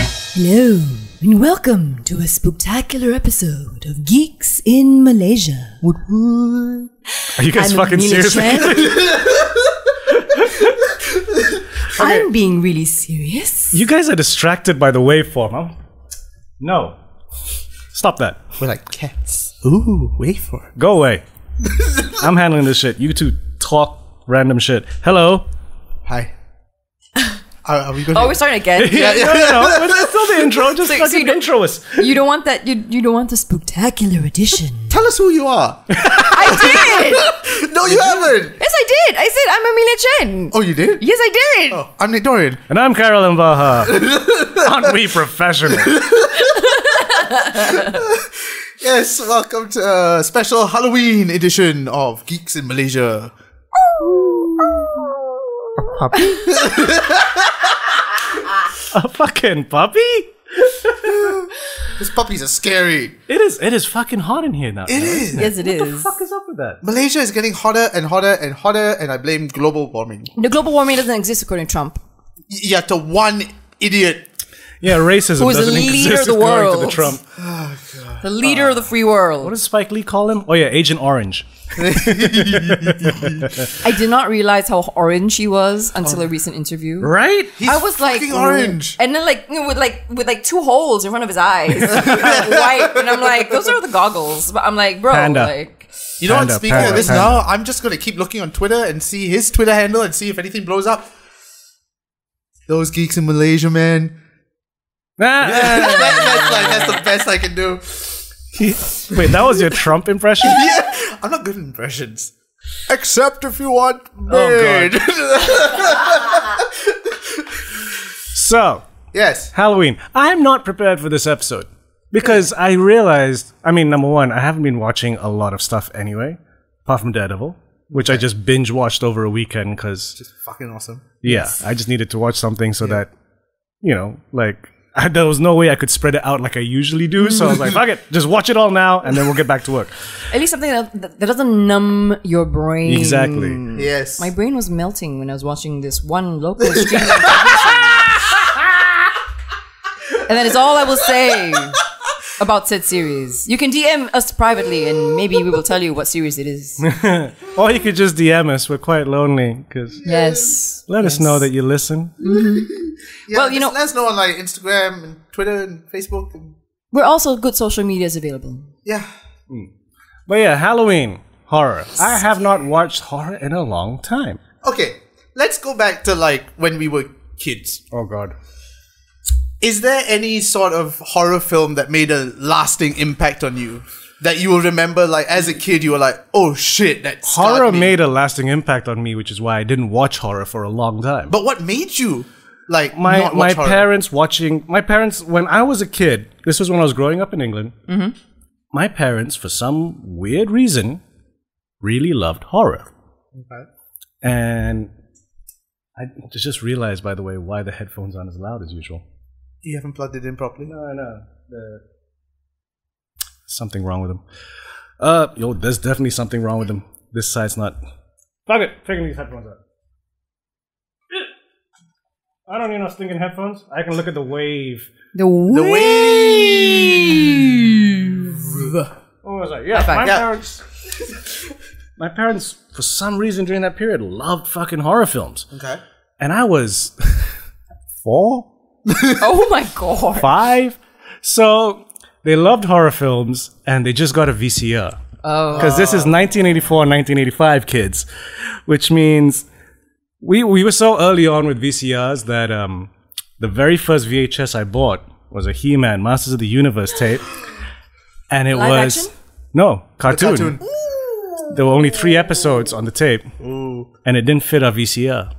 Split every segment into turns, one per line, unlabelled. Hello, and welcome to a spectacular episode of Geeks in Malaysia. What, what?
Are you guys
I'm
fucking
Amelia
serious?
Chan. I'm being really serious.
You guys are distracted by the waveform. Huh? No. Stop that.
We're like cats. Ooh, wait for it.
Go away. I'm handling this shit. You two talk random shit. Hello.
Hi. Are, are we going
Oh,
to
we're starting again.
Yeah, no, no, no. That's still the intro. Just
So- so
fucking
you don't-
intro us.
You don't want that. You you don't want this.
Spectacular edition.
tell us who you are?
I did.
no, you haven't.
yes, I did. I said I'm Amelia Chen.
Oh, you did.
Yes, I did.
Oh, I'm Nick Dorian.
And I'm Carolyn Baha. Aren't we professional?
Yes, welcome to a special Halloween edition of Geeks in Malaysia.
A fucking puppy?
These puppies are scary.
It is. It is fucking hot in here now. It is.
Yes, it is.
What the fuck is up with that?
Malaysia is getting hotter and hotter and hotter, and I blame global warming.
The global warming doesn't exist according to Trump.
Y- yeah, to one idiot.
Yeah, racism
Who is the
doesn't
leader
exist
of the
according to the
world?
Trump.
The leader
Uh,
of the free
What
world.
does Spike Lee call him? Oh yeah, Agent Orange.
I did not realize how orange he was until a recent interview.
Right?
He's
I was like
fucking orange.
and then like you know, with like with like two holes in front of his eyes, white, and I'm like, those are the goggles. But I'm like, bro,
Panda.
like
You know
Panda,
what? Speaking
panda,
of this
panda.
now, I'm just gonna keep looking on Twitter and see his Twitter handle and see if anything blows up. Those geeks in Malaysia, man.
Nah, eh.
That- that's, like, that's the best I can do.
Wait, that was your Trump impression?
Yeah, I'm not good at impressions. Oh, Except if you want
God.
bird.
So,
yes.
Halloween. I'm not prepared for this episode because I realized, I mean, number one, I haven't been watching a lot of stuff anyway, apart from Daredevil, which I just binge watched over a weekend because,
Just fucking awesome.
yeah, I just needed to watch something so that, you know, like, I, there was no way I could spread it out like I usually do. So I was like, fuck it, just watch it all now and then we'll get back to work.
at least something that, that doesn't numb your brain.
Mm.
Exactly.
Yes.
My brain was melting when I was watching this one local streaming television. and that is all I will say about said series. You can DM us privately and maybe we will tell you what series it is.
Or you could just DM us. We're quite lonely because
Yes.
let us know that you listen.
Yeah,
well, you
just
know-
let us know on like Instagram and Twitter and Facebook. And,
We're also good social medias available.
yeah.
But yeah, Halloween horror. I have not watched horror in a long time.
Okay. Let's go back to like when we were kids.
Oh god.
Is there any sort of horror film that made a lasting impact on you that you will remember? Like as a kid, you were like, "Oh shit, that scarred
Horror
me."
made a lasting impact on me, which is why I didn't watch horror for a long time.
But what made you like
my
not
my
watch horror?
parents watching my parents when I was a kid. This was when I was growing up in England. My parents, for some weird reason, really loved horror. And I just realized, by the way, why the headphones aren't as loud as usual.
you haven't plugged it in properly.
No, no. The... Something wrong with them. Uh, yo, there's definitely something wrong with them. This side's not. Fuck it, taking these headphones out. I don't need no stinking headphones. I can look at the wave.
The way.
Oh, I was like, yeah, my
Yeah.
parents. my parents, for some reason during that period, loved fucking horror films,
Okay.
and I was four.
Oh my god.
five. So they loved horror films and they just got a VCR. Oh. Because this is 1984 and 1985 kids, which means we, we were so early on with VCRs that um, the very first VHS I bought was a He Man Masters of the Universe tape. And it
Live
was.
action?
No, cartoon.
Cartoon.
There were only three episodes on the tape. And it didn't fit our VCR.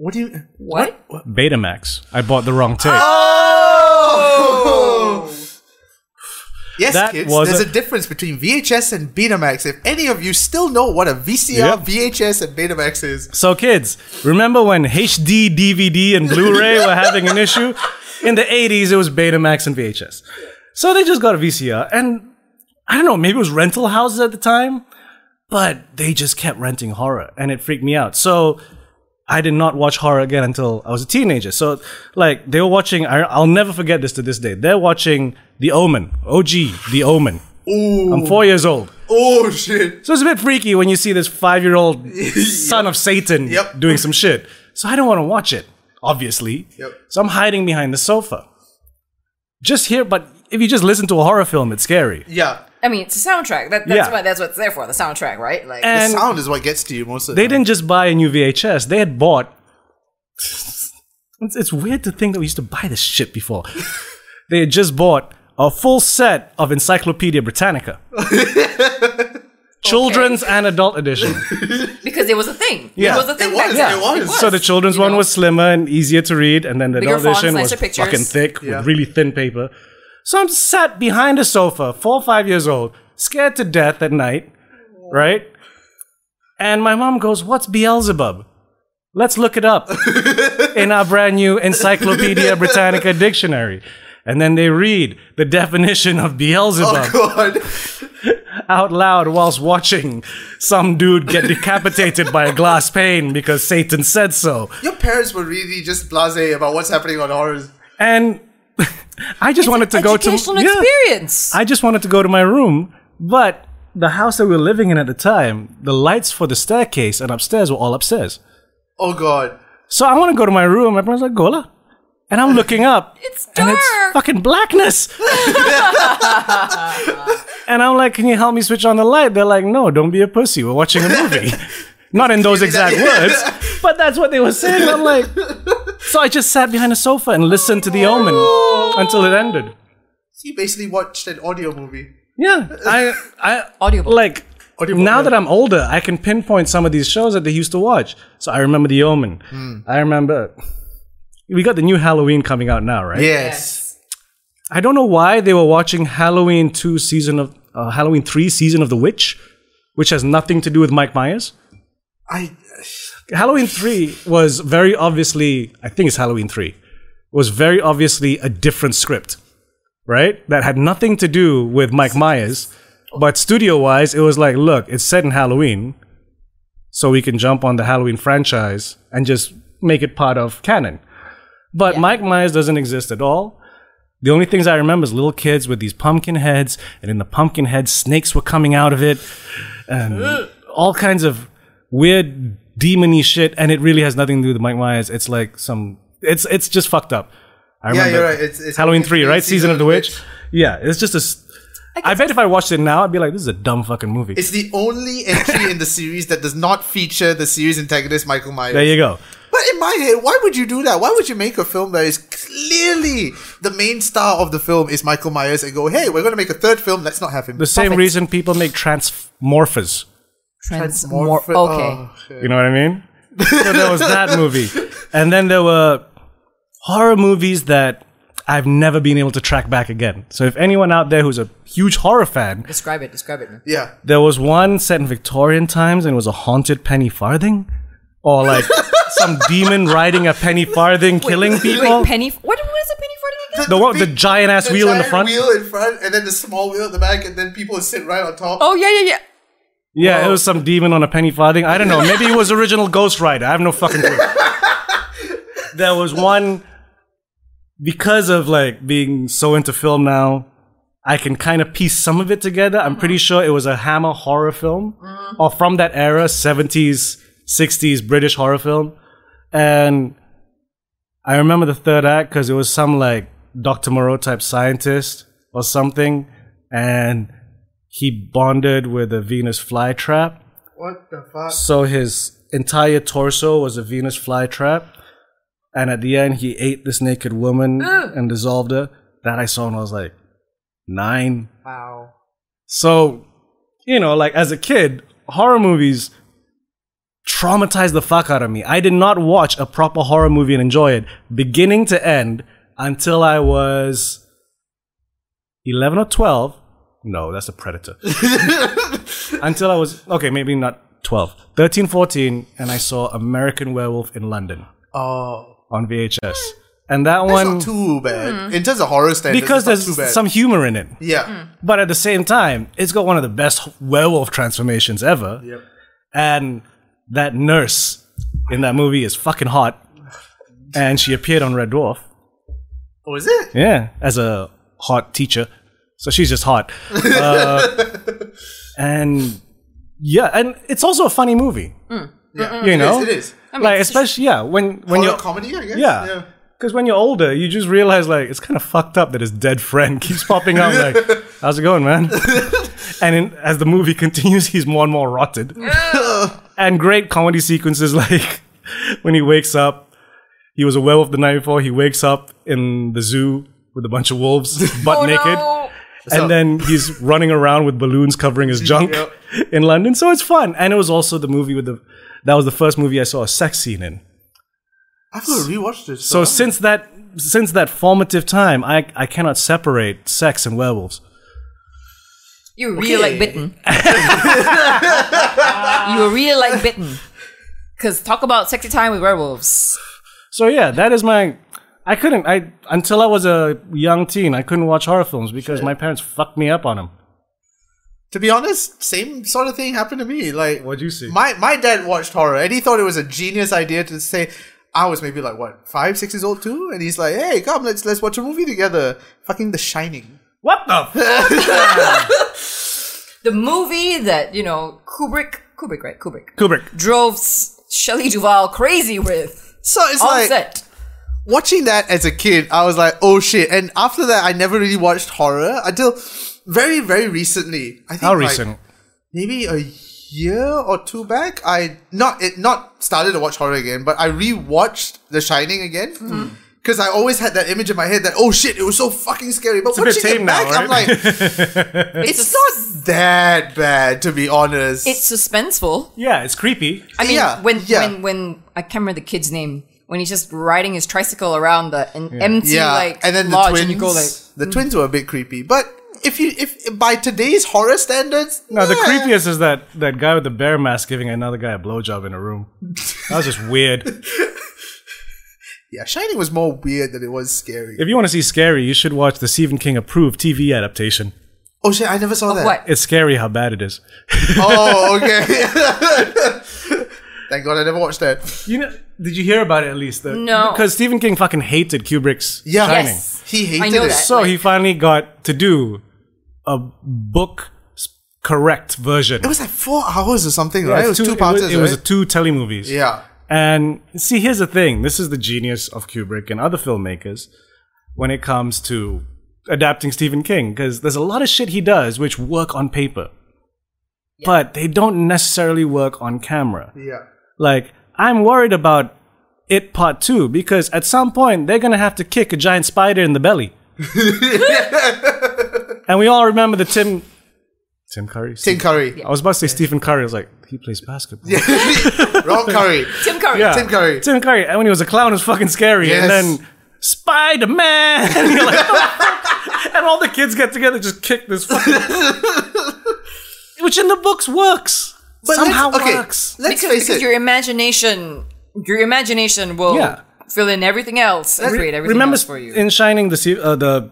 What do you?
What?
Betamax. I bought the wrong tape.
Oh! Yes,
That
kids.
was
There's
a-
a-, difference between VHS and Betamax. If any of you still know what a VCR,
Yep.
VHS, and Betamax is,
So, kids, remember when HD, DVD, and Blu ray were having an issue? In the 80s, it was Betamax and VHS. So, they just got a VCR, and I don't know, maybe it was rental houses at the time, but they just kept renting horror, and it freaked me out. So, I did not watch horror again until I was a teenager. So, like, they were watching, I, I'll never forget this to this day. They're watching The Omen, OG, The Omen. I'm four years old.
Oh shit!
So it's a bit freaky when you see this five year old son of Satan
Yep.
doing some shit. So I don't want to watch it, obviously.
Yep.
So I'm hiding behind the sofa. Just here, but if you just listen to a horror film, it's scary.
Yeah,
I mean, it's a soundtrack. That, that's
Yeah.
what that's what it's there for. The soundtrack, right? Like
the
And
sound is what gets to you most of the
they
time.
didn't just buy a new VHS, they had bought. It's, it's weird to think that we used to buy this shit before. they had just bought a full set of Encyclopedia Britannica. Children's and adult edition.
because it was a thing.
Yeah.
it was a thing
It
back
was,
then.
it was.
So the children's
you
one
know?
was slimmer and easier to read, and then the
Bigger
adult
fonts,
edition was
nicer pictures.
fucking thick
Yeah.
with really thin paper. So I'm sat behind a sofa, four or five years old, scared to death at night, right? And my mom goes, "What's Beelzebub? Let's look it up in our brand new Encyclopedia Britannica dictionary." And then they read the definition of Beelzebub
Oh, God.
out loud whilst watching some dude get decapitated by a glass pane because Satan said so.
Your parents were really just blasé about what's happening on horrors.
and I just wanted to go to
educational
yeah.
experience.
I just wanted to go to my room, but the house that we were living in at the time, the lights for the staircase and upstairs were all upstairs.
Oh God.
So I want to go to my room. My parents are like Gola, and I'm looking up.
It's
and it's
dark.
fucking blackness. and I'm like, can you help me switch on the light? They're like, no, don't be a pussy. We're watching a movie. Not in those exact words, but that's what they were saying. I'm like, so I just sat behind a sofa and listened to The Omen until it ended.
You basically watched an audio movie.
Yeah, I, I
Audiobook.
like
Audiobook,
now
yeah.
that I'm older, I can pinpoint some of these shows that they used to watch. So I remember The Omen. I remember we got the new Halloween coming out now, right?
Yes.
I don't know why they were watching Halloween two season of uh, Halloween three season of the witch, which has nothing to do with Mike Myers.
I.
Halloween three was very obviously, I think it's Halloween three, was very obviously a different script, right? That had nothing to do with Mike Myers, but studio wise, it was like, look, it's set in Halloween, so we can jump on the Halloween franchise and just make it part of canon. But Mike Myers doesn't exist at all. The only things I remember is little kids with these pumpkin heads, and in the pumpkin heads, snakes were coming out of it, and all kinds of weird demony shit. And it really has nothing to do with Mike Myers. It's like some. It's it's just fucked up. I
Yeah,
remember
you're right. It's, it's
Halloween three, right? Season of the Witch. Yeah, it's just a. s- I bet if I watched it now, I'd be like, "This is a dumb fucking movie."
It's the only entry in the series that does not feature the series antagonist Michael Myers.
There you go.
But in my head, why would you do that? Why would you make a film that is clearly the main star of the film is Michael Myers and go, hey, we're going to make a third film, let's not have him.
The same reason people make transmorphers.
Transmor-
Transmorph-
okay.
oh.
You know what I mean? so there was that movie. And then there were horror movies that I've never been able to track back again. So if anyone out there who's a huge horror fan,
Describe it. Describe it.
Yeah.
there was one set in Victorian times and it was a haunted penny farthing or like some demon riding a penny farthing killing people.
Wait, penny. What, what is a penny for again?
the one, the
big-
giant ass wheel in the
giant
front.
wheel in front, and then the small wheel at the back, and then people sit right on top.
Oh yeah, yeah, yeah.
Yeah, it was some demon on a penny farthing. I don't know. Maybe it was original Ghost Rider. I have no fucking clue. there was one because of like being so into film now. I can kind of piece some of it together. I'm pretty sure it was a Hammer horror film or from that era, 70s, 60s British horror film. And I remember the third act because it was some like Dr. Moreau type scientist or something. And he bonded with a Venus flytrap.
What the fuck?
So his entire torso was a Venus flytrap. And at the end, he ate this naked woman and dissolved her. That I saw and I was like, nine.
Wow.
So, you know, like as a kid, horror movies traumatized the fuck out of me. I did not watch a proper horror movie and enjoy it beginning to end until I was 11 or 12. No, that's a predator. until I was, okay, maybe not 12, 13, 14, and I saw American Werewolf in London
Oh.
on VHS. And that
That's
one,
not too bad. In terms of horror standards,
because
it's not too
there's
bad.
some humor in it.
Yeah.
But at the same time, it's got one of the best werewolf transformations ever. And that nurse, in that movie is fucking hot, and she appeared on Red Dwarf.
Oh, is it?
Yeah, as a hot teacher. So she's just hot. Uh, and yeah, and it's also a funny movie.
Mm. Yeah.
You know,
it is. It is.
like especially yeah when when
Horror
you're
comedy, I guess.
yeah. Because when you're older, you just realize like it's kind of fucked up that his dead friend keeps popping up. Like, how's it going, man? and in, as the movie continues, he's more and more rotted. and great comedy sequences like when he wakes up, he was a werewolf the night before. He wakes up in the zoo with a bunch of wolves, butt naked,
Oh, No.
and
up?
then he's running around with balloons covering his junk
Yep.
in London. So it's fun, and it was also the movie with the that was the first movie I saw a sex scene in.
I've got to rewatch this.
So since that since that formative time, I I cannot separate sex and werewolves.
You were real like bitten. you were real like bitten. Cause talk about sexy time with werewolves.
So yeah, that is my. I couldn't. I until I was a young teen, I couldn't watch horror films because my parents fucked me up on them.
To be honest, same sort of thing happened to me. Like,
What'd you see?
My my dad watched horror, and he thought it was a genius idea to say. I was maybe like what five, six years old too, and he's like, "Hey, come, let's let's watch a movie together." Fucking The Shining.
What the? F-
The movie that, you know, Kubrick Kubrick, right? Kubrick.
Kubrick.
Drove S- Shelley Duvall crazy with
So it's
on
like
set.
watching that as a kid. I was like, "Oh shit!" And after that, I never really watched horror until very, very recently. I think
How
like,
recent?
maybe a year or two back i not it not started to watch horror again but i rewatched the shining again
Mm-hmm.
because i always had that image in my head that oh shit it was so fucking scary but
a bit
watching it
tame now,
back i'm like
right?
it's not that bad to be honest
It's suspenseful.
Yeah, it's creepy.
I mean,
Yeah,
when
yeah.
when when I can't remember the kid's name when he's just riding his tricycle around the an empty
yeah
like
and then the
lodge
twins
and you go like mm.
the twins were a bit creepy but if you if by today's horror standards
No, the
yeah.
creepiest is that that guy with the bear mask giving another guy a blowjob in a room. That was just weird.
yeah shining was more weird than it was scary
if you want to see scary, you should watch the Stephen King approved TV adaptation.
oh shit i never saw that
what?
It's scary how bad it is.
oh okay thank god i never watched that
You know, did you hear about it at least? The-
No.
Because Stephen King fucking hated Kubrick's
Yeah.
Shining.
Yes.
He hated
I know
it.
that.
So
like-
he finally got to do a book s- correct version.
It was like four hours or something, right? It was two,
it
parts.
was- It was, two telemovies.
yeah.
And see, here's the thing. This is the genius of Kubrick and other filmmakers when it comes to adapting Stephen King, because there's a lot of shit he does which work on paper, but they don't necessarily work on camera.
Yeah.
Like, I'm worried about it part two because at some point they're gonna have to kick a giant spider in the belly. and we all remember the Tim Tim Curry.
Tim Curry.
I was about to say Stephen Curry. I was like, he plays basketball.
Wrong Curry.
Tim Curry.
Yeah.
Tim Curry.
Tim Curry. And when he was a clown, it was fucking scary.
Yes.
And then Spider Man. and you're like, "What the fuck?" And all the kids get together, just kick this fucking. Which in the books works.
let's-
Somehow
okay,
works.
Let's
because,
face
because
it.
your imagination your imagination will
Yeah.
fill in everything else and create everything
Remember
else for you.
in Shining the se- uh, the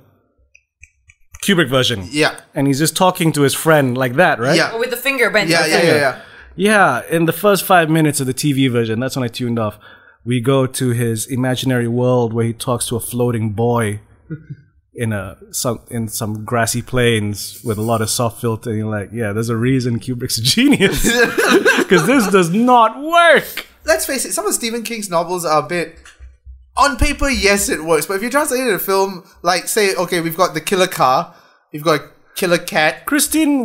Kubrick version.
yeah.
And he's just talking to his friend like that, right?
Yeah.
But with the finger bent.
Yeah, yeah, yeah, yeah.
Yeah, in the first five minutes of the TV version, that's when I tuned off. We go to his imaginary world where he talks to a floating boy in a some in some grassy plains with a lot of soft filter. And you're like, yeah, there's a reason Kubrick's a genius because this does not work.
Let's face it. Some of Stephen King's novels are a bit. On paper, yes, it works. But if you translate it to film, like, say, okay, we've got the killer car, you've got killer cat.
Christine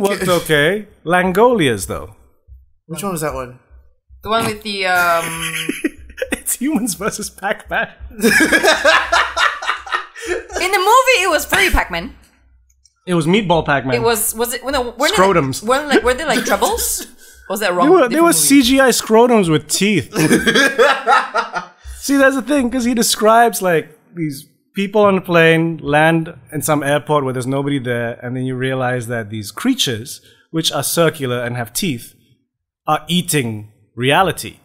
worked okay. Langoliers though,
Which one was that one?
The one with the um
it's humans versus Pac-Man.
in the movie it was furry Pac-Man.
It was Meatball Pac-Man.
It was was it no, weren't
Scrotums.
It, weren't like were they like troubles? Was that wrong?
There were, there
Different
were
movie.
CGI scrotums with teeth. See, that's the thing, because he describes like these people on a plane land in some airport where there's nobody there, and then you realize that these creatures, which are circular and have teeth, are eating reality.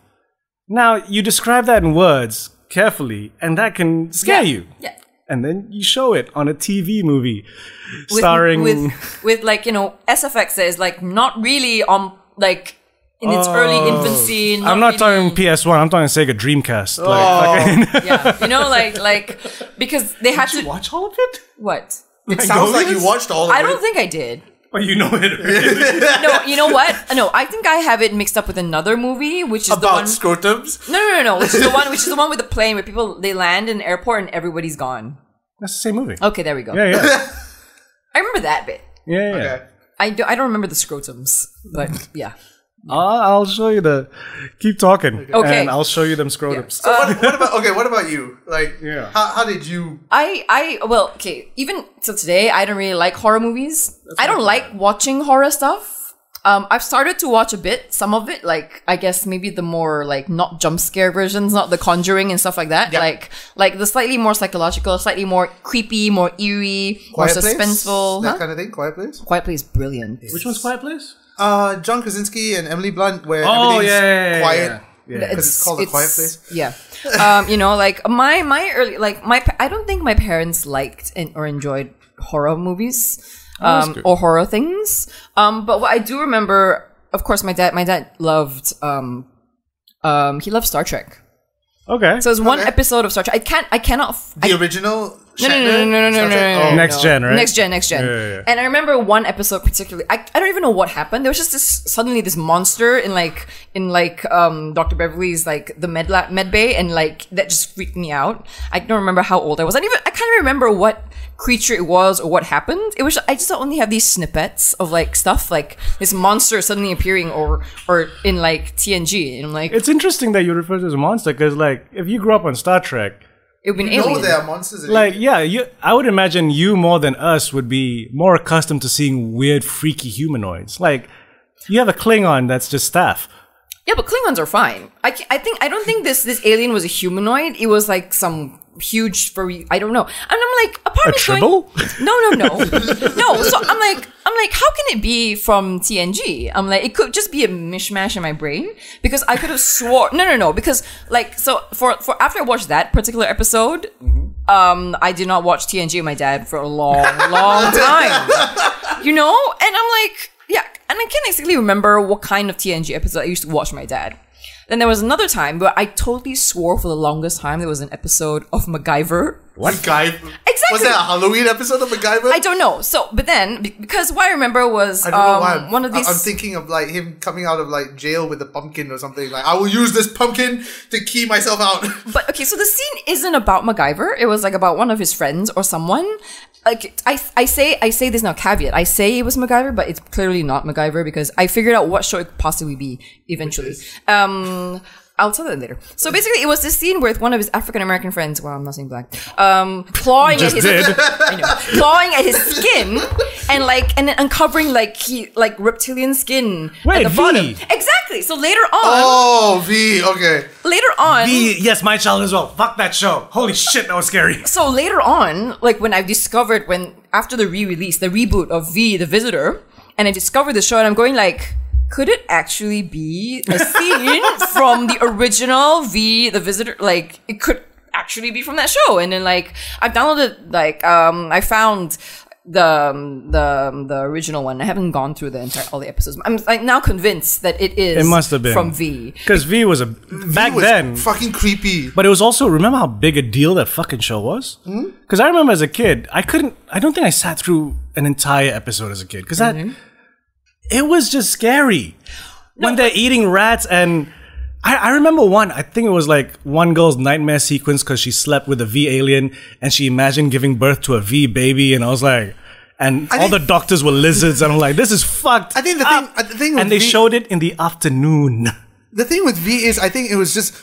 Now, you describe that in words carefully, and that can scare
Yeah.
you.
Yeah.
And then you show it on a TV movie
With,
starring.
with with like, you know, SFX that is like not really on like in its early infancy.
Oh. I'm not
really-
talking PS1. I'm talking Sega Dreamcast.
Oh.
Like, fucking-
Yeah, you know, like like because they had to
watch all of it?
what?
It sounds like you
Mongolians?
watched all of
I
it.
don't think I did.
Oh, you know it. already.
No, you know what? No, I think I have it mixed up with another movie, which is the
about
one.
scrotums.
no, no, no, no. Which is the one? Which is the one with the plane where people they land in an airport and everybody's gone.
That's the same movie.
Okay, there we go.
Yeah, yeah,
I remember that bit.
yeah, yeah.
Okay.
I do, I don't remember the scrotums, but yeah.
I'll, I'll show you the. Keep talking.
Okay.
And I'll show you them scrotums.
So
Uh,
what, what about okay? What about you? Like,
Yeah.
how, how did you?
I I well okay even till today I don't really like horror movies. I don't like watching horror stuff. Um, I've started to watch a bit, some of it, like I guess maybe the more like not jump scare versions, not the Conjuring and stuff like that.
Yep.
Like like the slightly more psychological, slightly more creepy, more eerie, more suspenseful.
that
Huh?
kind of thing. Quiet place.
Quiet Place, is brilliant.
Which one's Quiet Place?
Uh, John Krasinski and Emily Blunt, where
Oh,
everything's
yeah, yeah, yeah,
quiet.
yeah, yeah.
Because it's called The Quiet
Yeah. Um, you know, like my my early like my pa- I don't think my parents liked and, or enjoyed horror movies um, or horror things. Um, but what I do remember, of course, my dad my dad loved um, um, he loved Star Trek.
Okay.
So
So
there's one
Okay.
episode of Star Trek. I can't I cannot f-
The original.
no, no, no, no, no, no, no, no,
oh.
no, no.
Next gen, right?
Next gen, next gen.
Yeah, yeah, yeah.
And I remember one episode particularly. I, I don't even know what happened. There was just this suddenly this monster in like in like um Dr. Beverly's like the med lab, med bay, and like that just freaked me out. I don't remember how old I was. I don't even I can't even remember what creature it was or what happened. It was I just only have these snippets of like stuff like this monster suddenly appearing or or in like TNG, and I'm like it
it's interesting that you refer to it as a monster because, like, if you grew up on Star Trek,
would be an
No,
alien.
there are monsters. In
like, yeah, you, I would imagine you more than us would be more accustomed to seeing weird, freaky humanoids. Like, you have a Klingon that's just staff.
Yeah, but Klingons are fine. I, ca- I think I don't think this this alien was a humanoid. It was like some huge furry. I don't know. And I'm like, a part
A
of me's going-
tribble?
No, no, no, no. So I'm like, I'm like, how can it be from TNG? I'm like, it could just be a mishmash in my brain because I could have swore. No, no, no. Because like, so for for after I watched that particular episode, um, I did not watch TNG with my dad for a long, long time you know? And I'm like, yeah. And I can exactly remember what kind of TNG episode I used to watch with my dad. Then there was another time where I totally swore for the longest time there was an episode of MacGyver.
what MacGyver?
Exactly.
Was that a Halloween episode of MacGyver?
I don't know. So, but then, be- because what I remember was
I don't know
um,
why. I'm,
one of
I-
these.
I'm thinking of like him coming out of like jail with a pumpkin or something. Like I will use this pumpkin to key myself out.
but okay, so the scene isn't about MacGyver. It was like about one of his friends or someone. Like I, I say, I say this now caveat. I say it was MacGyver, but it's clearly not MacGyver because I figured out what show it could possibly be eventually. Um, I'll tell that later. So basically, it was this scene with one of his African American friends. Wow, I'm not saying black. Um, clawing
Just
at his,
did.
I know, clawing at his skin, and like, and then uncovering like he like reptilian skin
Wait,
at the
V.
bottom. Exactly. So later on,
oh, V. Okay.
later on,
yes, my child as well. Fuck that show. Holy shit, that was scary.
so later on, like when I discovered when after the re-release, the reboot of V the Visitor, and I discovered the show, and I'm going like, could it actually be a scene from the original V the Visitor? Like it could actually be from that show. And then like I've downloaded like um I found the um, the um, the original one. I haven't gone through the entire all the episodes. I'm like now convinced that it is
It must have been
from V.
because V was a back
It was
then.
fucking creepy.
But it was also remember how big a deal that fucking show was?
Hmm?
Because I remember as a kid, I couldn't. I don't think I sat through an entire episode as a kid because
Mm-hmm.
that it was just scary when they're eating rats and. I, I remember one. I think it was like one girl's nightmare sequence because she slept with a V alien and she imagined giving birth to a V baby, and I was like, and all
think-
the doctors were lizards, and I'm like, this is fucked.
I think the
up.
thing- I think with
and they
V-
showed it in the afternoon.
the thing with V is I think it was just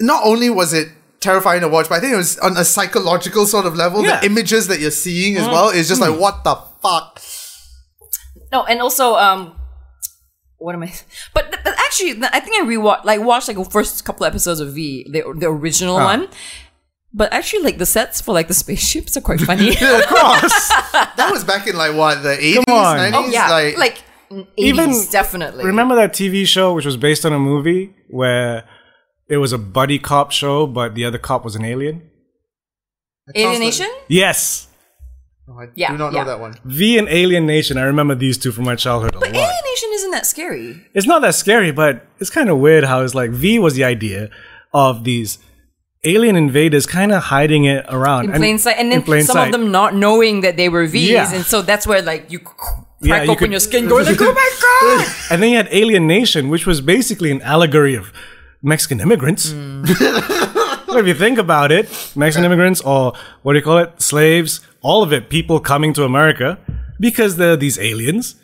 not only was it terrifying to watch, but I think it was on a psychological sort of level.
Yeah. Mm.
The images that you're seeing as well is just like what the fuck.
No, and also, um, what am I? But, th- but actually, th- I think I rewatched, like, watched like the first couple episodes of V, the the original
Ah.
one. But actually, like the sets for like the spaceships are quite funny.
of course. that was back in like what the eighties,
on.
nineties.
oh yeah, like,
like,
like
Even-
eighties definitely.
Remember that TV show which was based on a movie where it was a buddy cop show, but the other cop was an alien?
Alienation?
Yes.
Oh, I
Yeah,
do not
yeah.
know that one.
V and Alien Nation. I remember these two from my childhood a lot.
Alienation fiction isn't that scary.
it's not that scary, but it's kind of weird how it's like V was the idea of these alien invaders kind of hiding it around
In plain sight, and
in
then
plain
some
sight.
of them not knowing that they were V's,
Yeah.
and so that's where like you crack
Yeah, you
open
could-
your skin, going like, "Oh my god!"
And then you had Alien Nation, which was basically an allegory of Mexican immigrants.
Mm.
if you think about it, Mexican immigrants, or what do you call it, slaves, all of it, people coming to America because there are these aliens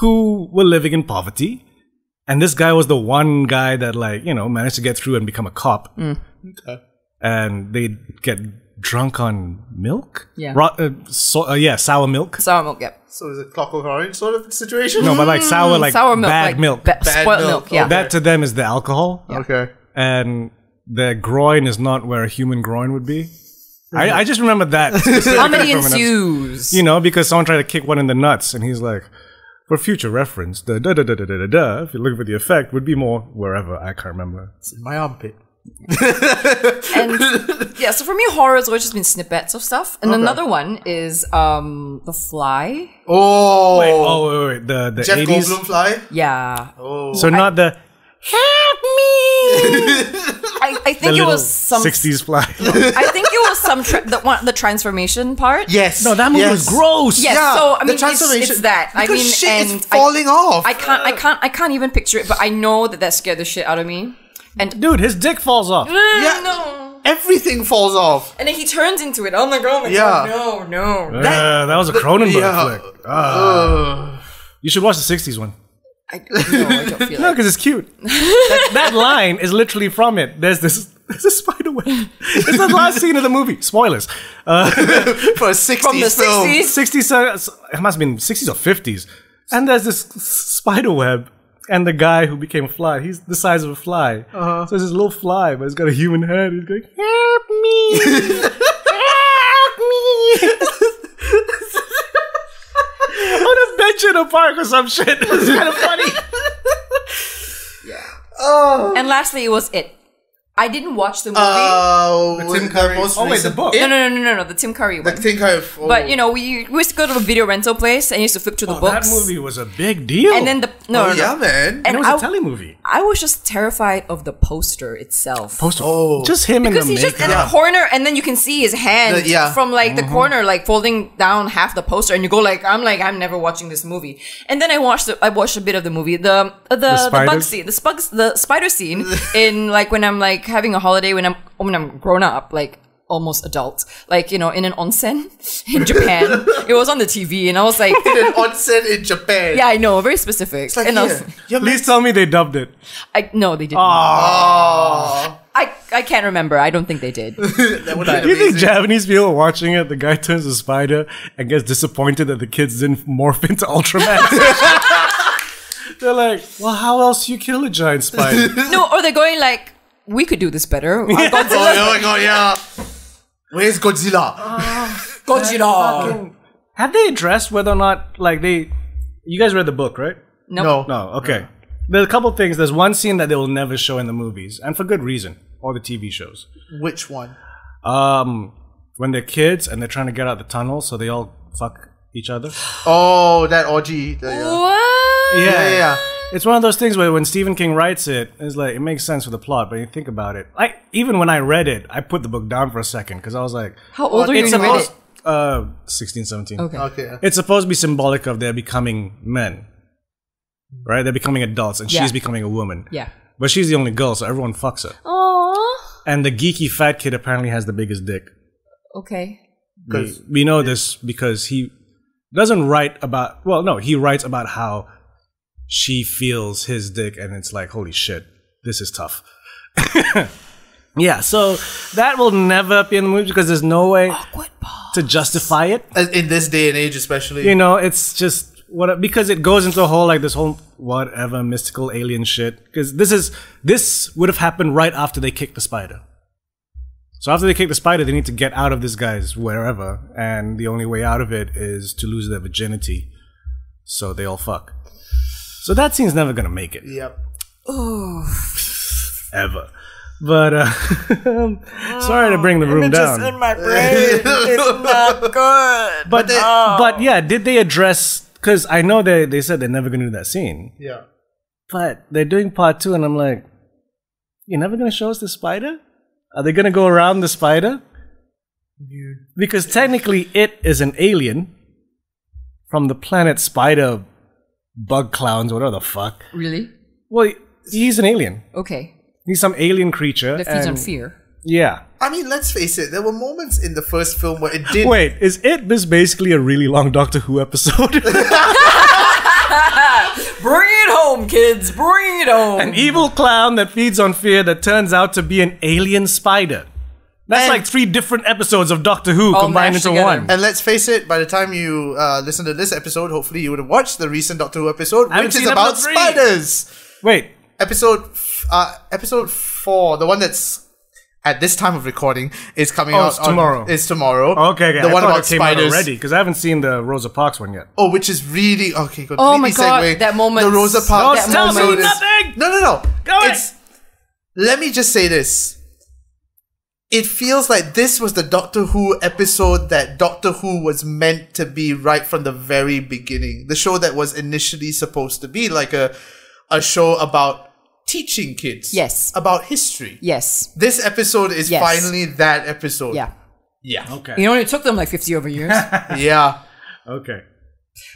who were living in poverty. And this guy was the one guy that, like, you know, managed to get through and become a cop.
Mm.
And they get drunk on milk?
Yeah.
Ro- uh, so- uh, yeah, sour milk.
Sour milk, yep.
So is it clockwork orange sort of situation?
No, but like sour, like
Mm, Sour milk,
bad
like
milk.
ba-
Bad
spoiled milk,
milk,
yeah.
okay.
That to them is the alcohol,
Okay.
and their groin is not where a human groin would be. I, I just remember that. specifically
Comedy
from an episode.
ensues.
You know, because someone tried to kick one in the nuts, and he's like, for future reference, da da da da da da da da, if you're looking for the effect, would be more wherever. I can't remember.
It's in my armpit.
and yeah, so for me, horror has always just been snippets of stuff. And another one is um The Fly.
Oh,
Wait, oh, wait, wait, the, the
Jeff
80s.
Goldblum fly.
Yeah,
Oh.
So, not the, help me!
I, I
The
think it
little
was some.
60s fly.
I think it was some tra- the one the transformation part.
Yes.
no, that movie
yes.
was gross.
Yes,
Yeah,
so I
the
mean, it's,
transformation-
it's that. I
Because
mean,
shit
and
is falling
I,
off.
I can't, I can't, I can't even picture it. But I know that that scared the shit out of me. And
Dude, his dick falls off.
Yeah.
no,
Everything falls off.
and then he turns into it. Oh my god, oh my
Yeah.
god, no, no.
Yeah, that was a Cronenberg
yeah.
flick. Ah. you should watch the 60s one.
I, no, I don't feel
No,
like.
because it's cute. that, that line is literally from it. There's this. There's a spider web. It's the last scene of the movie. Spoilers.
For a 60s
From the
film.
60s?
60s. uh, It must have been 60s or 50s. And there's this s- spider web. And the guy who became a fly, he's the size of a fly. So it's this little fly, but it's got a human head. He's going, help me. help me. On a bench in a park or some shit. It's kind of funny.
And lastly, it was it. I didn't watch the movie.
Uh,
The
with
Tim Curry-
most
oh, wait, the
recent-
book.
It-
no, no, no, no, no, no, the Tim Curry
The
one.
Tim Curry. oh.
But you know, we, we used to go to a video rental place and used to flip through the books.
Oh, That movie was a big deal.
And then the no,
Oh,
no, no.
yeah, man.
and
it was
I,
a telemovie.
I was just terrified of the poster itself.
Oh.
Just him and the
because he's just in
makeup. Mm-hmm.
a corner, and then you can see his hand
The- yeah.
from like the corner, like folding down half the poster, and you go like, "I'm like, I'm never watching this movie." And then I watched, the, I watched a bit of the movie, the uh, the, the, bug
spiders?
scene, the spug, the spider scene in like when I'm like having a holiday when I'm when I'm grown up, like almost adult, like you know, in an onsen in Japan. it was on the TV, and I was like,
in an onset in Japan.
"Yeah, I know, very specific."
It's like,
and I was,
yeah, you're
Please tell me they dubbed it.
I no, they didn't. I I can't remember. I don't think they did.
That would have
Do Ah. you
been
think
amazing.
Japanese people watching it, the guy turns a spider and gets disappointed that the kids didn't morph into Ultraman? They're like, well, how else you kill a giant spider?
No, or they're going like, we could do this better. Our
Oh,
Godzilla.
yeah, oh my god, yeah. Where's Godzilla?
Godzilla.
Have they addressed whether or not, like, they. You guys read the book, right?
No.
No, okay. There's a couple things. There's one scene that they will never show in the movies, and for good reason, or the TV shows.
Which one?
Um, when they're kids and they're trying to get out the tunnel, so they all fuck each other.
Oh, that orgy. The,
Oh.
yeah.
What?
yeah, yeah, yeah.
It's one of those things where when Stephen King writes it, it's like it makes sense for the plot, but you think about it. I even when I read it, I put the book down for a second because I was like,
How old are you
it's
when you read
supposed
it?
uh 16, 17.
Okay.
Okay.
It's supposed to be symbolic of their becoming men. Right? They're becoming adults and
Yeah.
she's becoming a woman.
Yeah.
But she's the only girl, so everyone fucks her.
Aww.
And the geeky fat kid apparently has the biggest dick.
Okay.
We, we know this because he doesn't write about well no he writes about how she feels his dick and it's like holy shit this is tough yeah so that will never be in the movie because there's no way to justify it
Uh, In this day and age, especially.
you know it's just what because it goes into a whole like this whole whatever mystical alien shit because this is this would have happened right after they kicked the spider so after they kick the spider they need to get out of this guy's wherever and the only way out of it is to lose their virginity so they all fuck so that scene's never gonna make it
Yep.
ever but uh sorry to bring the room down
my brain. it's not good.
but but yeah, did they address because I know they they said they're never gonna do that scene,
Yeah.
but they're doing part two, and I'm like, you're never gonna show us the spider? Are they gonna go around the spider? Because technically, it is an alien from the planet Spider Bug Clowns, whatever the fuck.
Really?
Well, he's an alien.
Okay.
He's some alien creature.
That feeds on
and-
fear.
Yeah.
I mean, let's face it. There were moments in the first film where it did.
Wait, is it this basically a really long Doctor Who episode?
Bring it home, kids. Bring it home.
an evil clown that feeds on fear that turns out to be an alien spider. That's
And-
like three different episodes of Doctor Who
All
combined
mashed
into
together.
one.
And let's face it, by the time you uh, listen to this episode, hopefully you would have watched the recent Doctor Who episode,
haven't
which is
seen
about
episode three.
spiders.
Wait,
Episode, f- uh, episode four, the one that's at this time of recording is coming
Oh,
out
it's tomorrow.
On, is tomorrow.
okay, okay.
the
I
one
thought
about
it came out
spiders.
already because I haven't seen the Rosa Parks one yet.
Oh, which is really okay. Completely
Oh my God,
segue.
that moment-
The Rosa Parks.
Don't tell me
episode is-
nothing!
No, no, no.
Go away!
It's- Let me just say this. It feels like this was the Doctor Who episode that Doctor Who was meant to be right from the very beginning. The show that was initially supposed to be like a a show about teaching kids.
Yes.
About history.
yes.
This episode is
Yes.
finally that episode.
Yeah.
Yeah.
Okay,
You know, it took them like 50 over years.
Yeah.
okay.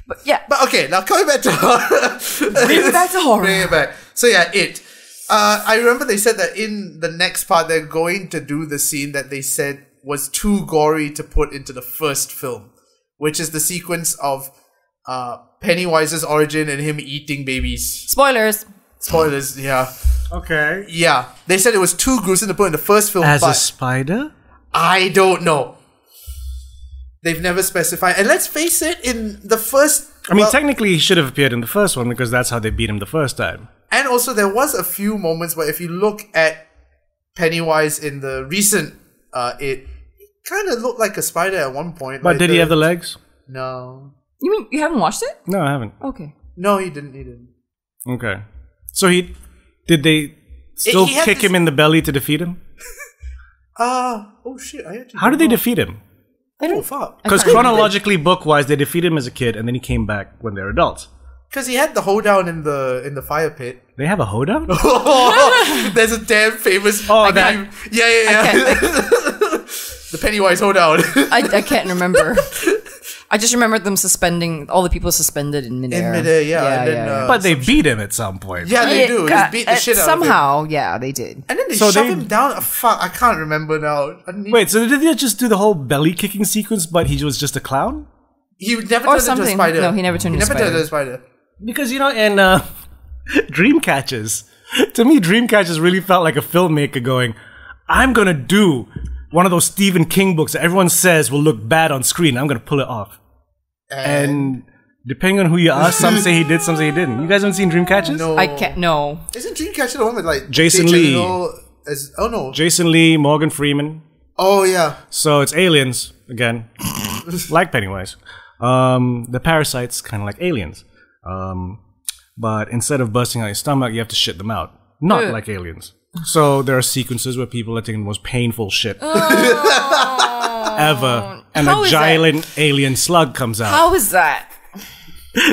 but yeah.
But okay, now coming back to horror.
Bring it back to horror.
Bring it back. So yeah, it. Uh, I remember they said that in the next part they're going to do the scene that they said was too gory to put into the first film, which is the sequence of uh, Pennywise's origin and him eating babies.
Spoilers.
Spoilers. Yeah,
Okay.
yeah. They said it was too gruesome to put in the first film,
As
but
a spider?
I don't know. They've never specified, and let's face it, in the first.
I mean,
well-
technically, he should have appeared in the first one because that's how they beat him the first time.
And also, there was a few moments where, if you look at Pennywise in the recent, uh, it kind of looked like a spider at one point.
But
like
did he have the legs?
No,
You mean you haven't watched it?
No, I haven't.
Okay.
no, he didn't. He didn't.
Okay. So he did they still
he had
kick
this-
him in the belly to defeat him?
Ah, oh shit! I actually
How did they
don't know.
defeat him?
I
Oh
don't.
fuck!
Because
can't remember.
chronologically, book wise, they defeat him as a kid and then he came back when they're adults.
Because he had the hoedown in the in the fire pit. Oh,
They have a hoedown?
There's a damn famous.
Oh,
I
that-
can't even- Yeah, yeah, yeah. the Pennywise hoedown
I, I can't remember. I just remember them suspending all the people suspended in midair.
in midair. Yeah, and then, Uh,
but they beat him at some point.
yeah, they do. They
ca-
beat the
uh,
shit out of him.
Somehow, yeah, they did.
And then they
So
shove
they-
him down. a fuck, I can't remember now. I need-
Wait, so did they just do the whole belly kicking sequence, but he was just a clown?
He never
Or
turned into a
something.
spider.
No, he never turned
he
into a
never turned into a spider.
Because, you know, in uh, Dreamcatchers, to me, Dreamcatchers really felt like a filmmaker going, I'm going to do one of those Stephen King books that everyone says will look bad on screen. I'm going to pull it off. And depending on who you ask, some say he did, some say he didn't. You guys haven't seen Dreamcatchers?
No.
I can't. No.
Isn't Dreamcatcher the one with like
Jason
Jake
Lee.
Gyllenhaal As, oh no.
Jason Lee, Morgan Freeman.
oh yeah.
So it's aliens again, like Pennywise. Um, the parasites kind of like aliens, um, but instead of bursting out your stomach, you have to shit them out, not like aliens. So there are sequences where people are taking the most painful shit ever, and
How
a
is
giant alien slug comes out.
How is that?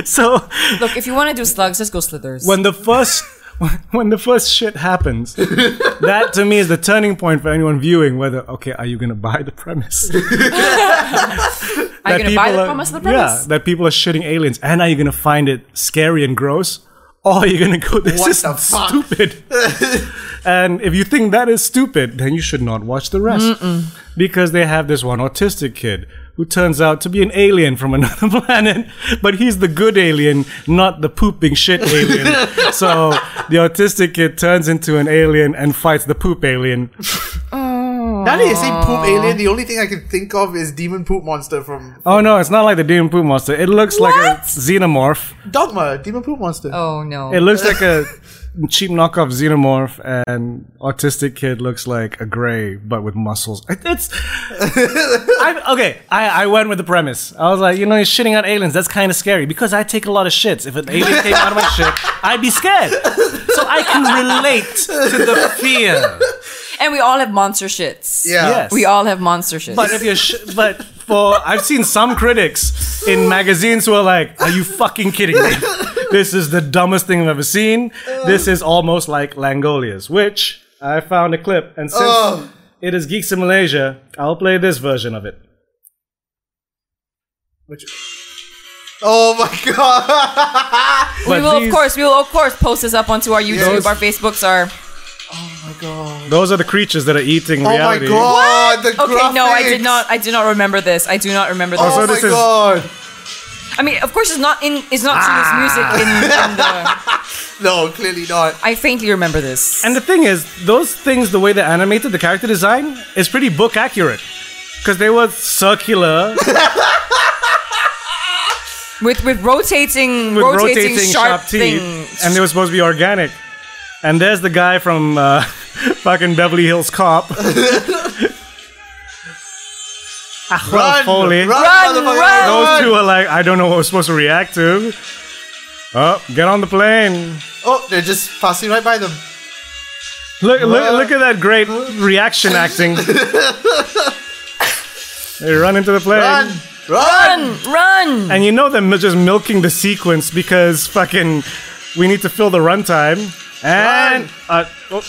So
Look, if you want to do slugs, just go slithers.
when the first when the first shit happens, that to me is the turning point for anyone viewing. Whether okay, are you gonna buy the premise?
Are you
that
going to buy
people
the
are-
promise of the premise?
Yeah, that people are shitting aliens. And are you going to find it scary and gross? Or are you going to go, this
What
is
the fuck?
stupid? and if you think that is stupid, then you should not watch the rest. Because they have this one autistic kid who turns out to be an alien from another planet, but he's the good alien, not the pooping shit alien. so the autistic kid turns into an alien and fights the poop alien.
Now that you say poop alien, the only thing I can think of is demon poop monster from
Oh no, it's not like the demon poop monster. It looks like a
What?
xenomorph.
Dogma. Demon poop monster.
Oh, no.
It looks like a cheap knockoff xenomorph, and autistic kid looks like a gray but with muscles. It- It's I, okay. I, I went with the premise. I was like, you know, you're shitting out aliens. That's kind of scary because I take a lot of shits. If an alien came out of my shit, I'd be scared. So I can relate to the fear.
and we all have monster shits.
Yeah.
Yes.
We all have monster shits.
But if you're, sh- but for I've seen some critics in magazines who are like, "Are you fucking kidding me? This is the dumbest thing I've ever seen. This is almost like Langoliers," which I found a clip, and since
Ugh.
it is Geeks in Malaysia, I'll play this version of it.
Oh my god!
we
But
will, of
these-
course, we will, of course, post this up onto our YouTube,
Those-
our Facebooks, our.
oh my god!
Those are the creatures that are eating
Oh my
reality.
god! The
Okay,
graphics.
no, I did not. I do not remember this. I do not remember this.
Oh
so
my
this is-
god!
I mean, of course, it's not in. It's not Zulu's music in, in the.
No, clearly not.
I faintly remember this.
And the thing is, those things, the way they're animated, the character design is pretty book accurate. Because they were circular,
with with rotating,
with
rotating,
rotating
sharp,
sharp, teeth,
things.
and they were supposed to be organic. And there's the guy from uh, fucking Beverly Hills Cop. Run,
Run,
Foley.
run,
Run,
motherfucker,
run.
Those two are like, I don't know what we're supposed to react to. Oh, get on the plane.
Oh, they're just passing right by them.
Look, look, look at that great reaction acting. they run into the plane.
Run, run!
Oh,
Run, run!
And you know them just milking the sequence because fucking we need to fill the runtime. And uh, oh,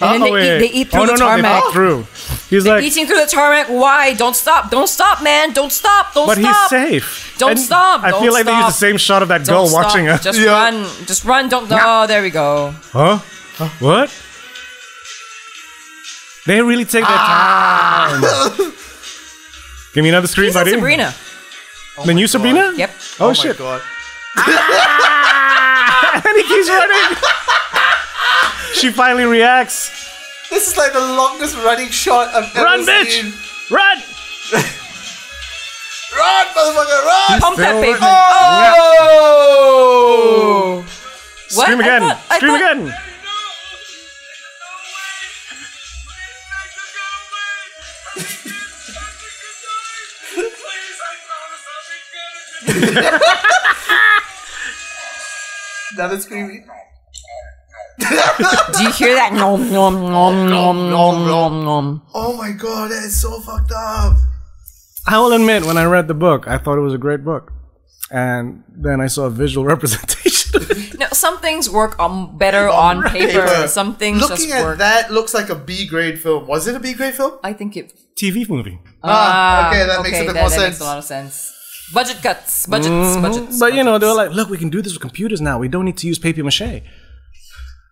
And then they
oh, wait,
eat-
wait.
they eat through
oh,
the
no, no,
tarmac.
They eat through. He's like,
Eating through the tarmac. Why? Don't stop! Don't stop, man! Don't stop! Don't
but
stop!
he's safe.
Don't
And
stop,
I
don't
feel like they use the
stop.
same shot of that
Don't
girl
stop.
watching us.
Just
Yeah.
run, just run. Don't. Oh, there we go.
Huh? Huh? What? They really take their time. Give me another screen,
Ah. She's
buddy.
Sabrina.
The new Sabrina?
Yep.
Oh,
my
shit.
god!
and he keeps running. she finally reacts.
This is like the longest running shot I've ever
Run,
seen.
bitch! Run!
Run, motherfucker, run!
Pump that
Still
pavement.
running.
Oh! What?
Scream
I
again!
thought- I
Scream
thought-
again!
Another screaming.
Do you hear that? Nom nom nom nom nom nom nom.
Oh my god, that is so fucked up.
I will admit, when I read the book, I thought it was a great book. And then I saw a visual representation. of it.
No, some things work on better on paper.
Paper.
Some things
Looking
just
at
work.
that looks like a B grade film. Was it a B grade film?
I think it.
TV movie.
Ah, okay, that makes a
okay,
bit
that,
more
that
sense.
Makes a lot of sense. Budget cuts, budgets, budgets.
Mm-hmm. But you know, they were like, look, we can do this with computers now. We don't need to use papier mache.
should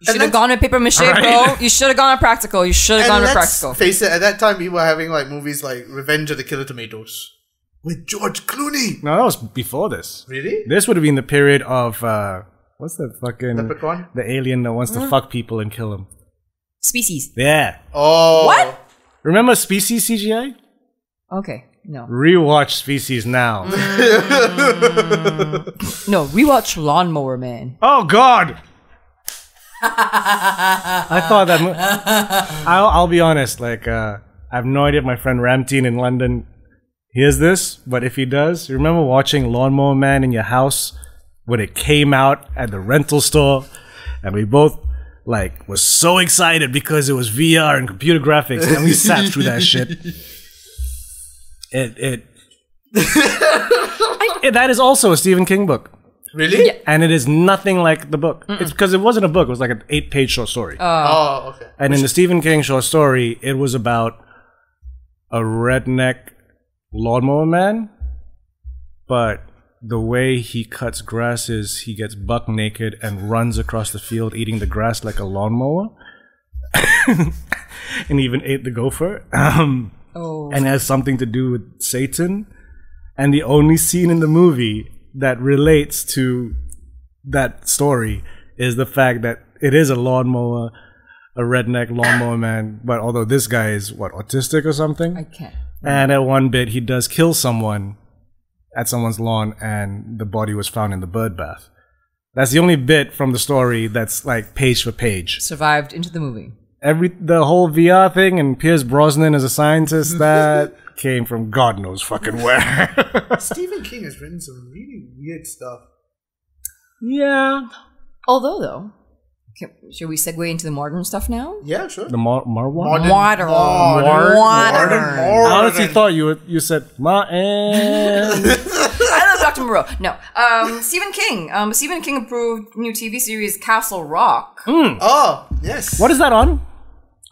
have
let's-
gone with paper mache, bro.
Right.
You should have gone with practical. You should have gone
and
with
let's
practical.
face it, at that time we were having like movies like Revenge of the Killer Tomatoes with George Clooney.
No, that was before this.
Really?
This would have been the period of, uh, what's the fucking.
Leprechaun?
The alien that wants to fuck people and kill them.
Species.
Yeah.
Oh,
What?
Remember Species CGI?
Okay. No.
Rewatch Species now.
No. Rewatch Lawnmower Man.
Oh God! I thought that. Mo- I'll, I'll be honest. Like, uh, I have no idea if my friend Ramteen in London hears this, but if he does, you remember watching Lawnmower Man in your house when it came out at the rental store, and we both like was so excited because it was VR and computer graphics, and we sat through that shit. It it. I- that is also a Stephen King book
Really?
and it is nothing like the book. It's because it wasn't a book; it was like an eight-page short story.
Oh, okay.
and in the Stephen King short story, it was about a redneck lawnmower man, but the way he cuts grass is he gets buck naked and runs across the field eating the grass like a lawnmower, and even ate the gopher. Um,
Oh.
and has something to do with Satan. And the only scene in the movie that relates to that story is the fact that it is a lawnmower, a redneck lawnmower man. But although this guy is what autistic or something,
I can't.
and at one bit he does kill someone at someone's lawn, and the body was found in the bird bath. That's the only bit from the story that's like page for page
Survived into the movie.
every the whole VR thing and Pierce Brosnan as a scientist that came from God knows fucking where.
Stephen King has written some really weird stuff.
yeah,
Although though, Okay, should we segue into the modern stuff now?
Yeah, sure.
The Mar- Marwan?
Modern-
Modern.
modern-
Modern.
modern-
I
modern.
honestly thought you were, you said Marwan.
I love Dr. Moreau. No. Um, Stephen King. Um, Stephen King approved new TV series Castle Rock.
Oh, yes.
what is that on?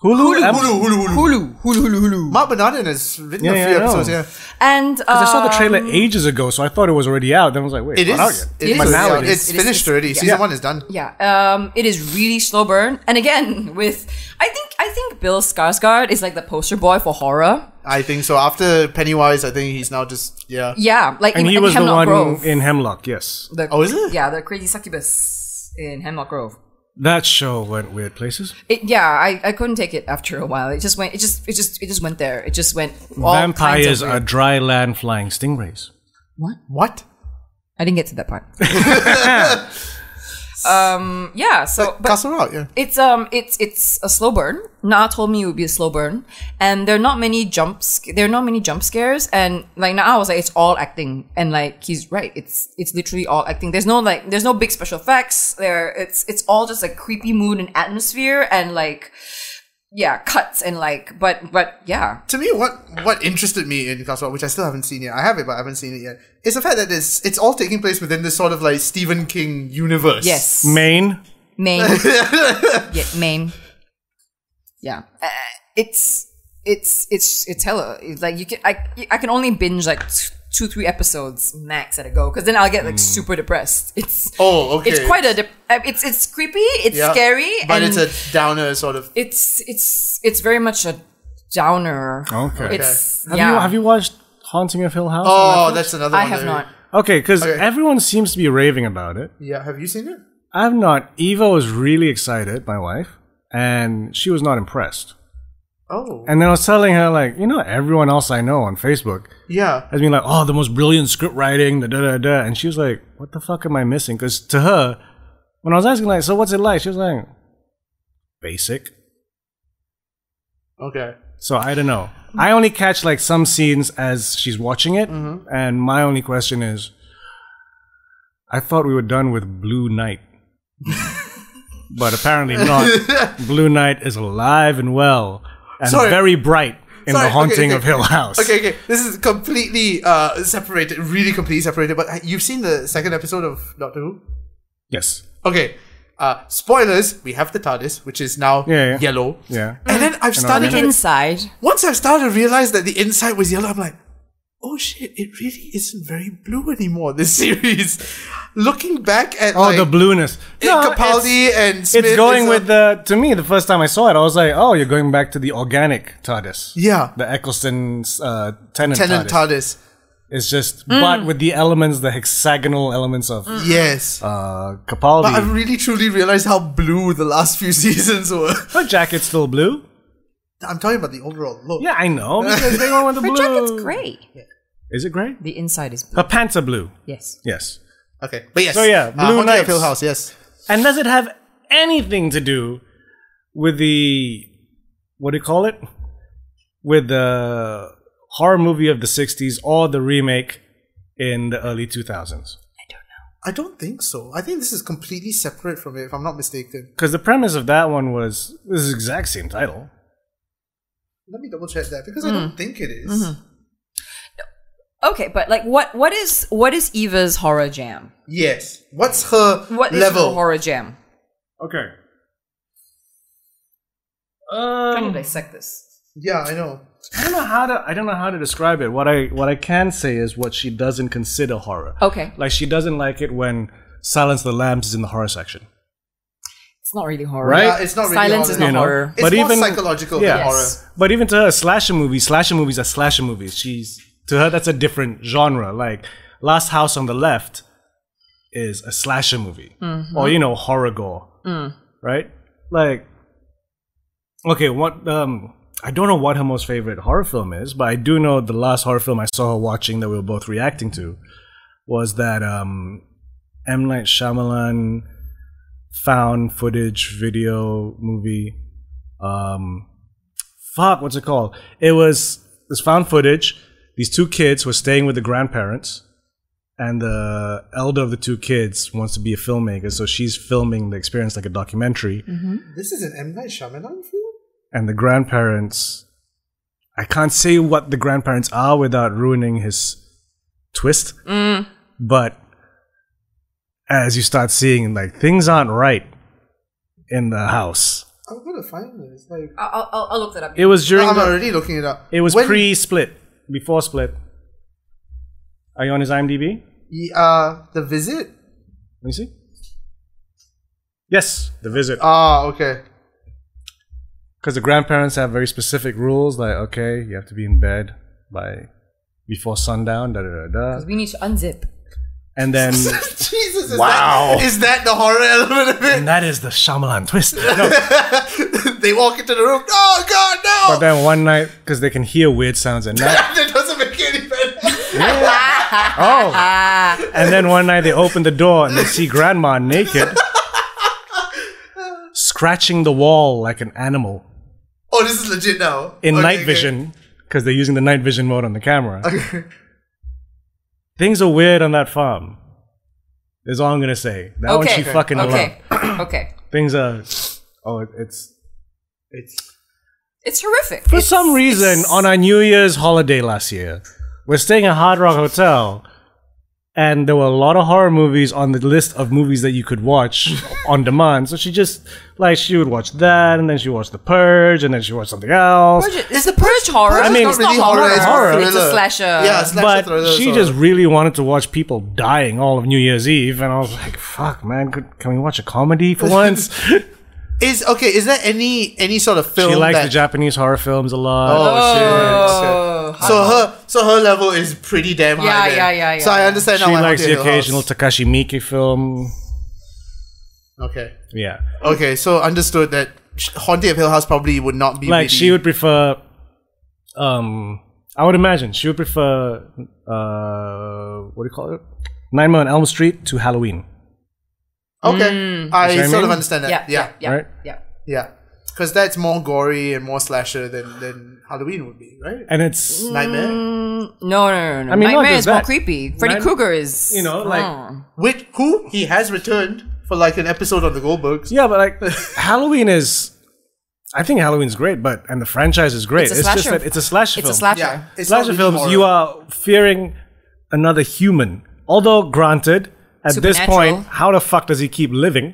Hulu. Am-
Hulu, Hulu, Hulu.
Hulu. Hulu, Hulu, Hulu.
Mark Bernardin has written
Yeah,
a
yeah,
few
I know.
episodes, yeah.
And um,
I saw the trailer ages ago, so I thought it was already out. Then I was like, wait,
It
it's not
is.
out yet.
It is.
But
now
yeah,
it is.
It's
It is-
finished
it's-
already.
yeah.
Season one is done.
Yeah, um, it is really slow burn. And again, with I think I think Bill Skarsgård is like the poster boy for horror.
I think so. After Pennywise, I think he's now just yeah.
Yeah, like
And
in,
he
in
was the
Hemlock
one
Grove.
in Hemlock. Yes,
The-
Oh, is it?
Yeah, the crazy succubus in Hemlock Grove.
that show went weird places.
It, yeah, I, I couldn't take it after a while. It just went. It just it just it just went there. It just went. All kinds
Vampires
of
are
weird-
dry land flying stingrays.
What?
I didn't get to that part. um. Yeah. So, but
Castle Rock. Yeah.
It's um, it's it's a slow burn. Na told me it would be a slow burn, and there are not many jumps. There are not many jump scares, and like now I was like, it's all acting, and like he's right. It's it's literally all acting. There's no like, there's no big special effects. There, it's it's all just like creepy mood and atmosphere, and like yeah, cuts and like, but but yeah,
To me, what what interested me in Castle Rock, which I still haven't seen yet. I have it, but I haven't seen it yet. Is the fact that it's it's all taking place within this sort of like Stephen King universe.
yes,
Maine.
Maine, yeah, Maine, yeah. Uh, it's it's it's it's hella it's like you can I I can only binge like t- two three episodes max at a go because then I'll get like super depressed. It's
Hmm. Oh, okay.
It's quite a dep- uh, it's it's creepy. It's
Yeah.
scary.
but
and
it's a downer sort of.
it's it's it's very much a downer.
Okay.
It's
Have
yeah.
you have you watched Haunting of Hill House?
Oh, that's another.
I
one
have
that-
not.
Okay, because
Okay.
everyone seems to be raving about it.
Yeah, have you seen it?
I've not. Eva was really excited, my wife, and she was not impressed.
Oh,
And then I was telling her, like, you know, everyone else I know on Facebook
yeah.
has been like, oh, the most brilliant script writing, da da da da. And she was like, what the fuck am I missing? Because to her, when I was asking, like, so what's it like? She was like, basic.
Okay.
So I don't know. I only catch like some scenes as she's watching it,
Mm-hmm.
and my only question is, I thought we were done with Blue Knight, but apparently not. Blue Knight is alive and well and
Sorry.
very bright in
Sorry,
the
okay,
haunting
okay.
of Hill House.
Okay, okay. This is completely uh separated, really completely separated. But you've seen the second episode of Doctor Who.
Yes.
Okay. Uh, spoilers. We have the TARDIS, which is now
Yeah, yeah.
yellow.
Yeah.
And then I've started to,
Inside,
once I've started to realize that the inside was yellow. I'm like, oh shit! It really isn't very blue anymore. This series. Looking back at
Oh,
like,
the blueness.
in Capaldi and Smith,
It's going
a-
with the. To me, the first time I saw it, I was like, "Oh, you're going back to the organic TARDIS."
Yeah.
the Eccleston's uh, tenant,
tenant
TARDIS.
TARDIS.
It's just, but with the elements, the hexagonal elements of
Yes.
uh, Capaldi.
But I've really truly realized how blue the last few seasons were.
Her jacket's still blue.
I'm talking about the overall look.
Yeah, I know. Because they went with the
her
blue.
jacket's gray.
Is it gray?
The inside is blue.
Her pants are blue.
Yes.
Yes.
Okay. But yes.
So yeah,
uh,
Blue
Haunting of
Knights.
Hill House. Yes.
And does it have anything to do with the what do you call it? With the horror movie of the '60s or the remake in the early 2000s?
I don't think so. I think this is completely separate from it, if I'm not mistaken.
Because the premise of that one was this is the exact same title.
Let me double check that because I
Hmm.
don't think it is.
Mm-hmm.
Okay, but like, what what is what is Eva's horror jam?
Yes. What's her
What is
level?
her horror jam?
Okay.
trying
Um,
to dissect this.
yeah, I know.
I don't know how to. I don't know how to describe it. What I what I can say is what she doesn't consider horror.
Okay,
Like she doesn't like it when Silence of the Lambs is in the horror section,
it's not really horror,
right?
Yeah, Uh, it's not really
Silence
horror.
is not
You know?
horror.
It's more psychological
yeah.
than horror.
Yes.
But even to her, slasher movies, slasher movies are slasher movies. She's to her that's a different genre. Like Last House on the Left is a slasher movie, or you know, horror gore, right? Like, okay, what? Um, I don't know what her most favorite horror film is, but I do know the last horror film I saw her watching that we were both reacting to was that um, M Night Shyamalan found footage video movie. Um, fuck, what's it called? It was this found footage. These two kids were staying with the grandparents, and the elder of the two kids wants to be a filmmaker, so she's filming the experience like a documentary.
This is an M Night Shyamalan film.
And the grandparents, I can't say what the grandparents are without ruining his twist, but as you start seeing, like things aren't right in the house.
I'm gonna find this. Like,
I'll, I'll, I'll look that up.
It was during
I'm
the-
already looking it up.
It was
When-
pre-split, before split. Are you on his IMDb? Let
y- uh, the visit.
me see. Yes, the visit.
Ah, okay.
Because Uh, the grandparents have very specific rules, like okay, you have to be in bed by before sundown, da da da da.
we need to unzip.
And then,
Jesus, is
Wow.
That, is that the horror element of
and that is the Shyamalan twist. No,
it? they walk into the room. Oh God, no!
but then one night, because they can hear weird sounds at night.
that doesn't make any better.
Ah.
Oh, and then one night they open the door and they see grandma naked, scratching the wall like an animal.
Oh, this is legit now.
in
Okay,
night
okay.
vision because they're using the night vision mode on the camera. Things are weird on that farm. Is all I'm gonna say. That one she
Okay.
fucking alone.
okay. okay.
Things are. Oh, it- it's
It's
It's horrific.
for some reason on our New Year's holiday last year, we're staying at Hard Rock Hotel, and there were a lot of horror movies on the list of movies that you could watch on demand. So she just like she would watch that, and then she watched The Purge, and then she watched something else.
It's the purge horror.
I mean-
it's not
really
horror.
horror,
It's,
horror.
it's a
thriller.
slasher.
Yeah, slasher
but
thriller.
she
so-
just really wanted to watch people dying all of New Year's Eve, and I was like, "Fuck, man, could, can we watch a comedy for once?"
is okay. Is there any any sort of film?
she likes
that,
the Oh, Japanese horror films a lot.
Oh,
Oh,
shit. So her so her level is pretty damn
Yeah,
high. then.
yeah, yeah, yeah.
So I understand
she
now. why
likes
Haunted
the
Hill
occasional
House.
Takashi Miike film.
okay.
Yeah,
Okay. So understood that sh- Haunted of Hill House probably would not be
like
really-
she would prefer. Um, I would imagine she would prefer. Uh, what do you call it? Nightmare on Elm Street to Halloween,
Okay, I
You see what I
sort
mean?
of understand that.
Mm. yeah, yeah, yeah,
Right?
yeah.
yeah. Because that's more gory and more slasher than than Halloween would be, right?
and it's
Nightmare.
No, no, no, no.
I mean, not
Nightmare is
just
more
that.
creepy. Freddy
Night-
Krueger is,
you know, like-
Oh.
Which who he has returned for like an episode on the Goldbergs.
Yeah, but like Halloween is. I think Halloween's great, but and the franchise is great.
It's
It's,
a
just
slasher.
that it's a slasher
it's
film.
a slasher.
yeah. It's not
slasher
really
films,
horror.
you are fearing another human. Although, granted, at this
Supernatural.
point, how the fuck does he keep living?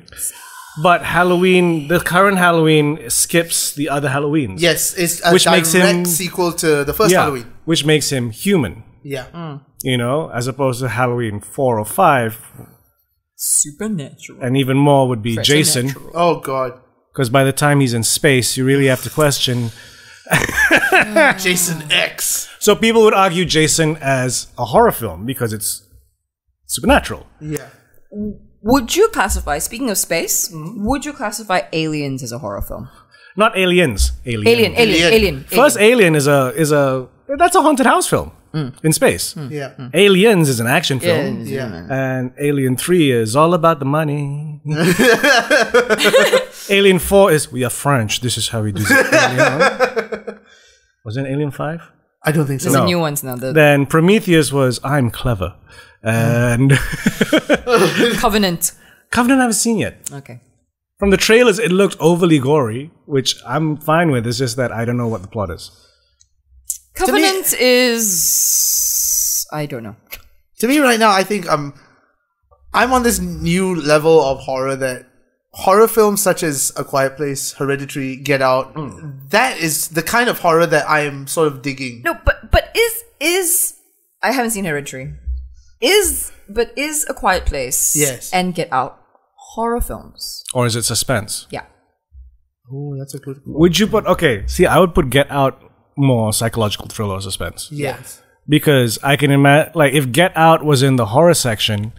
But Halloween, the current Halloween skips the other Halloweens.
Yes, it's a
Which
direct
makes him-
sequel to the first
Yeah,
Halloween.
Which makes him human,
Yeah.
you know, as opposed to Halloween 4 or 5.
Supernatural.
And even more would be Jason,
Oh God,
because by the time he's in space, you really have to question.
Mm. Jason X.
So people would argue Jason as a horror film because it's supernatural.
Yeah.
Would you classify? Speaking of space, would you classify Aliens as a horror film?
Not aliens. Alien.
Alien, Alien, Alien.
Alien.
First, Alien is a is a that's a haunted house film in space.
Yeah.
Aliens is an action film,
Mm. Yeah.
and Alien Three is all about the money. Alien Four is we are French. This is how we do it. Alien. was it Alien Five?
I don't think so.
There's
No.
a new ones now. The
Then Prometheus was I'm clever, and
Covenant.
Covenant I haven't seen yet.
Okay.
From the trailers, it looked overly gory, which I'm fine with. It's just that I don't know what the plot is.
me-
Covenant is. I don't know.
To me, right now, I think I'm I'm on this new level of horror that horror films such as A Quiet Place, Hereditary, Get Out,
Mm.
that is the kind of horror that I am sort of digging.
No, but but is is I haven't seen Hereditary. Is but is a Quiet Place?
Yes.
And Get Out horror films.
Or is it suspense?
Yeah.
Oh, that's a good.
Would you put okay? See, I would put Get Out more psychological thriller or suspense
Yes.
because I can imagine like if Get Out was in the horror section,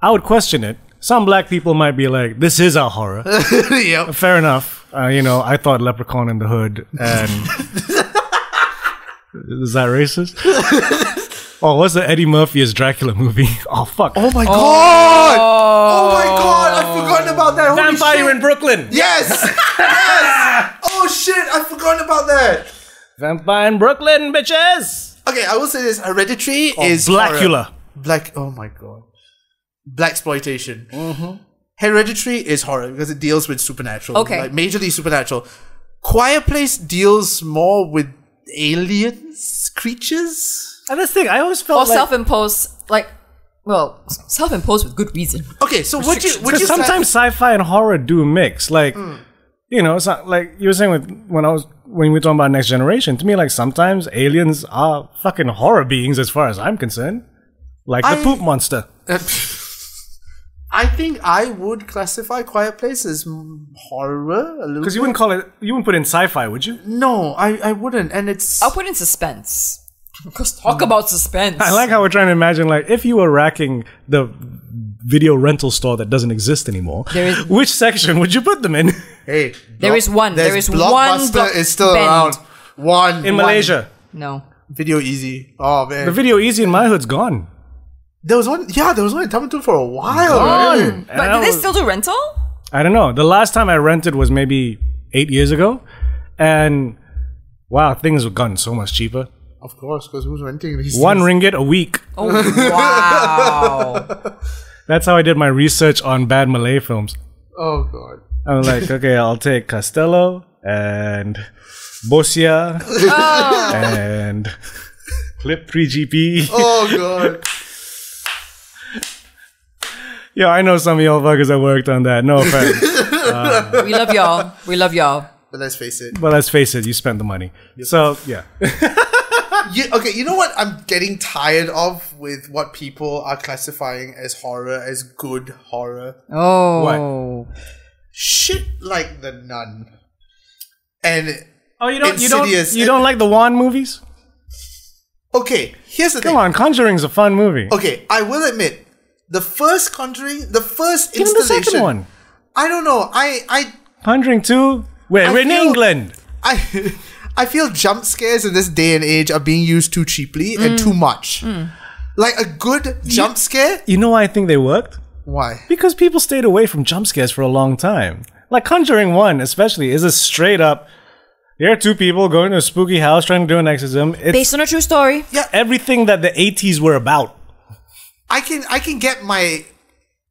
I would question it. Some black people might be like, "This is our horror."
yep.
Fair enough. Uh, you know, I thought Leprechaun in the Hood and is that racist? oh, what's the Eddie Murphy's Dracula movie? Oh fuck!
Oh my god! Oh my god! I've forgotten about that. Holy shit.
Brooklyn.
Yes! yes! Oh shit! I've forgotten about that.
Vampire in Brooklyn, bitches.
Okay, I will say this: Hereditary
Or
is horror.
Oh, Blackula.
black. Oh my god, black exploitation.
Mm-hmm.
Hereditary is horror because it deals with supernatural.
Okay.
like majorly supernatural. Quiet Place deals more with aliens, creatures.
And that's the thing. I always
or
felt like
self-imposed, like, well, s- self-imposed with good reason.
Okay, so would you Hmm. would you
because sometimes sci-fi and horror do mix. Like, you know, it's not, like you were saying with when I was when we were talking about next generation. To me, like sometimes aliens are fucking horror beings, as far as I'm concerned. Like the
I-
poop monster.
I think I would classify Quiet Place as mm, horror a little.
Because you wouldn't call it, you wouldn't put in sci-fi, would you?
No, I, I wouldn't, and it's
I'll put in suspense. Because talk about suspense.
I like how we're trying to imagine, like, if you were racking the video rental store that doesn't exist anymore,
There is-
which section would you put them in?
hey.
There
Blo-
is one.
there's
There is one
Blockbuster
block-
is still
bend.
around. One
In
one.
Malaysia,
No.
video easy. Oh man,
the video easy in my hood's gone.
there was one. Yeah, there was one in Tamatu for a while. right?
And I
But do they
was-
still do rental?
I don't know. The last time I rented was maybe eight years ago, and wow, things have gotten so much cheaper.
Of course, because who's renting these?
One
things?
ringgit a week.
Oh, wow.
That's how I did my research on bad Malay films.
Oh god.
I was like, okay, I'll take Costello and Bosia Oh. and Clip 3GP.
Oh god.
Yeah, I know some of y'all fuckers that worked on that. No offense,
we love y'all. We love y'all.
but let's face it.
but let's face it, you spent the money. So yeah,
You, okay, you know what I'm getting tired of with what people are classifying as horror as good horror.
Oh.
Shit like the nun. And
oh, you don't, you
Insidious.
don't, you don't like the Wand movies?
okay, here's the
Come
thing.
on, Conjuring's a fun movie.
Okay, I will admit, the first Conjuring, the first
Even the
installation.
second one.
I don't know. I I
Conjuring 2. Wait,
I
we're in
feel-
England.
I I feel jump scares in this day and age are being used too cheaply
Mm.
and too much. Like a good jump scare?
You know why I think they worked?
Why?
Because people stayed away from jump scares for a long time. Like Conjuring 1, especially, is a straight up. Here are two people going to a spooky house trying to do an exorcism. It's
Based on a true story.
everything that the 80s were about.
I can I can get my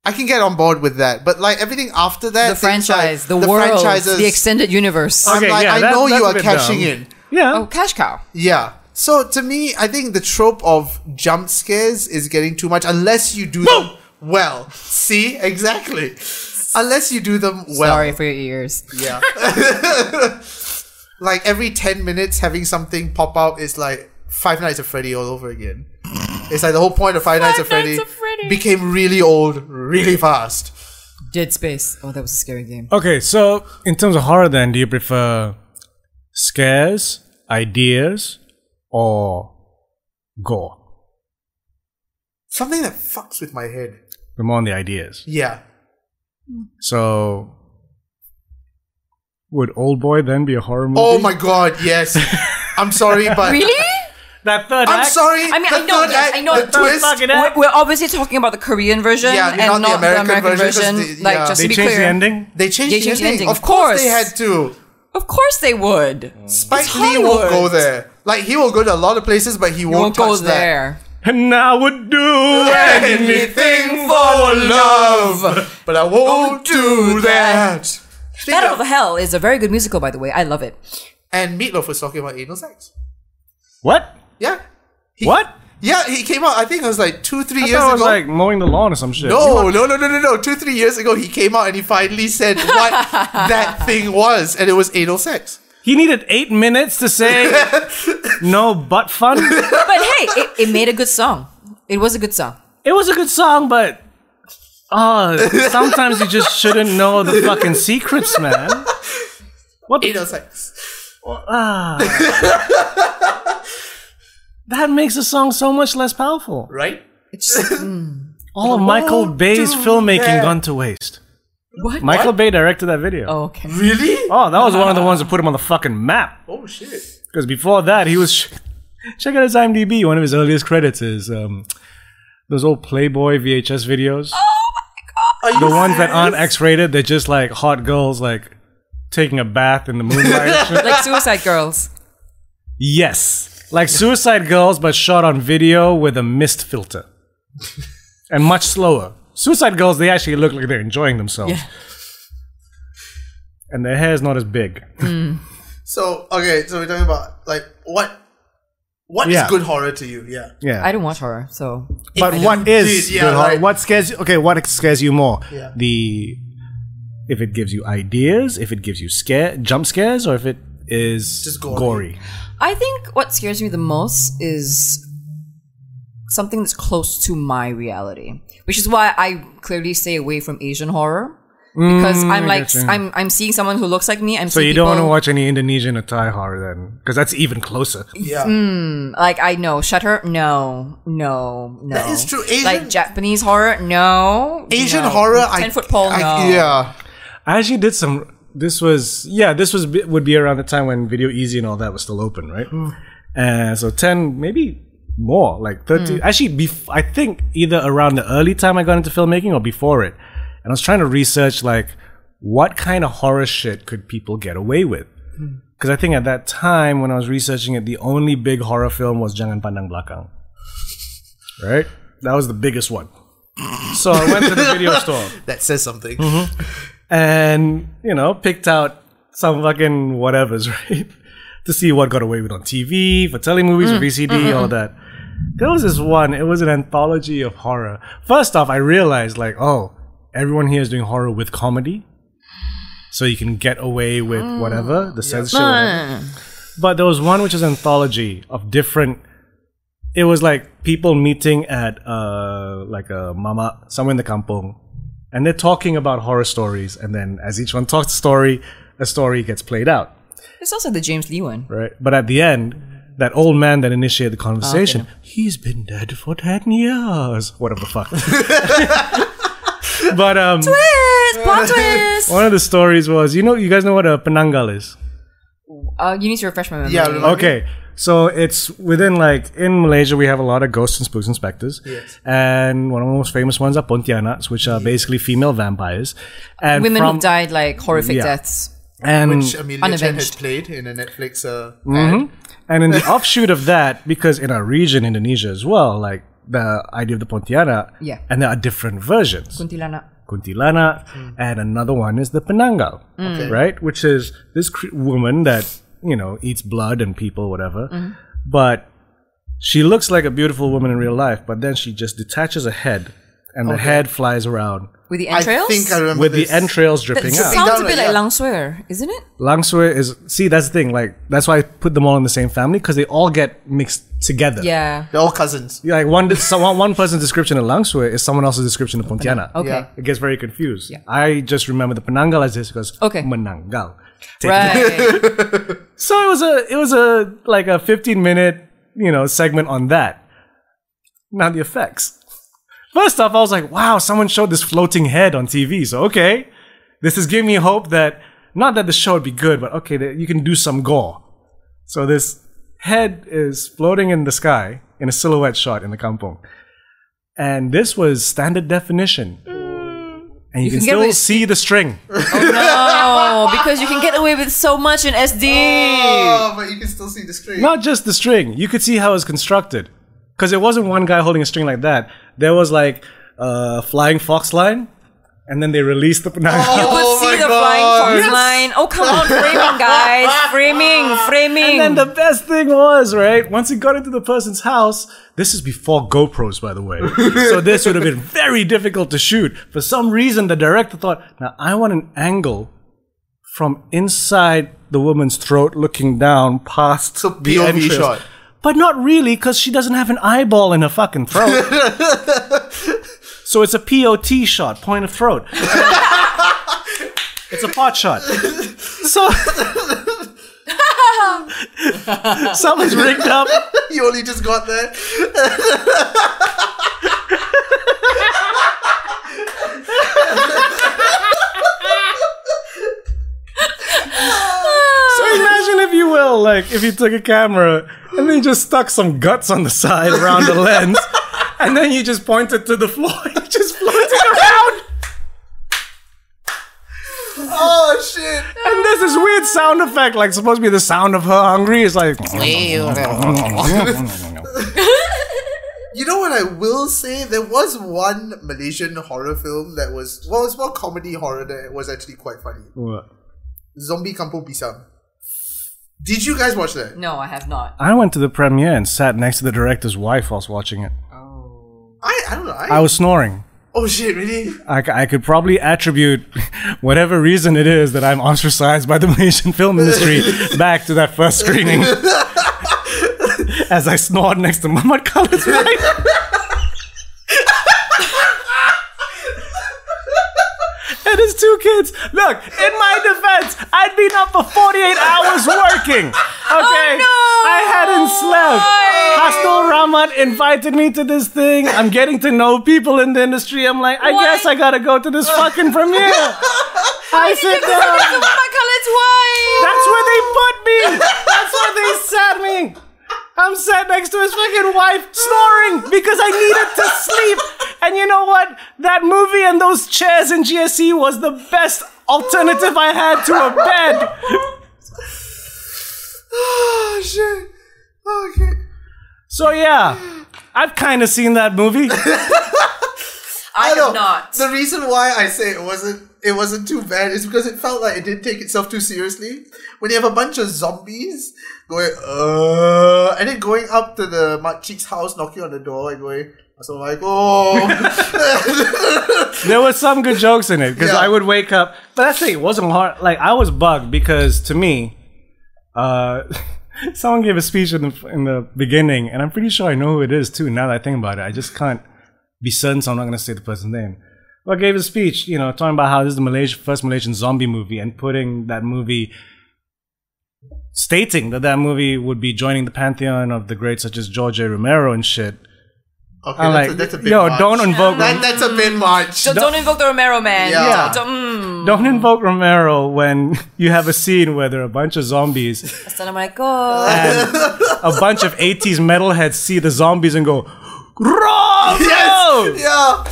I can get on board with that, but like everything after that,
The
things like
franchise, the, world,
franchises,
the extended universe.
I'm
Okay,
like,
yeah,
I
that-
know
that's
you
a
are
bit
cashing
dumb.
in.
Yeah.
oh, cash cow.
Yeah. So to me, I think the trope of jump scares is getting too much unless you do them well. See, exactly. Unless you do them well.
Sorry for your ears.
Yeah. like every 10 minutes having something pop out is like Five Nights at Freddy all over again. It's like the whole point of Five, Nights, at
Five Nights
Freddy
at Freddy.
became really old really fast.
Dead Space. Oh, that was a scary game.
Okay, so in terms of horror, then, do you prefer scares, ideas, or gore?
Something that fucks with my head.
I'm on the ideas.
Yeah.
So, would Old Boy then be a horror movie?
Oh my god, yes. I'm sorry, but
Really?
That third
I'm
act-
sorry.
I mean,
the
I know,
third
yes,
act,
I know.
The
Don't
twist.
fucking
We're, we're obviously talking about the Korean version
Yeah,
and not, the American, version.
'cause the-
like,
yeah.
just
They
to be
changed
clear.
the ending?
They changed,
They changed
the
the
ending.
ending,
Of
of
course, they
course.
had to.
Of course they would.
Spike
It's
Lee won't go
Hollywood.
there. Like he will go to a lot of places, but he
You won't
won't,
go
touch that.
there.
And I would do
anything for love, but I won't do that.
Battle of Hell is a very good musical, by the way. I love it.
And Meatloaf was talking about anal sex.
What?
Yeah. He-
What?
Yeah, he came out. I think it was like two, three
I
years
thought it was
ago.
like mowing the lawn or some shit.
no, no, no, no, no, no. Two, three years ago, he came out and he finally said what that thing was, and it was anal sex.
He needed eight minutes to say no butt fun.
But hey, it, it made a good song. It was a good song.
It was a good song, but oh, sometimes you just shouldn't know the fucking secrets, man. What the,
Anal sex.
that makes a song so much less powerful.
Right?
mm,
All of Michael
Won't
Bay's
do
filmmaking
that.
gone to waste.
What?
Michael Bay directed that video.
Oh, okay.
Really?
Oh, that was one of the ones that put him on the fucking map.
Oh, shit.
Because before that, he was. check out his IMDb. One of his earliest credits is um, those old Playboy VHS videos.
Are you
the ones that aren't X rated, they're just like hot girls, like taking a bath in the moonlight.
Like Suicide Girls.
yes. Like Suicide Girls, but shot on video with a mist filter. and much slower. Suicide Girls, they actually look like they're enjoying themselves.
Yeah.
And their hair is not as big.
So okay, so we're talking about like what what is
Yeah.
good horror to you? Yeah.
Yeah.
I don't watch horror, so
But what is
Dude, yeah,
good horror?
like-
what scares you? Okay, what scares you more?
Yeah.
The if it gives you ideas, if it gives you scare jump scares, or if it is
Just gory.
I think what scares me the most is something that's close to my reality, which is why I clearly stay away from Asian horror because I'm like
gotcha.
I'm I'm seeing someone who looks like me. I'm
So
seeing
you don't want to
people-
watch any Indonesian or Thai horror then, because that's even closer.
Yeah.
Mm. like I know Shutter. No, no, no.
That is true. Asian-
like Japanese horror. No,
Asian
no.
horror I
Ten foot pole.
I-
no.
Yeah.
I actually did some. This was yeah. This was bi- would be around the time when Video Easy and all that was still open, right? Uh, so ten, maybe more, like thirty. Actually, bef- I think either around the early time I got into filmmaking or before it, and I was trying to research like what kind of horror shit could people get away with. Because I think at that time when I was researching it, the only big horror film was Jangan Pandang Belakang, right? That was the biggest one. So I went to the video store
That says something.
Mm-hmm. and you know picked out some fucking whatevers right to see what got away with on tv for telemovies for vcd all that there was this one it was an anthology of horror first off i realized like oh everyone here is doing horror with comedy so you can get away with whatever the censorship whatever. but there was one which is anthology of different it was like people meeting at uh like a mama somewhere in the kampong and they're talking about horror stories and then as each one talks a story a story gets played out
It's also the James Lee one.
right but at the end that old man that initiated the conversation he's been dead for 10 years whatever the fuck but um
Twist, plot twist.
one of the stories was you know you guys know what a penangal is
Uh, you need to refresh my memory.
Yeah, remind-
Okay. So it's within like in Malaysia we have a lot of ghosts and spooks and specters. Yes. And one of the most famous ones are Pontianaks, which are basically female vampires. And
women
from,
who died like horrific
Yeah.
deaths.
And mm-hmm.
Which uh, Amelia Chen has
Unavenged.
played in a Netflix uh
Mm. and in the offshoot of that, because in our region, Indonesia as well, like the idea of the Pontianak,
Yeah.
and there are different versions.
Kuntilanak.
Kuntilana,
Hmm.
and another one is the Penangal, right? Which is this cr- woman that you know eats blood and people, whatever.
Hmm.
But she looks like a beautiful woman in real life, but then she just detaches a head, and the head flies around
With the
I
entrails?
think I remember
with
this.
the entrails
That
dripping out.
sounds a
Yeah.
bit like Lang Suer, isn't it?
Langsui is see that's the thing. Like that's why I put them all in the same family because they all get mixed together.
Yeah.
They're all cousins.
Yeah, Like one, someone, one person's description of Langsui is someone else's description of Pontiana.
Okay.
Yeah.
It gets very confused. I just remember the Penangal as this because
Okay.
Menangal. Take
Right.
So it was a it was a like a 15 minute, you know, segment on that. Now the effects. First off, I was like, wow, someone showed this floating head on TV. So okay. This is giving me hope that not that the show would be good, but okay, that you can do some gore. So this head is floating in the sky in a silhouette shot in the kampong. And this was standard definition. And Mm. you, can,
can get
still
with-
see the string.
no, Oh, because you can get away with so much in SD.
Oh, but you can still see the screen.
Not just the string. You could see how it's constructed. Because it wasn't one guy holding a string like that. There was like a flying fox line, and then they released the.
You could
Oh
see
my
the
God.
flying fox
Yes.
line. Oh, come on, framing, guys. Framing, framing.
And the best thing was, right, once it got into the person's house, this is before GoPros, by the way. so this would have been very difficult to shoot. For some reason, the director thought, now I want an angle from inside the woman's throat looking down past
So
the
POV
entrails.
shot.
But not really, because she doesn't have an eyeball in her fucking throat. so it's a POT shot, point of throat. it's a pot shot. So someone's rigged up.
you only just got there.
So imagine, if you will, like if you took a camera and then you just stuck some guts on the side around the lens, and then you just pointed to the floor, it just floated around.
Oh shit.
And there's this weird sound effect, like supposed to be the sound of her hungry. It's like
You know what I will say? There was one Malaysian horror film that was well, it's more comedy horror that was actually quite funny.
What?
Zombie Kampung Pisang. Did you guys watch that?
No, I have not.
I went to the premiere and sat next to the director's wife whilst watching it.
I I don't know. I,
I was snoring.
oh shit, really?
I, c- I could probably attribute whatever reason it is that I'm ostracized by the Malaysian film industry back to that first screening. As I snored next to Muhammad Khalid's wife. and his two kids. Look, in my defense, I'd been up for 48 hours working. Okay.
Oh, no.
I hadn't slept.
Why?
Hostel Rahmat invited me to this thing. I'm getting to know people in the industry. I'm like, I
Why?
guess I gotta go to this fucking premiere. I sit down.
Look at Oh my colored wife.
That's where they put me. That's where they sat me. I'm sat next to his fucking wife snoring because I needed to sleep. And you know what? That movie and those chairs in GSE was the best alternative I had to a bed.
Oh shit. Okay.
So yeah, I've kind of seen that movie.
I,
know.
have not.
The reason why I say it wasn't it wasn't too bad is because it felt like it didn't take itself too seriously. When you have a bunch of zombies going uh and then going up to the Makcik's house, knocking on the door and going so like, oh,
There were some good jokes in it because
Yeah.
I would wake up, but that's the thing. It wasn't hard. Like I was bugged because to me, uh, someone gave a speech in the in the beginning, and I'm pretty sure I know who it is too. Now that I think about it, I just can't be certain, so I'm not going to say the person's name. But gave a speech, you know, talking about how this is the Malaysia, first Malaysian zombie movie, and putting that movie, stating that that movie would be joining the pantheon of the greats such as George A. Romero and shit.
okay,
I'm
that's,
like,
a, that's a bit
yo,
much.
don't invoke
That, that's a bit much.
So don't invoke the Romero man.
Yeah. Yeah.
Don't, mm.
Don't
Mm-hmm.
invoke Romero when you have a scene where there are a bunch of zombies
Assalamualaikum.
and a bunch of 80s metalheads see the zombies and go, Romero!
Yes, yeah.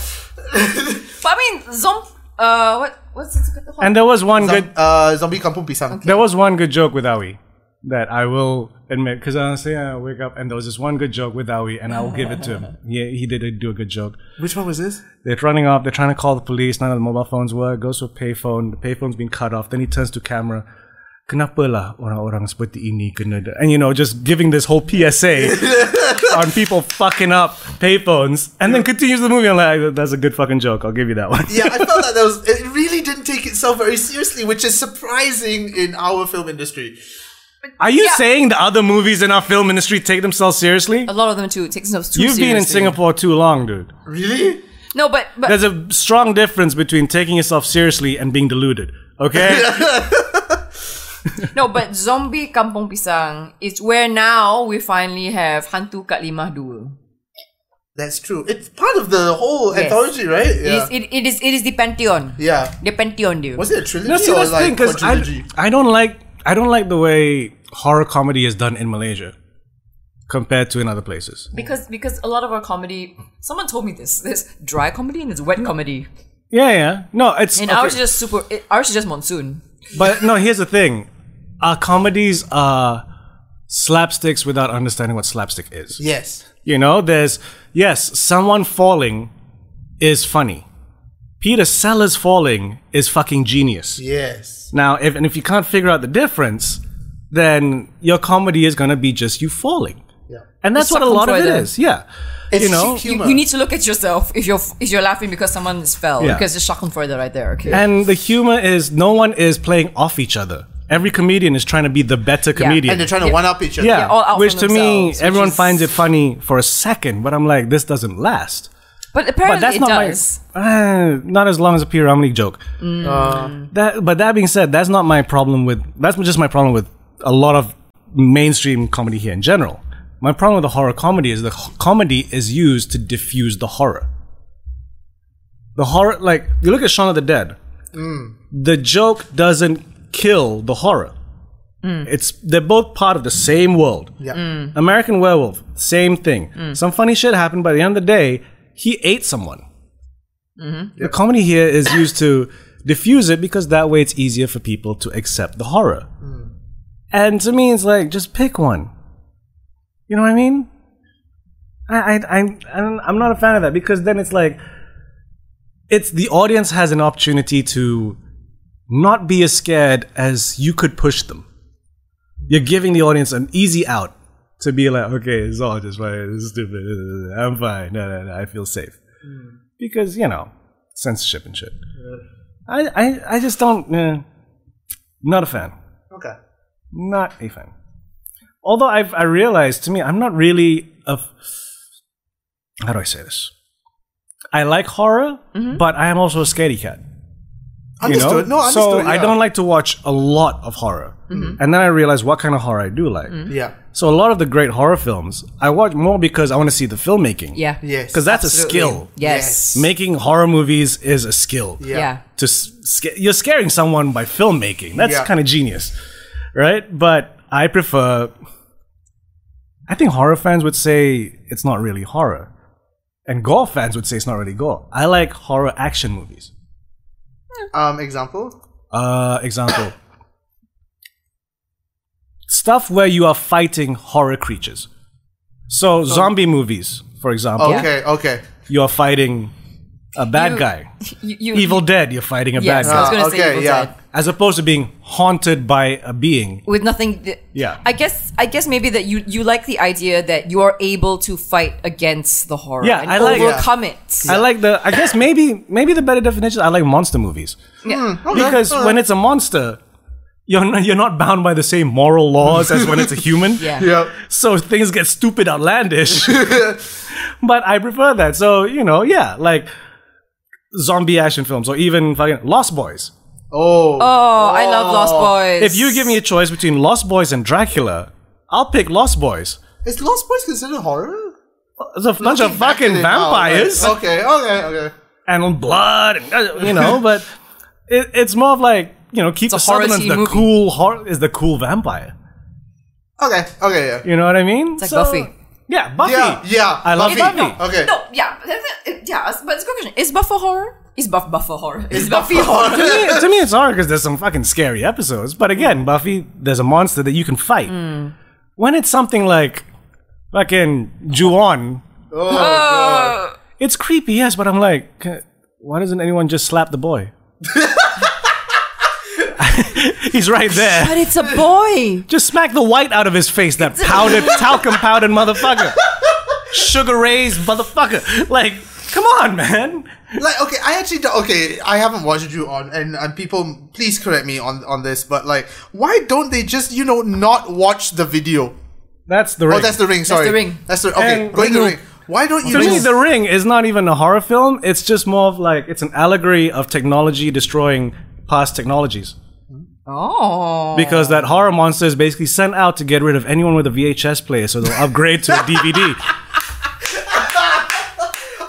But I mean, zomb. Uh, what? What's it called?
And there was one
Zom-
good
uh, zombie kampung pisang.
there was one good joke with Aoi that I will admit because honestly I wake up and there was this one good joke with Aoi and I will give it to him. Yeah, he did do a good joke.
Which one was this?
They're running off. They're trying to call the police. None of the mobile phones work. Goes to a payphone. The payphone's been cut off. Then he turns to camera. Kenapa lah orang-orang seperti ini kena da-" And you know, just giving this whole PSA on people fucking up payphones, and then continues the movie. I'm like, that's a good fucking joke. I'll give you that one.
Yeah, I felt like that was. It really didn't take itself very seriously, which is surprising in our film industry.
Are you
Yeah.
saying the other movies in our film industry take themselves seriously?
A lot of them too. It takes themselves too
You've been in
seriously.
Singapore too long, dude.
Really?
No, but but
There's a strong difference between taking yourself seriously and being deluded. Okay.
No, but zombie kampung pisang is where now we finally have hantu kat limah dua.
That's true. It's part of the whole
Yes.
anthology, right?
It
Yeah.
is it, it is it is the pantheon.
yeah.
The pantheon dia.
Was it a trilogy
No, see,
or
that's the thing
like a
because
trilogy?
I, I don't like I don't like the way horror comedy is done in Malaysia compared to in other places.
because because a lot of our comedy someone told me this. There's dry comedy and there's wet comedy.
Yeah, yeah. No, it's
And
okay.
ours is just super it, ours is just monsoon.
but no. Here's the thing: our comedies are slapsticks without understanding what slapstick is.
Yes.
You know, there's yes, someone falling is funny. Peter Sellers falling is fucking genius.
Yes.
Now, if and if you can't figure out the difference, then your comedy is gonna be just you falling.
Yeah.
And that's
It's
what a lot of it
Schadenfreude.
is. Yeah.
It's
you know,
You,
humor.
you need to look at yourself if you're if you're laughing because someone has fell
Yeah.
because it's shocking further right there. Okay.
and the humor is no one is playing off each other. Every comedian is trying to be the better comedian.
and they're trying to one up each other.
yeah,
Yeah, all out
which
for
to me,
themselves, which
everyone
is-
finds it funny for a second, but I'm like, this doesn't last.
but
But
apparently it
that's not
does. Mm.
my uh, not as long as a Peter Romney joke. that, but that being said, that's not my problem with. That's just my problem with a lot of mainstream comedy here in general. My problem with the horror comedy is the h- comedy is used to diffuse the horror. The horror, like you look at Shaun of the Dead, the joke doesn't kill the horror.
Mm.
It's they're both part of the same world.
Yeah.
Mm. American Werewolf, same thing. Some funny shit happened. By the end of the day, he ate someone. The comedy here is used to diffuse it because that way it's easier for people to accept the horror. And to me, it's like just pick one. You know what I mean? I, I, I'm, I'm I'm not a fan of that because then it's like, it's the audience has an opportunity to not be as scared as you could push them. You're giving the audience an easy out to be like, okay, it's all just fine, it's stupid, I'm fine, no, no, no, I feel safe. Because, you know, censorship and shit. I, I, I just don't, eh, not a fan
Okay.
not a fan. Although I've I realized to me, I'm not really a. How do I say this? I like horror, but I am also a scaredy cat. You know?
Understood. No, understood.
so I
yeah.
don't like to watch a lot of horror, and then I realize what kind of horror I do like.
Yeah.
So a lot of the great horror films I watch more because I want to see the filmmaking.
Yeah.
Yes.
because that's
Absolutely.
a skill.
Yes.
Making horror movies is a skill
Yeah.
Yeah.
to s- sca- you're scaring someone by filmmaking. That's
Yeah.
kind of genius, right? But I prefer. I think horror fans would say it's not really horror, and gore fans would say it's not really gore. I like horror action movies.
Um, example.
Uh, example. Stuff where you are fighting horror creatures. So,
Oh.
zombie movies, for example,
Okay. Okay.
you are fighting a bad
You-
guy.
You, you,
Evil Dead, you're fighting a
Yes, Oh. I
bad guy.
was going to
Ah,
say
okay,
Evil
yeah.
Dead.
as opposed to being haunted by a being.
With nothing. Th-
Yeah.
I guess. I guess maybe that you you like the idea that you are able to fight against the horror.
Yeah,
and
I like-
overcome it.
I like the. I guess maybe maybe the better definition. I like monster movies
Hmm,
Yeah.
because when it's a monster, you're not, you're not bound by the same moral laws as when it's a human.
Yeah.
Yeah.
So things get stupid, outlandish. but I prefer that. So you know, yeah, like zombie action films or even fucking Lost Boys.
Oh.
Oh, I love Lost Boys.
If you give me a choice between Lost Boys and Dracula, I'll pick Lost Boys.
Is Lost Boys considered horror?
There's a bunch of fucking vampires.
Oh, okay. Okay. Okay.
and on blood, and, uh, you know. but it, it's more of like you know, keep
a
the
horror
Sutherland
scene
the
movie.
cool hor- is the cool vampire.
Okay. Okay. Yeah.
You know what I mean? It's
like Buffy.
Yeah, Buffy.
Yeah, yeah,
I love
Buffy.
Buffy.
No,
Okay.
No, yeah, that's it. yeah. it's- But it's a good question. Is Buffy horror? Is Buff Buffy horror? Is Buffy horror?
To me- to me, it's hard because there's some fucking scary episodes. But again, Buffy, there's a monster that you can fight. When it's something like fucking Ju-on,
Oh.
Uh,
it's creepy, yes, but I'm like, "C- why doesn't anyone just slap the boy? He's right there.
but it's a boy.
Just smack the white out of his face, that powdered, talcum powdered motherfucker. Sugar raised motherfucker. Like, come on, man.
like okay i actually do- okay i haven't watched you on and, and people please correct me on on this but like why don't they just you know not watch the video
That's the ring.
oh that's the ring sorry
the ring.
that's the okay
And-
going to the ring why don't you
to me,
just
The Ring is not even a horror film. It's just more of like, it's an allegory of technology destroying past technologies.
Oh,
Because that horror monster is basically sent out to get rid of anyone with a VHS player so they'll upgrade to a DVD.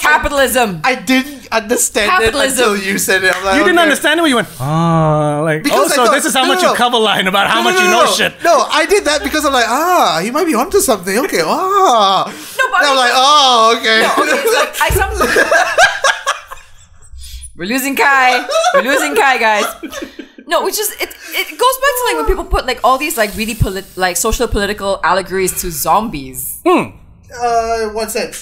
capitalism.
i didn't understand
Capitalism.
it until you said it I'm like,
You didn't
okay.
understand it when you went, ah, like,
Because I
oh, so
thought-
this is how
no,
much
no,
you
no.
cover line about how
no,
much
no,
you
no,
know
no.
shit.
No, I did that because I'm like, ah, he might be onto something. Okay, ah.
No, but I
And
mean-
I'm like, oh, okay.
No, okay, it's like I some. We're losing Kai. We're losing Kai, guys. No, which is it. It goes back to like when people put like all these like really polit- like social political allegories to zombies.
uh, one sec.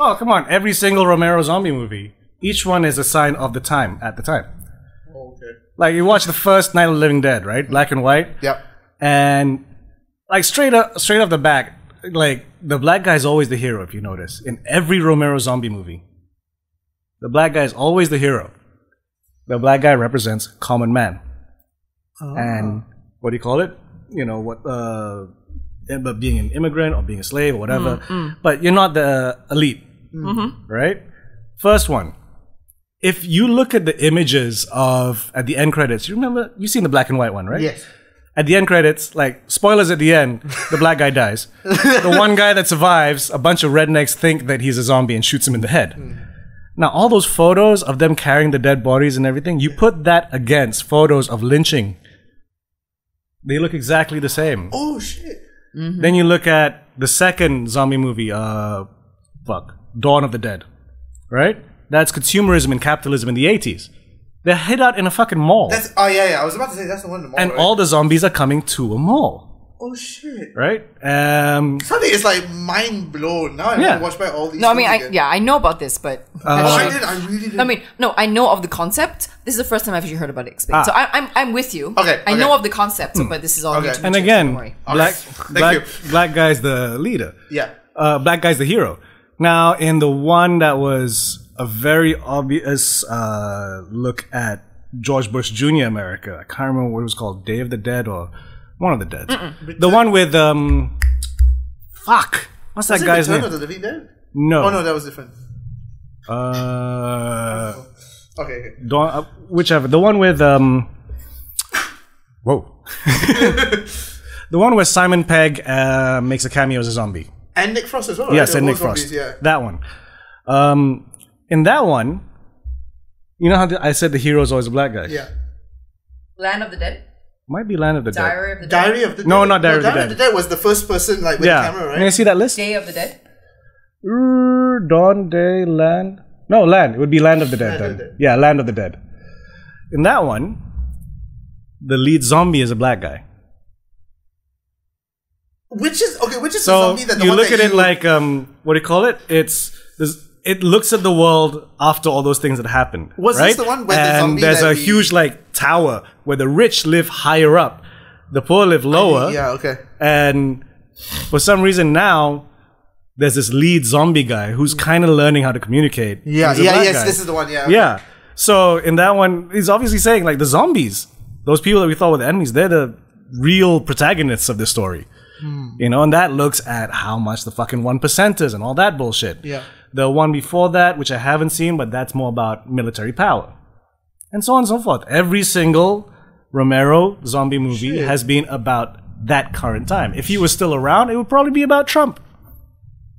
Oh, come on. Every single Romero zombie movie, each one is a sign of the time at the time.
Oh, Okay.
Like, you watch the first Night of the Living Dead, right? Black and white.
Yep.
And, like, straight up, straight off the back, like, the black guy is always the hero, if you notice, in every Romero zombie movie. The black guy is always the hero. The black guy represents common man. And what do you call it? You know, what, uh, but being an immigrant or being a slave or whatever. But you're not the elite, right? First one. If you look at the images of at the end credits, you remember you seen the black and white one, right?
Yes.
At the end credits, like spoilers at the end, the black guy dies. the one guy that survives, a bunch of rednecks think that he's a zombie and shoots him in the head. Now, all those photos of them carrying the dead bodies and everything, you put that against photos of lynching. They look exactly the same.
Oh shit.
Then you look at the second zombie movie, uh, fuck, Dawn of the Dead, right? That's consumerism and capitalism in the 80s. They're hid out in a fucking mall.
That's oh yeah yeah. I was about to say that's the one. in The mall,
and
right?
all the zombies are coming to a mall.
Oh shit!
right? Um,
Suddenly it's like mind blown. Now I
Yeah.
have to watch back all these.
No, I mean,
things
I,
again.
yeah, I know about this, but
Oh, I
actually-
did. I really did.
I mean, no, I know of the concept. This is the first time I've actually heard about it explained. So I, I'm, I'm with you.
Ah. Okay,
I
okay. Hmm.
know of the concept, but this is all
Okay.
new to me
and
too,
again,
Don't worry.
black
Thank
black
you.
black guy's the leader.
yeah.
Uh, black guy's the hero. Now, in the one that was a very obvious uh, look at George Bush Jr. America, I can't remember what it was called, Day of the Dead or one of the Dead. The one with um, fuck, what's that
Is it
guy's
Return
name?
of the Living Dead?
no,
Oh no, that was different.
Uh,
Okay. okay.
Dawn, uh, whichever the one with um, whoa, the one where Simon Pegg uh, makes a cameo as a zombie.
And Nick Frost as well.
Yes,
right?
and
The
Nick
whole
Frost.
zombies, Oh, yeah.
That one. Um, in that one, you know how the, I said the hero is always a black guy.
Yeah.
Land of the Dead,
Might be Land of the Dead.
Diary of the Dead,
Diary of the
No,
Dead.
not Diary of the
Diary of the Dead was the first person like with
Yeah.
the camera,
Can you
right?
see that list?
Day of the Dead.
Er, Dawn, Day, Land. No, Land. It would be Land of the Dead
Land of
then.
the Dead.
Yeah, Land of the Dead. In that one, the lead zombie is a black guy.
Which is okay. Which is the
So
zombie that the
you
one
look
that
at it
you-
like um, what do you call it? It's this, it looks at the world after all those things that happened.
Was this
right?
the one where the
and
zombie
there's
that
a
we-
huge like tower where the rich live higher up, the poor live lower,
Yeah. Okay.
and for some reason now. There's this lead zombie guy who's kind of learning how to communicate.
Mm. Yeah.
He's a
Yeah.
black
Yes.
guy.
This is the one. Yeah.
Yeah. So in that one, he's obviously saying like the zombies, those people that we thought were the enemies, they're the real protagonists of this story.
Hmm.
You know, and that looks at how much the fucking one percenters and all that bullshit.
Yeah.
The one before that, which I haven't seen, but that's more about military power. And so on and so forth. Every single Romero zombie movie has been about that current time. If he was still around, it would probably be about Trump.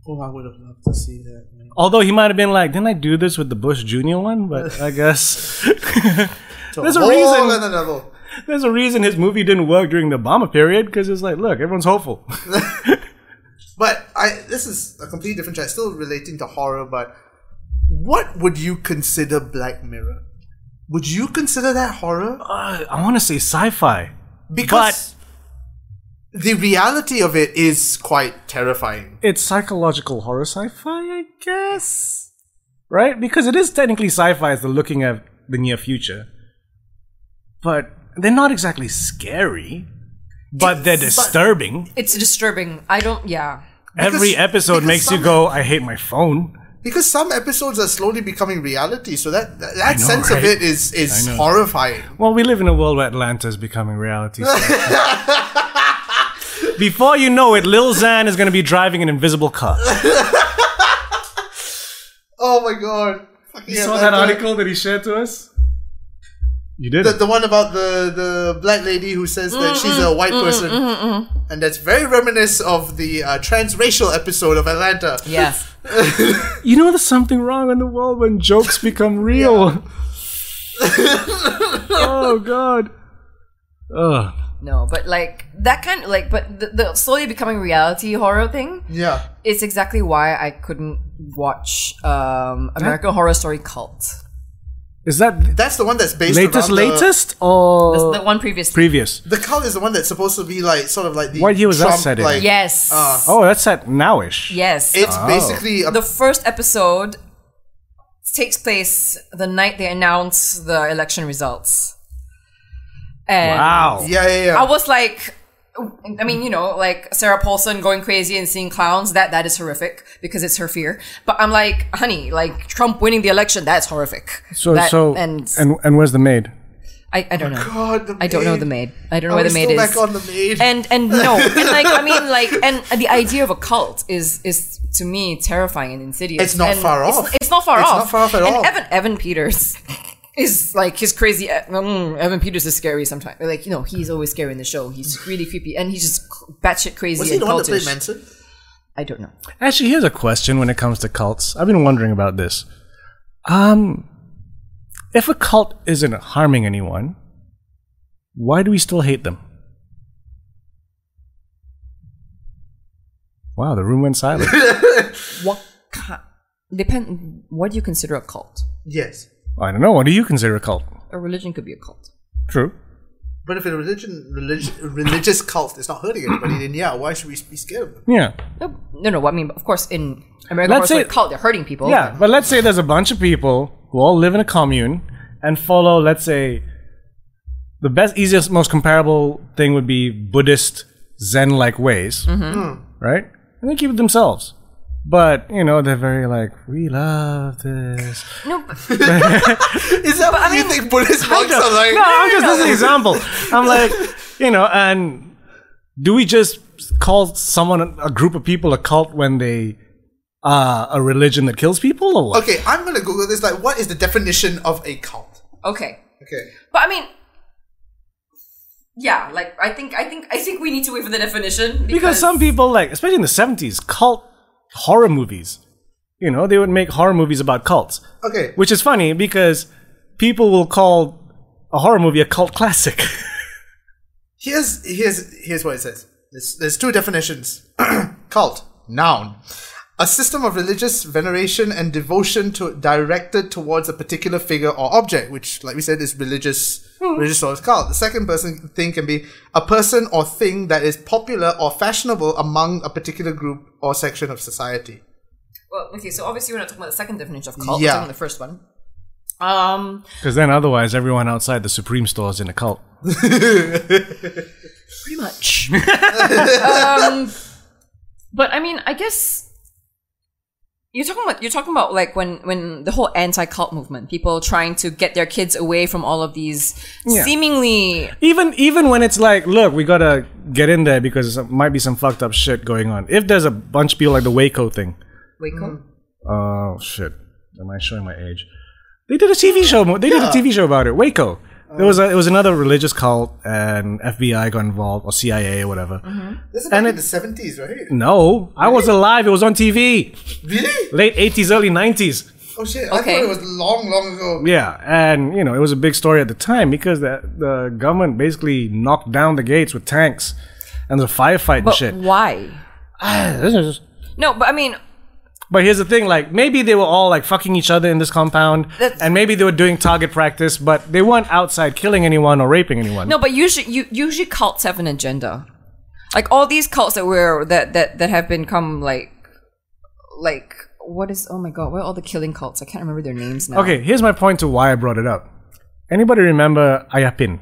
Oh, I would have loved to see that. man.
Although he might have been like, didn't I do this with the Bush Jr. one? But I guess there's a
Whole
reason.
other level.
There's a reason his movie didn't work during the Obama period because it's like, look, everyone's hopeful.
But I this is a completely different track, still relating to horror, but what would you consider Black Mirror? Would you consider that horror?
Uh, I want to say sci-fi.
Because the reality of it is quite terrifying.
It's psychological horror sci-fi, I guess. Right? Because it is technically sci-fi as they're looking at the near future. But they're not exactly scary, but they're disturbing.
It's disturbing. I don't. Yeah.
Every
because-
episode
because
makes you
some-
go, I hate my phone.
Because some episodes are slowly becoming reality, so that that, that
know,
sense
right?
of it is is
I know.
horrifying.
Well, we live in a world where Atlanta is becoming reality. Before you know it, Lil Xan is going to be driving an invisible car.
Oh my god. Fucking
You saw
Atlanta.
that article that he shared to us? You did
The,
it.
the one about the, the black lady who says that she's
Mm-hmm,
a white person. And that's very reminiscent of the uh, transracial episode of Atlanta.
Yes.
You know there's something wrong in the world when jokes become real. oh god. Ugh.
no, but like that kind of like, but the, the slowly becoming reality horror thing.
Yeah.
It's exactly why I couldn't watch um, American Horror Story Cult.
Is that
That's the one that's based
latest
around the-
latest or
That's the one previously.
previous?
The cult is the one that's supposed to be like sort of like the
What year was that
Trump,
set in?
Like,
yes.
Oh, that's at nowish.
yes.
It's
Oh.
basically a,
the first episode takes place the night they announce the election results. And
Wow.
yeah, yeah,
I
yeah.
was like, I mean, you know, like Sarah Paulson going crazy and seeing clowns. That that is horrific because it's her fear. But I'm like, honey, like Trump winning the election, that's horrific.
So
That-
so
and,
and and where's the maid?
I, I don't know.
Oh God, the
I don't know the maid. I don't know where
Are
the
we
maid
still
is.
back on the maid?
and and no, and like I mean, like and the idea of a cult is is to me terrifying and insidious.
It's not
And
far
it's-
off.
It's, not far
It's
off.
not far off at
and
all.
Evan Evan Peters is like his crazy. mm, Evan Peters is scary sometimes. Like you know, he's always scary in the show. He's really creepy, and he's just batshit crazy
was he
and
the one that played
cultish.
Manson?
I don't know.
Actually, here's a question when it comes to cults. I've been wondering about this. Um, if a cult isn't harming anyone, why do we still hate them? Wow, the room went silent.
What kind? Depend. What do you consider a cult?
Yes.
I don't know. What do you consider a cult?
A religion could be a cult.
True.
But if a religion, religion religious cult is not hurting anybody, then yeah, why should we be scared of them?
Yeah.
No, no, no. I mean, of course, in American
Let's
Horror Story
say-
cult, they're hurting people.
Yeah, but let's say there's a bunch of people who all live in a commune and follow, let's say, the best, easiest, most comparable thing would be Buddhist Zen like ways, right? And they keep it themselves. But, you know, they're very like, we love this.
No, but,
Is that what
I
you
mean,
think Buddhist monks are like?
No, I'm just, this is an example. I'm like, you know, and do we just call someone, a group of people, a cult when they are a religion that kills people or what?
Okay, I'm gonna Google this. Like, what is the definition of a cult?
okay.
Okay.
But I mean, yeah. Like I think I think I think we need to wait for the definition because,
Because some people, like, especially in the 70s, cult horror movies, you know, they would make horror movies about cults.
Okay.
Which is funny because people will call a horror movie a cult classic.
Here's here's here's what it says. There's, there's two definitions. Cult noun, a system of religious veneration and devotion to directed towards a particular figure or object, which, like we said, is religious. Religious or cult. The second person thing can be a person or thing that is popular or fashionable among a particular group or section of society.
Well, okay. So obviously we're not talking about the second definition of cult.
Yeah.
We're talking about the first one. Um.
Because then otherwise, everyone outside the Supreme store is in a cult.
Pretty much. um, but I mean, I guess you're talking about you're talking about like when when the whole anti-cult movement, people trying to get their kids away from all of these seemingly
Even even when it's like, look, we gotta get in there because there might be some fucked up shit going on. If there's a bunch of people like the Waco thing,
Waco.
Oh shit! Am I showing my age? They did a TV show. mo- They did a TV show about it. Waco. There was a, it was another religious cult, and FBI got involved or CIA or whatever.
This is back
And
in
it-
the seventies, right?
No, I was alive. It was on TV,
Really?
late '80s, early '90s.
Oh shit!
Okay.
I thought it was long, long ago.
Yeah, and you know it was a big story at the time because the the government basically knocked down the gates with tanks, and the firefight and
But
shit.
why?
This is-
No, but I mean,
But here's the thing: like maybe they were all like fucking each other in this compound,
That's-
and maybe they were doing target practice, but they weren't outside killing anyone or raping anyone.
no, but usually you, usually cults have an agenda. Like all these cults that were that that that have become like like what is oh my god, what are all the killing cults? I can't remember their names now.
Okay, here's my point to why I brought it up. Anybody remember Ayapin?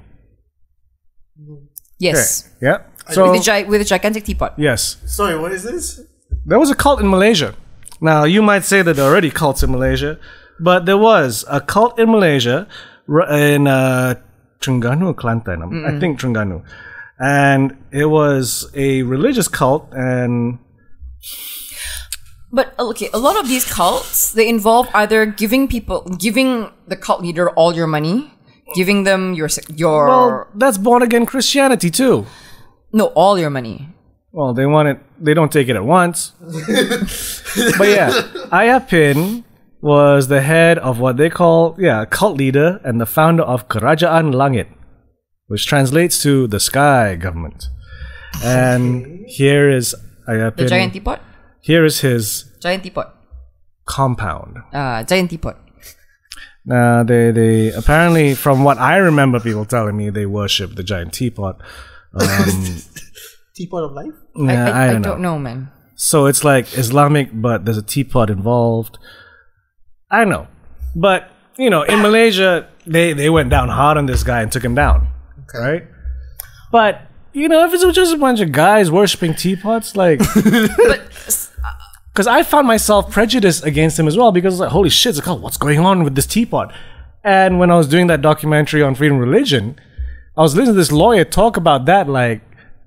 Yes.
Yeah. So
With a gi- with a gigantic teapot.
yes,
Sorry, what is this?
there was a cult in Malaysia. Now, you might say that there are already cults in Malaysia, but there was a cult in Malaysia r- in uh, Terengganu or Kelantan, I'm- I think Terengganu. And it was a religious cult, and
But uh, okay, a lot of these cults they involve either giving people, giving the cult leader all your money, giving them your se- your
well, that's born again Christianity too.
no all your money.
Well, they want it. They don't take it at once. but yeah, Ayapin was the head of what they call yeah a cult leader and the founder of Kerajaan Langit, which translates to the sky government. And here is
The giant
Ayapin.
teapot,
Here is his
giant teapot,
compound.
uh, giant teapot.
Now they they apparently from what I remember, people telling me they worship the giant teapot.
Teapot of life.
I,
Yeah,
I, I
don't know.
don't know, man.
So it's like Islamic, but there's a teapot involved. I know, but you know, in Malaysia, they they went down hard on this guy and took him down, right? But you know, if it was just a bunch of guys worshiping teapots, like, because I found myself prejudiced against him as well because like, holy shit, it's like, what's going on with this teapot? And when I was doing that documentary on freedom of religion, I was listening to this lawyer talk about that, like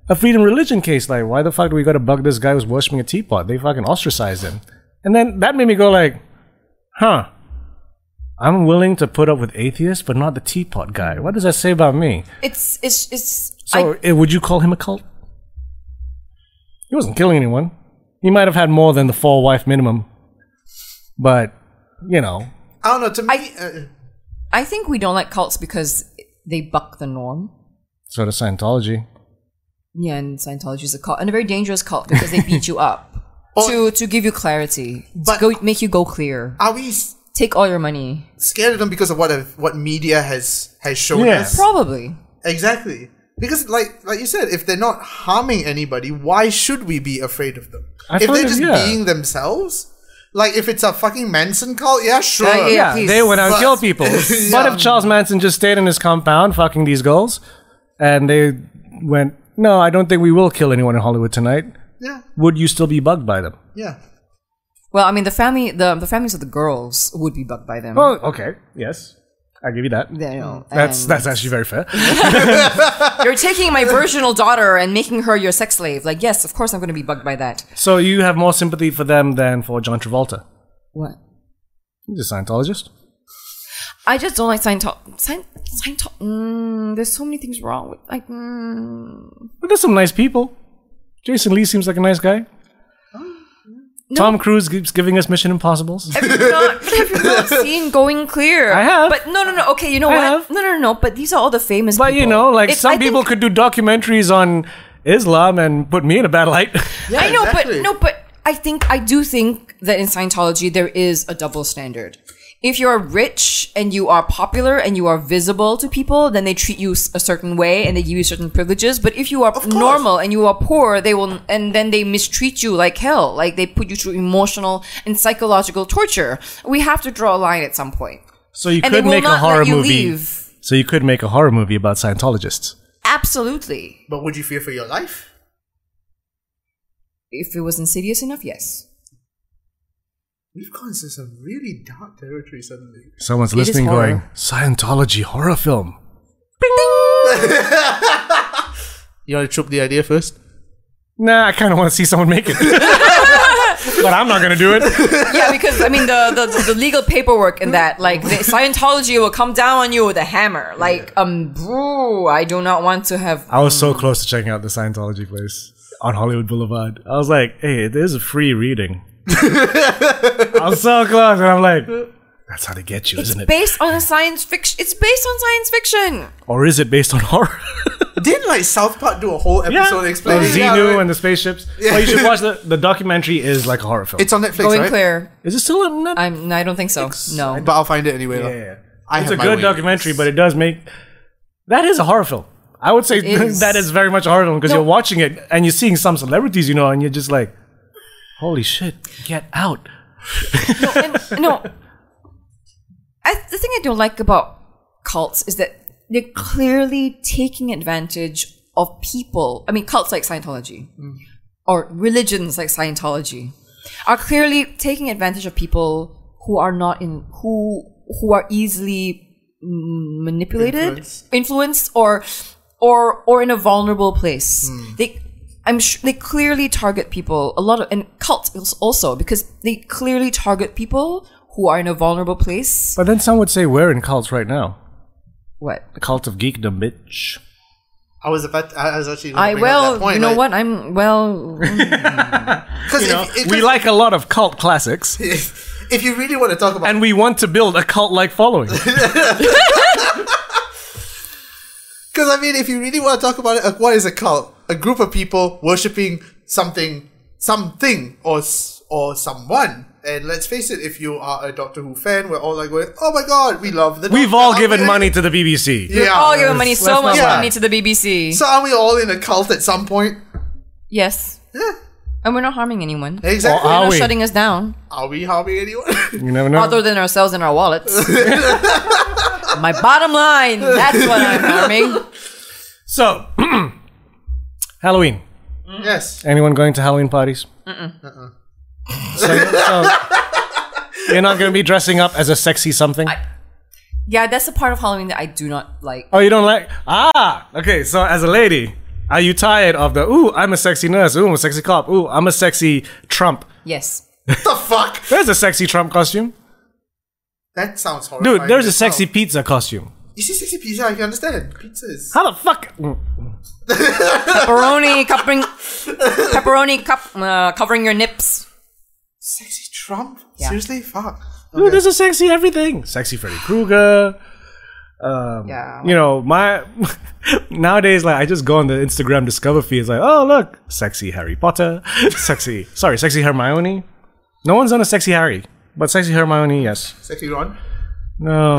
a freedom religion case. Like, why the fuck do we gotta bug this guy who's worshiping a teapot? They fucking ostracized him. And then that made me go like, huh. I'm willing to put up with atheists, but not the teapot guy. What does that say about me?
It's it's it's. I,
So, eh, would you call him a cult? He wasn't killing anyone. He might have had more than the four wife minimum, but you know,
I don't know. To me, uh,
I think we don't like cults because they buck the norm.
so does Scientology.
Yeah, and Scientology is a cult and a very dangerous cult because they beat you up to to give you clarity,
But-
to go make you go clear,
are we s-
take all your money.
scared of them because of what what media has has shown
Yeah.
us?
Probably.
Exactly. Because like like you said, if they're not harming anybody, why should we be afraid of them?
I
if
find
they're
it-
just
yeah.
being themselves, like if it's a fucking Manson cult, yeah, sure.
Yeah, yeah,
Yeah,
please.
they went out and
But-
killed people. But if Charles Manson just stayed in his compound fucking these girls, and they went, no, I don't think we will kill anyone in Hollywood tonight.
Yeah.
Would you still be bugged by them?
Yeah.
Well, I mean, the family, the, the families of the girls would be bugged by them.
Well, okay, yes, I give you that.
They know,
Oh. That's
and
that's actually very fair.
You're taking my virginal daughter and making her your sex slave. Like, yes, of course, I'm going to be bugged by that.
So you have more sympathy for them than for John Travolta.
What?
He's a Scientologist.
I just don't like Scientology. Scient- Scientol- mm, there's so many things wrong with like. Mm.
But there's some nice people. Jason Lee seems like a nice guy. Tom Cruise keeps giving us Mission Impossibles.
Have you not, have you not seen Going Clear?
I have.
But no, no, no. Okay, you know
I
what?
have.
No, no, no. But these are all the famous.
But
people.
you know, like
It's-
some
I think-
people could do documentaries on Islam and put me in a bad light.
Yeah,
I know,
exactly.
but no, but I think I do think that in Scientology there is a double standard. If you're rich and you are popular and you are visible to people, then they treat you s- a certain way and they give you certain privileges. But if you are normal and you are poor, they will, and then they mistreat you like hell. Like they put you through emotional and psychological torture. We have to draw a line at some point.
so you
And they
could
will
make a
not
horror
let you
movie.
leave.
So you could make a horror movie about Scientologists.
Absolutely.
But would you fear for your life?
If it was insidious enough, yes.
We've gone into some really dark territory suddenly.
Someone's
It is
listening,
horror.
going Scientology horror film.
You want to troop the idea first?
Nah, I kind of want to see someone make it, but I'm not gonna do it.
Yeah, because I mean the, the, the legal paperwork and that, like the Scientology will come down on you with a hammer. Like, um, bro, I do not want to have.
I was so close to checking out the Scientology place on Hollywood Boulevard. I was like, hey, there's a free reading. I was so close, and I'm like, that's how they get you,
It's
isn't it?
based on a science fiction. It's based on science fiction.
or is it based on horror?
Didn't like South Park do a whole episode
Of
explaining?
Xenu
Yeah, right.
and the spaceships. Well, you should watch the, the documentary. Is like a horror film.
It's on Netflix,
Going
right?
clear.
is it still on Netflix?
I'm. I don't think so. No.
But I'll find it anyway.
Yeah,
lah.
yeah, yeah.
I
it's
have
a
my
good
way.
documentary, but it does make that is a horror film. I would say
It is.
that is very much a horror film because
No.
you're watching it and you're seeing some celebrities you know, and you're just like, "Holy shit, get out!"
And- no. I, the thing I don't like about cults is that they're clearly taking advantage of people. I mean, cults like Scientology or religions like Scientology are clearly taking advantage of people who are not in who who are easily mm, manipulated,
Influenced.
influenced, or or or in a vulnerable place.
Hmm.
They. I'm sure they clearly target people a lot of and cults als- also because they clearly target people who are in a vulnerable place.
But then some would say we're in cults right now.
What?
The cult of geekdom, bitch.
I was about. I was actually. gonna
I
bring up
well,
that point,
you know
like-
what? I'm well.
Because
You know,
if, if,
we like a lot of cult classics,
if, if you really want to talk about,
and we want to build a cult-like following.
because I mean, if you really want to talk about it, uh, what is a cult? A group of people worshipping something, something, or s- or someone. And let's face it, if you are a Doctor Who fan, we're all like going, "Oh my god, we love the."
We've
Doctor,
all
aren't
given
we?"
money to the BBC.
Yeah.
all giving money,
let's
so
not
much
lie.
money to the BBC.
So are we all in a cult at some point?
yes,
Yeah,
and we're not harming anyone.
exactly.
Or
They're
are
not
we?
shutting us down,
uh,
are we harming anyone?
You never know.
other than ourselves and our wallets. My bottom line. That's what I'm harming.
So, Halloween.
yes.
Anyone going to Halloween parties? Uh-uh. So, so you're not going to be dressing up as a sexy something?
Yeah, that's the part of Halloween that I do not like.
oh, you don't like? Ah, okay. So, as a lady, are you tired of the, ooh, I'm a sexy nurse, ooh, I'm a sexy cop, ooh, I'm a sexy Trump?
Yes.
What the fuck?
There's a sexy Trump costume.
That sounds horrible.
Dude, there's a sexy pizza costume.
You see, sexy pizza. I can understand. Pizzas.
How the fuck? Mm.
Pepperoni covering, pepperoni cup, uh, covering your nips.
Sexy Trump?
Yeah.
Seriously? Fuck.
Dude, there's a sexy everything. Sexy Freddy Krueger.
Yeah.
you know, my nowadays, like I just go on the Instagram Discover feed. It's like, oh look, sexy Harry Potter, sexy, sorry, sexy Hermione. No one's on a sexy Harry, but sexy Hermione, yes.
Sexy Ron?
No,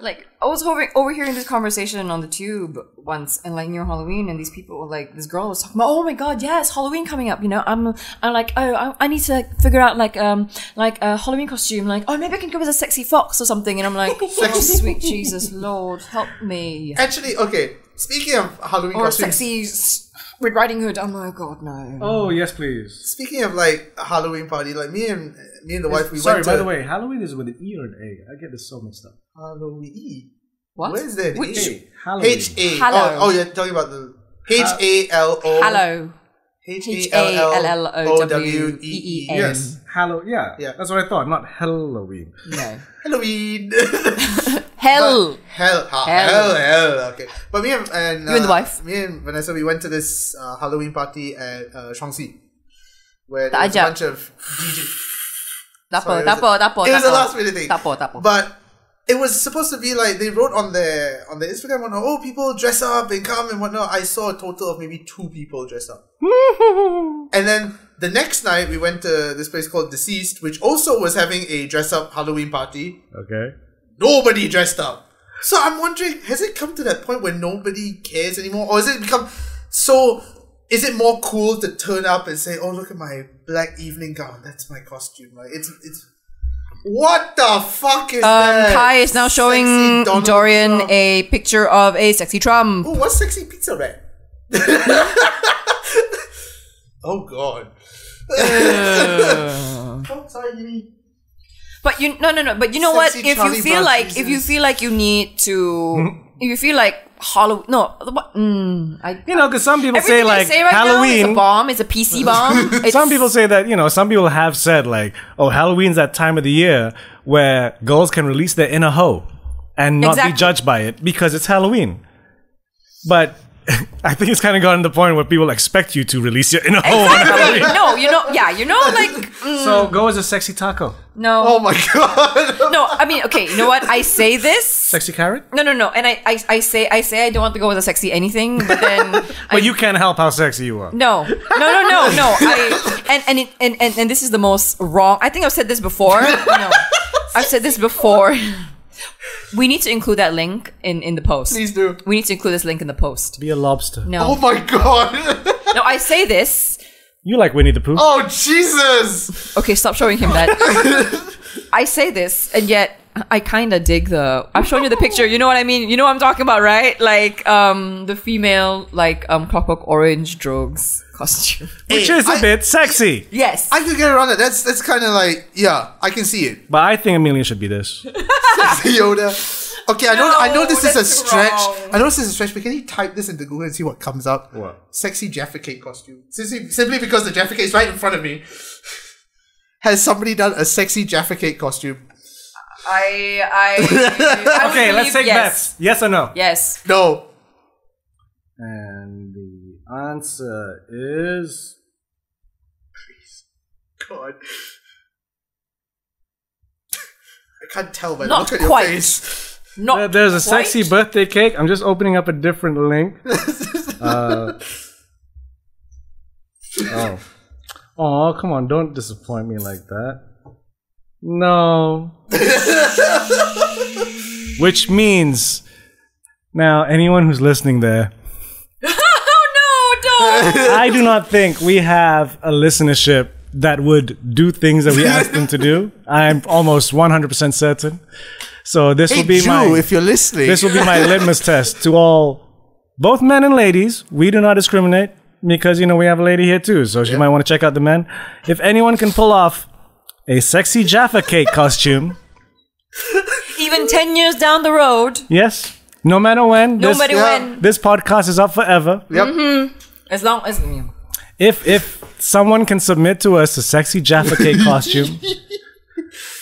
Like I was over, overhearing this conversation on the tube once, and like near Halloween, and these people were like, this girl was talking about, oh my god, yes, Halloween coming up. You know, I'm, I'm like, oh, I, I need to like, figure out like, um, like a Halloween costume. Like, oh, maybe I can go as a sexy fox or something. And I'm like, oh, sweet Jesus, Lord, help me.
Actually, okay. Speaking of Halloween
Or
costumes,
sexy s- Red Riding Hood. I'm like, God, no.
Oh yes, please.
speaking of like Halloween party, like me and me and the wife, we
Sorry,
went
by
to
the way, Halloween is with an E or an A. I get this so mixed up.
Halloween.
What?
Where is that?
Which?
Hey, Halloween.
H A.
Hallow.
Oh, oh, you're talking about the H A L O.
Uh, Hello.
H
H
A
A L
L
L O W E E N.
yes, Hallow. Yeah,
Yeah.
That's what I thought. Not Halloween.
No.
Halloween.
Hell.
Hell, ha-
Hell.
hell, hell. Okay, but me and, and uh,
You and the wife?
me and Vanessa, we went to this uh, Halloween party at uh, Shaanxi, where
Tak
there was a
ajak.
bunch of DJ.
Tapo,
Sorry, it was
tapo,
a-
tapo.
It was a
tapo.
last minute thing.
Tapo, tapo.
But it was supposed to be like they wrote on their on their Instagram, on oh people dress up and come and whatnot. I saw a total of maybe two people dress up. and then the next night we went to this place called Deceased, which also was having a dress up Halloween party.
Okay.
Nobody dressed up. So I'm wondering, has it come to that point where nobody cares anymore, or has it become so? Is it more cool to turn up and say, "Oh, look at my black evening gown. That's my costume." Like it's it's. What the fuck is
Um,
that?
Kai is now
uh, Sexy
showing
Donald
Dorian
Trump.
a picture of a sexy Trump.
Oh, what's sexy pizza rat? oh god. oh, sorry, Yumi.
But you no no no. But you know what?
Sexy
If
Charlie
you feel
Brown
like if you
Jesus.
feel like you need to, if you feel like Halloween, no, what? Mm, I,
You know, because some people
everything
say like
I say right now is a
Halloween.
bomb. It's a PC bomb. It's,
some people say that you know. Some people have said like, "Oh, Halloween's that time of the year where girls can release their inner hoe and not
Exactly.
be judged by it because it's Halloween." But I think it's kind of gotten to the point where people expect you to release your inner hoe on
Exactly.
Halloween.
no, you know, yeah, you know, like mm,
So go as a sexy taco,
no,
Oh my god.
no. I mean, okay, you know what? I say this.
sexy carrot.
No, no, no. And I, I, I say, I say, I don't want to go with a sexy anything, but then, I,
But you can't help how sexy you are.
no, no, no, no, no. I and and, it, and and and this is the most wrong. I think I've said this before. No, I've said this before. We need to include that link in in the post.
Please do.
We need to include this link in the post.
Be a lobster.
No,
Oh my god.
no. I say this.
You like Winnie the Pooh?
Oh Jesus.
Okay, stop showing him that. I say this, and yet I kind of dig the. I'm showing you the picture. You know what I mean? You know what I'm talking about, right? Like um the female like um Clockwork Orange drugs costume.
Which
Hey,
is a
I-
bit sexy.
Yes.
I could get around that. That's that's kind of like yeah, I can see it.
But I think Amelia should be this.
Yoda. Okay, I know I know
No,
this is a
that's
stretch.
wrong.
I know this is a stretch, but can you type this into Google and see what comes up?
What?
Sexy Jaffa Cake costume. Simply, simply because the Jaffa Cake is right in front of me. Has somebody done a sexy Jaffa Cake costume?
I, I, I would
Okay, let's
believe
take
yes.
bets. Yes or no?
Yes.
No.
And the answer is
God. I can't tell by the
Not
look at
quite.
your face.
Not
Uh, there's a
quite.
sexy birthday cake. I'm just opening up a different link. uh, oh, oh, come on! Don't disappoint me like that. No. Which means now, anyone who's listening there,
oh no! Don't.
I do not think we have a listenership that would do things that we ask them to do. I'm almost 100% certain. So this
Hey
will be
Drew,
my
if you're listening.
this will be my litmus test to all, both men and ladies. We do not discriminate because you know we have a lady here too, so she might want to check out the men. If anyone can pull off a sexy Jaffa cake costume,
Even ten years down the road,
yes, no matter when,
no
this,
matter
yeah.
when,
this podcast is up forever.
yep.
as long as you
If if someone can submit to us a sexy Jaffa cake costume,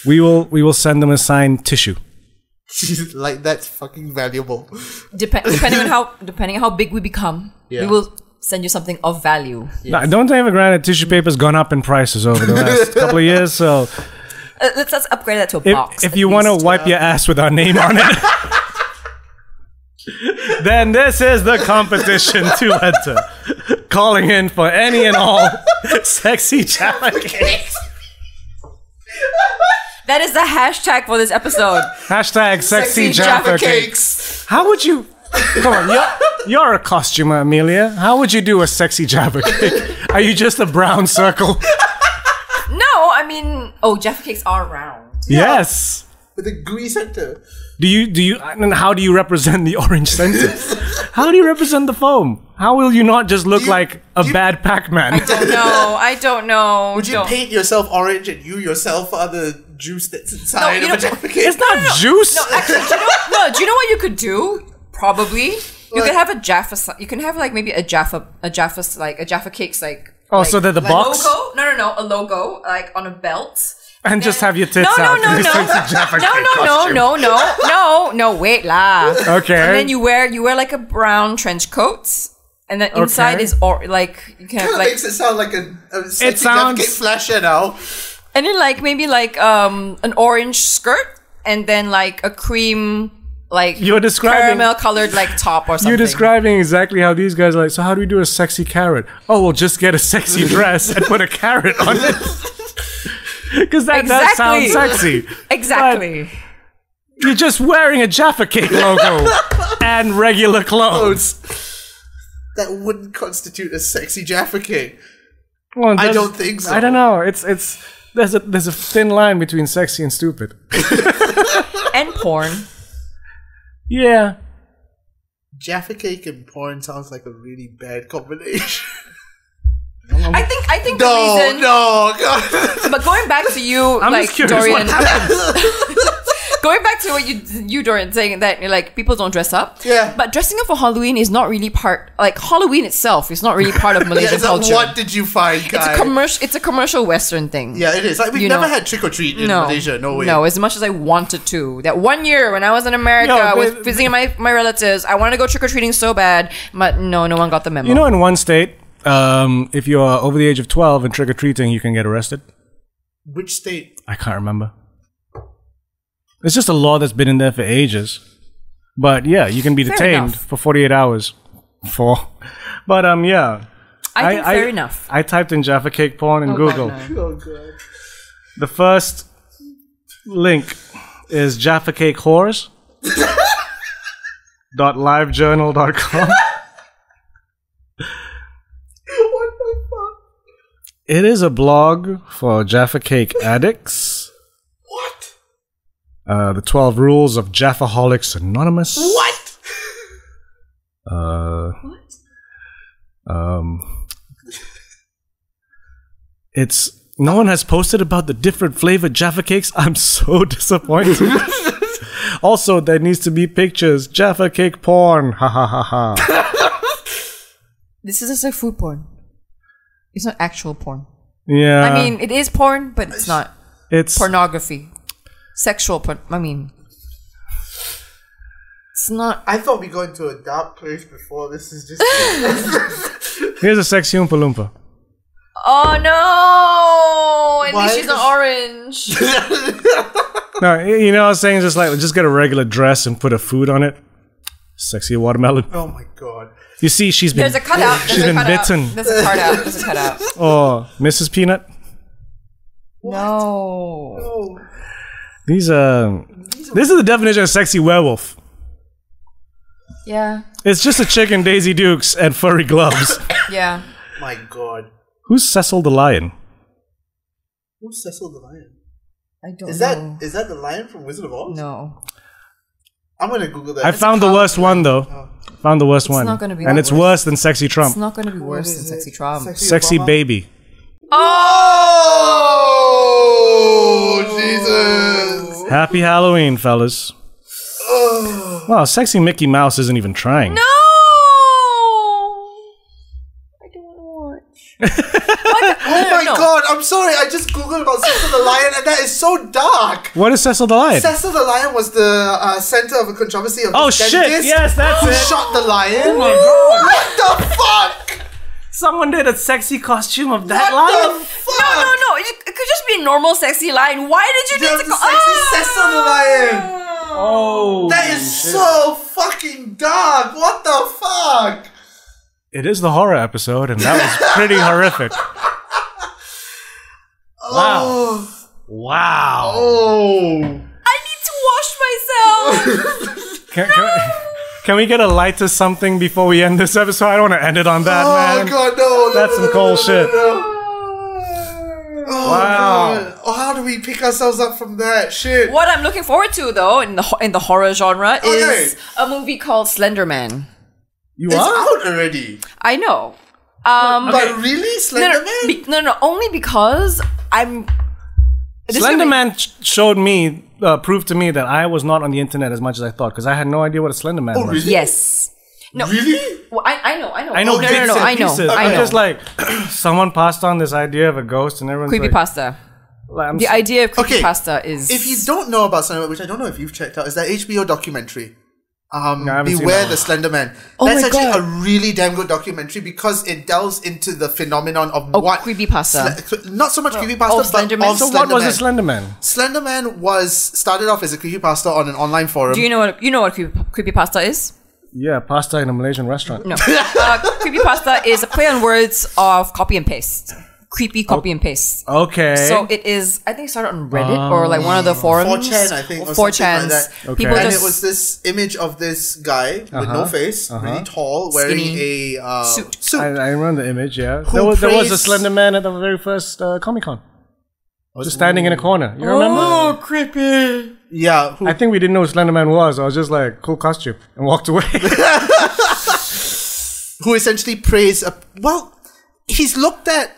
we will we will send them a signed tissue.
Jeez, like that's fucking valuable.
depend, depending on how depending on how big we become,
Yeah.
we will send you something of value.
Now, don't take for granted tissue paper's gone up in prices over the last couple of years, so.
Uh, let's let's upgrade that to a box.
If, if you want to wipe your ass with our name on it, then this is the competition to enter. Calling in for any and all sexy challenge.
to, That is the hashtag for this episode.
Hashtag sexy, Jaffa cake. How would you? Come on, you're, you're a costumer, Amelia. How would you do a sexy Jaffa cake? Are you just a brown circle?
No, I mean, oh, Jaffa cakes are round.
Yes.
With a grease center.
Do you do you? And how do you represent the orange sentence? How do you represent the foam? How will you not just look
you-
like a
do you-
bad Pac-Man?
No, I don't know.
Would you
Don't.
paint yourself orange and you yourself are the juice that's
No,
inside
you
of
don't-
a Jaffa
It's
cake?
not juice.
No, actually, do you know, no. Do you know what you could do? Probably, you could have a Jaffa. si- You can have like maybe a Jaffa, a Jaffa, s- like a Jaffa cakes, like
Oh,
like-
so they're the
like
box?
logo. No, no, no, a logo like on a belt.
and just have your tits
No, no,
out.
no,
It's
no.
like a Jaffa
No,
cake
no, no,
costume.
no, no, no, no. Wait lah.
Okay.
And then you wear you wear like a brown trench coat, and then inside
Okay.
is or like you can have
Kinda
like
makes it sound like a, a sexy
sounds-
Jaffa cake flasher now.
and then like maybe like um an orange skirt, and then like a cream like
You're describing-
caramel colored like top or something.
You're describing exactly how these guys are like. So how do we do a sexy carrot? Oh, we'll just get a sexy dress and put a carrot on it. Because that does sound
Exactly.
sexy.
Exactly.
You're just wearing a Jaffa Cake logo and regular clothes.
That wouldn't constitute a sexy Jaffa cake.
Well, it
Oh, I
does-
don't think so.
I don't know. It's it's there's a there's a thin line between sexy and stupid.
and porn.
Yeah.
Jaffa cake and porn sounds like a really bad combination.
I think I think
no,
the reason
no, God.
but going back to you
I'm
like
just curious what
Dorian going back to what you you Dorian saying that you're like people don't dress up.
Yeah.
But dressing up for Halloween is not really part like Halloween itself is not really part of
Yeah,
Malaysian
it's like,
culture.
what did you find,
it's
guy?
a commercial it's a commercial western thing.
yeah, it is. Like we've
you
never
know.
had trick or treat in
no,
Malaysia. No way.
No, as much as I wanted to. That one year when I was in America
Yo,
with
but-
visiting my, my relatives, I wanted to go trick or treating so bad, but no, no one got the memo.
You know, in one state, um, if you're over the age of twelve and trick or treating, you can get arrested.
Which state?
I can't remember. It's just a law that's been in there for ages. But yeah, you can be
Fair
detained
enough.
for 48 hours. For. But um, yeah.
I think fair enough.
I typed in Jaffa Cake porn in
Oh, God,
Google.
no.
Oh god.
The first link is Jaffa Cake Whores. dot livejournal.com.
What the fuck?
It is a blog for Jaffa Cake addicts.
What?
Uh, the 12 Rules of Jaffaholics Anonymous.
What?
Uh, Um, it's no one has posted about the different flavored Jaffa cakes. I'm so disappointed. also, there needs to be pictures. Jaffa cake porn. Ha ha ha ha.
This is just like food porn. It's not actual porn.
Yeah.
Uh,
I mean, it is porn, but it's not
it's
pornography. Sexual porn. I mean, it's not.
I thought we got into a dark place before. This is just.
here's a sexy Oompa Loompa.
Oh no! At
Why
least she's not
is-
orange.
No, y- you know what I'm saying? Just like just get a regular dress and put a food on it. Sexy watermelon.
oh my god.
You see, she's been
There's a cutout. There's
she's
a
been
cutout.
bitten.
There's a cutout. There's a cutout.
Oh, Mrs. Peanut.
No.
Oh.
These uh, this is the definition of sexy werewolf.
Yeah.
It's just a chick in Daisy Dukes and furry gloves.
Yeah.
My god.
Who's Cecil the Lion?
Who's Cecil the Lion?
I don't
Is
know.
that is that the lion from Wizard of Oz?
Oh, no.
I'm gonna Google that.
I found the worst one though. Found the worst one,
Oh. not gonna be
and
that
it's worse than Sexy
It's
Trump.
not going to be worse than sexy trauma.
Sexy
Obama?
baby.
Oh, Jesus!
Happy Halloween, fellas. Wow, sexy Mickey Mouse isn't even trying.
Oh. No! I don't want to watch. what the-
Oh
no, no,
my
no.
god! I'm sorry. I just googled about Cecil the Lion, and that is so dark.
What is Cecil the Lion?
Cecil the Lion was the uh, center of a controversy of
oh
this
shit!
dentist
Yes, that's
who
it.
shot the lion.
Oh my god!
What the fuck?
Someone did a sexy costume of that
What
lion.
the fuck?
No, no, no. It, it could just be a normal sexy line. Why did you
You
need
have
to Ah!
to sexy Cecil the Lion.
oh,
That is so fucking dark. What the fuck?
It is the horror episode, and that was pretty horrific. Wow.
Oh.
Wow.
Oh.
I need to wash myself.
Can, can, can we get a light to something before we end this episode? I don't want to end it on that,
Oh
man.
god, no. no,
That's
no,
some
no,
cold
no, no,
shit.
no, no. Oh,
Wow.
God. Oh, how do we pick ourselves up from that shit?
what I'm looking forward to though in the ho- in the horror genre is
Okay.
a movie called Slender Man.
You
It's
are?
out already.
I know. Um
But really,
no, no,
Slenderman?
be- no, no, only because I'm this is
Slender
gonna be-
Man sh- showed me, uh, proved to me that I was not on the internet as much as I thought because I had no idea what a Slender Man
Oh,
was.
really?
Yes. No.
Really?
Well, I, I know, I know. Oh,
I know
No,
bits
no, no, no,
and
I know.
pieces.
I
I'm
know.
just like, someone passed on this idea of a ghost and everyone's like,
creepypasta.
like, I'm
The
s-
idea of
Okay.
creepypasta is
If you don't know about Slenderman, which I don't know if you've checked out, is that HBO documentary. Um,
No, I haven't seen
Beware
that
the Slender Man.
Oh
That's
my
actually
God.
a really damn good documentary because it delves into the phenomenon of
oh,
what
creepypasta.
Sle- not
Oh,
so much creepypasta,
of
but
Slenderman.
of
so what was a
Slenderman.
Slender Man?
Slenderman was started off as a creepypasta on an online forum.
Do you know what you know what creepy, creepypasta is?
Yeah, pasta in a Malaysian restaurant.
No. uh, creepypasta is a play on words of copy and paste. Creepy
Oh,
copy and paste.
Okay.
So it is. I think it started on Reddit or like one of the forums.
4chan, I think, or
Four
something
chans.
like that.
Oh. Okay.
People
Uh-huh. But
and
just
it was this image of this guy with no face, really tall, wearing
Skinny.
a uh,
Suit.
I, I remember the image, yeah.
Who
There was, there was a
praised-
Slender Man at the very first uh, Comic Con. Just standing in a corner. You remember?
oh creepy.
yeah, who,
I think we didn't know who Slender Man was. I was just like, cool costume, and walked away.
who essentially preys. A, well, he's looked at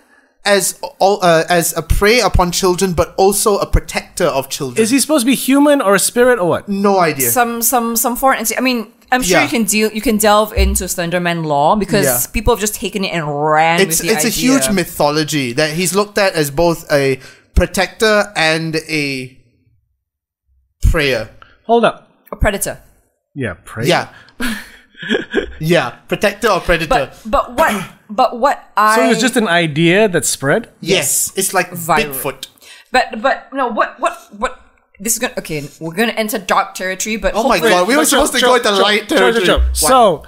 as all uh, as a prey upon children, but also a protector of children.
Is he supposed to be human or a spirit or what?
no idea.
Some some some foreign. entity- I mean, I'm sure
Yeah.
you can deal. You can delve into Slenderman law because
Yeah.
people have just taken it and ran
it's
with the
it's a
idea.
huge mythology that he's looked at as both a protector and a prayer.
Hold up.
A predator.
Yeah, pray.
Yeah. yeah, protector or predator.
But but what but what I
So it was just an idea that spread.
yes, it's like
Viral.
Bigfoot.
But but no, what what what? This is gonna okay. We're gonna enter dark territory, but
Oh my
hopefully-
god, we were
But
supposed
chill,
to go
chill,
into
chill,
light
chill, chill,
territory.
chill.
What?
So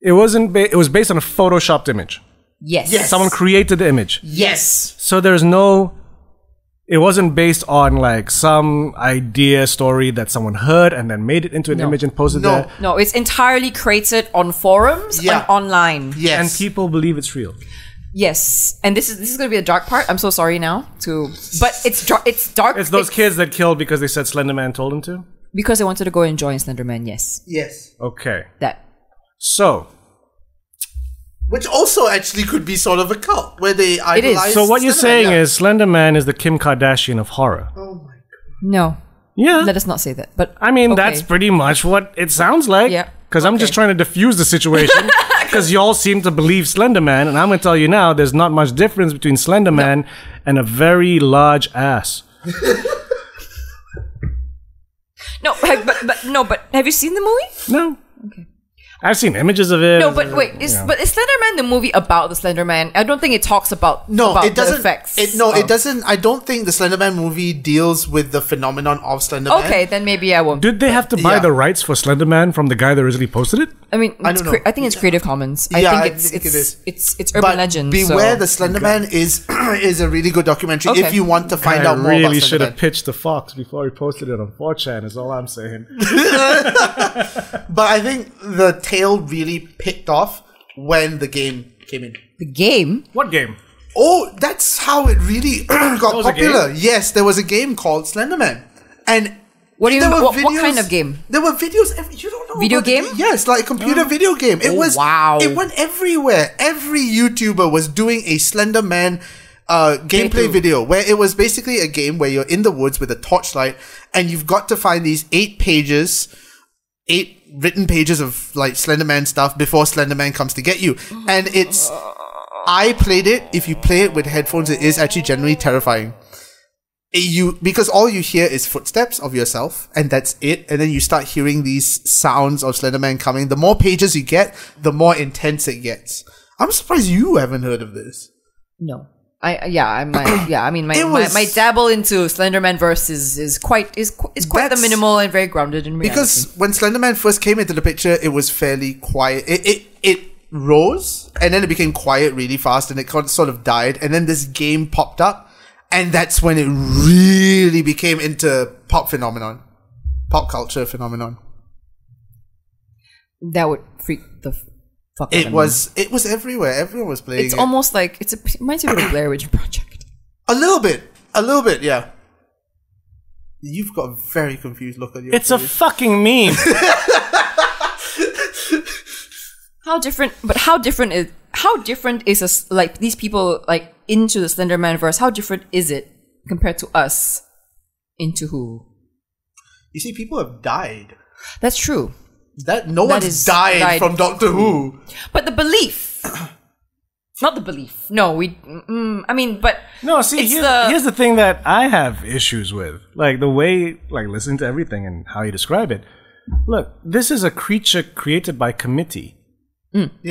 it wasn't. Ba- it was based on a photoshopped image.
Yes.
Yes.
Someone created the image.
yes,
So there's no. It wasn't based on like some idea story that someone heard and then made it into an
No.
image and posted
No.
there.
No, it's entirely created on forums
Yeah.
and online.
And
yes.
people believe it's real.
Yes, and this is this is gonna be the dark part. I'm so sorry now to, but it's dr- it's dark.
It's those kids that killed because they said Slenderman told them to.
because they wanted to go and join Slenderman. Yes,
yes.
Okay.
that
So
Which also actually could be sort of a cult where they
is.
idolize.
So what you're
Slenderman,
saying
yeah.
is Slender Man is the Kim Kardashian of horror.
no,
Yeah.
let us not say that. But
I mean,
okay.
that's pretty much what it sounds like.
Yeah.
Because I'm just trying to diffuse the situation. Because y'all seem to believe Slender Man, and I'm going to tell you now, there's not much difference between Slender Man and a very large ass.
no, like, but but no, but have you seen the movie?
No. Okay. I've seen images of it.
No, but wait, is but is Slenderman the movie about the Slenderman? I don't think it talks about
No,
about
it doesn't.
The effects.
It, no, it doesn't. I don't think the Slenderman movie deals with the phenomenon of Slenderman.
Okay, then maybe I won't.
Did they have to buy
Yeah.
the rights for Slender Man from the guy that originally posted it?
I mean,
I
it's
don't
cre-
know.
I think it's Creative Commons. I
Yeah,
think
I
it's
think it
it's,
is.
it's it's urban legend.
Beware
so.
the Slender Man is is a really good documentary if
Okay.
you want to find
I
out more about
really
Slender
should
Man.
have pitched the Fox before he posted it on 4chan, is all I'm saying.
But I think the tale really picked off when the game came in.
the game.
what game?
Oh, that's how it really got
was a
popular. Yes, there was a game called Slenderman, and
What do you
there
mean?
were
What, what kind of game?
There were videos. Every, you don't know
Video
about the
game?
yes, like a computer video game. It
Oh,
was
wow.
It went everywhere. Every YouTuber was doing a Slenderman uh, gameplay
Playthrough.
video where it was basically a game where you're in the woods with a torchlight and you've got to find these eight pages eight written pages of like Slenderman stuff before Slenderman comes to get you. And it's I played it. If you play it with headphones, it is actually generally terrifying. Eh, You because all you hear is footsteps of yourself, and that's it. And then you start hearing these sounds of Slenderman coming. The more pages you get, the more intense it gets. I'm surprised you haven't heard of this.
No. I yeah I my yeah I mean my,
It
my,
was-
my dabble into Slenderman verse is, is quite is qu- is quite the
That's-
minimal and very grounded in reality.
Because when Slenderman first came into the picture, it was fairly quiet. It it, it rose and then it became quiet really fast, and it kind of- sort of died. And then this game popped up, and that's when it really became into pop phenomenon, pop culture phenomenon.
That would freak the f- fuck out of
It
me.
was it was everywhere. Everyone was playing
It's
it.
almost like it's a, it reminds me of the Blair Witch Project.
a little bit, a little bit, yeah. You've got a very confused look on your
It's a
face.
fucking meme.
How different? But how different is how different is a s like these people like into the Slender Man verse? How different is it compared to us into who?
you see, people have died.
That's true.
That no
That
one's
is
died,
died.
from Doctor Who.
But the belief, not the belief. No, we. Mm, I mean, but
No, see,
It's
here's
the-
the, here's the thing that I have issues with. Like the way, like listening to everything and how you describe it. Look, this is a creature created by committee,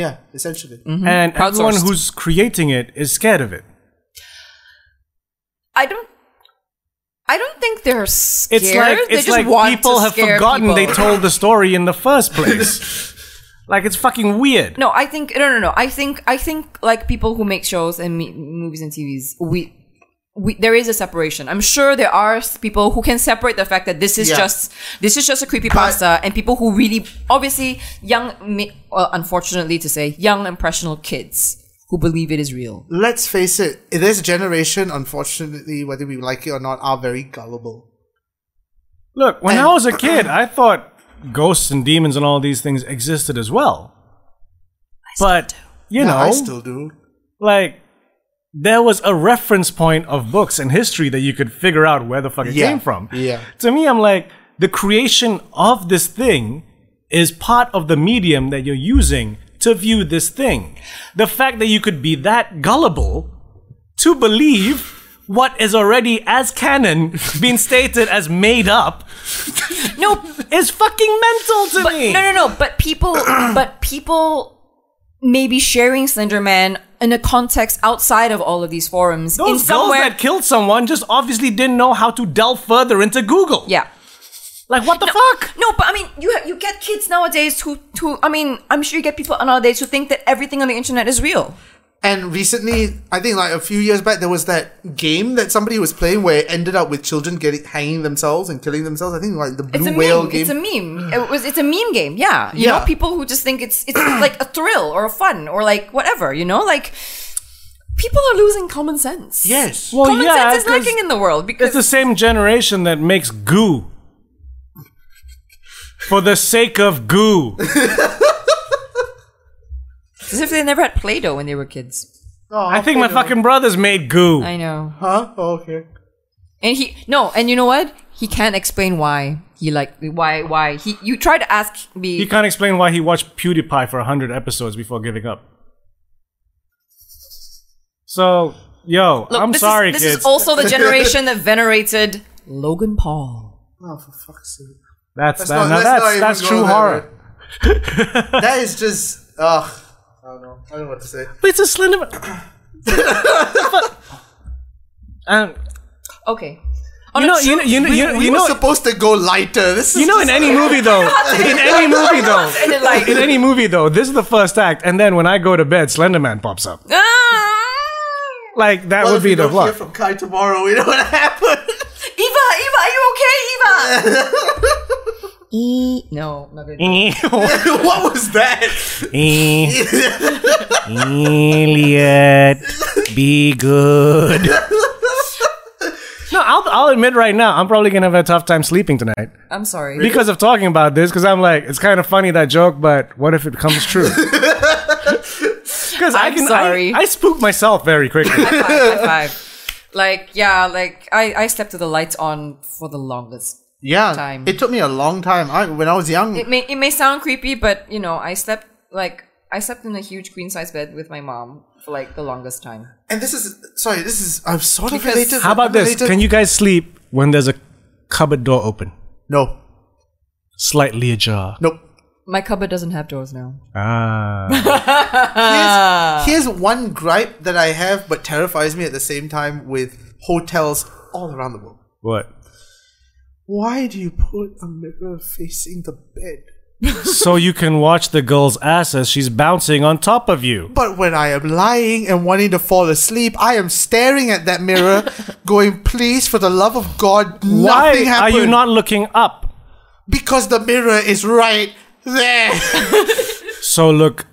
Yeah, essentially.
Mm.
and everyone
Mm-hmm. Crowdsourced.
who's creating it is scared of it.
I don't. I don't think they're scared.
It's like
they
it's
just
like
want
people
to
have
scare
forgotten they
people.
told the story in the first place. like it's fucking weird.
No, I think no, no, no. I think I think like people who make shows and me- movies and TVs, we. We, there is a separation. I'm sure there are s- people who can separate the fact that this is
Yeah.
just this is just a creepy pasta, and people who really, obviously, young, mi- uh, unfortunately to say, young impressionable kids who believe it is real.
Let's face it, this generation, unfortunately, whether we like it or not, are very gullible.
Look, when I
And-
was a kid, I thought ghosts and demons and all these things existed as well. But you
Yeah,
know,
I still do.
like there was a reference point of books and history that you could figure out where the fuck it
Yeah.
came from.
Yeah.
To me, I'm like, the creation of this thing is part of the medium that you're using to view this thing. The fact that you could be that gullible to believe what is already as canon being stated as made up
No,
is fucking mental to
but
me.
no, no, no. But people, but people, maybe sharing Slenderman in a context outside of all of these forums in
Those girls
somewhere.
that killed someone just obviously didn't know how to delve further into Google.
yeah.
Like what the
No,
fuck?
No, but I mean, you ha- you get kids nowadays who who I mean, I'm sure you get people nowadays who think that everything on the internet is real.
And recently, I think like a few years back, there was that game that somebody was playing where it ended up with children getting hanging themselves and killing themselves. I think like the
It's
blue
a
whale
meme.
game.
It's a meme. It was it's a meme game. Yeah, you
Yeah.
know, people who just think it's it's like a thrill or a fun or like whatever. You know, like people are losing common sense.
yes.
Well,
common
Oh, yeah,
sense is
'cause
lacking in the world
It's
because
the same generation that makes goo for the sake of goo.
as if they never had Play-Doh when they were kids.
Oh,
I think my
okay,
fucking brothers made goo.
I know.
no. Huh? Oh, okay.
And he no, and you know what? He can't explain why he like why why he. You try to ask me.
He can't explain why he watched PewDiePie for hundred episodes before giving up. So, yo,
Look,
I'm
this
sorry,
Is, this
kids.
is also the generation that venerated Logan Paul.
Oh, for fuck's sake.
that's
Let's
that,
not-
now
let's not
that's
even
that's
go
true
there.
horror.
That is just. Ugh. I don't know. I don't know what to say.
But it's a slender. But- um,
Okay.
you know, you know, you know, you know,
We
you
were
know,
supposed to go lighter. This is
You know, in any movie though, in any movie though,
And then, like-
in any movie though, this is the first act, and then when I go to bed, Slender Man pops up.
Ah!
Like that
Well,
would
if we
be the
don't hear
plot.
from Kai tomorrow. We know what happened.
Eva, Eva, are you okay, Eva? e- no, not good.
what was that?
Elliot, be good. No, I'll, I'll admit right now, I'm probably gonna have a tough time sleeping tonight
I'm sorry.
because of talking about this. Because I'm like, it's kind of funny that joke, but what if it comes true? Because I
I'm
can, I-
sorry.
I spook myself very quickly.
high five, high five. Like, yeah, like I, I slept with the lights on for the longest.
Yeah,
Time.
it took me a long time. I when I was young,
It may it may sound creepy, but you know, I slept like I slept in a huge queen size bed with my mom for like the longest time.
and this is sorry. This is I'm sort of
Because-
related.
How about this? Can you guys sleep when there's a cupboard door open,
No,
slightly ajar?
nope.
My cupboard doesn't have doors now.
Ah,
here's, here's one gripe that I have, but terrifies me at the same time with hotels all around the world.
what?
Why do you put a mirror facing the bed?
so you can watch the girl's ass as she's bouncing on top of you.
But when I am lying and wanting to fall asleep, I am staring at that mirror, going, please, for the love of God,
Why
nothing
are
happened.
you not looking up?
Because the mirror is right there.
So look,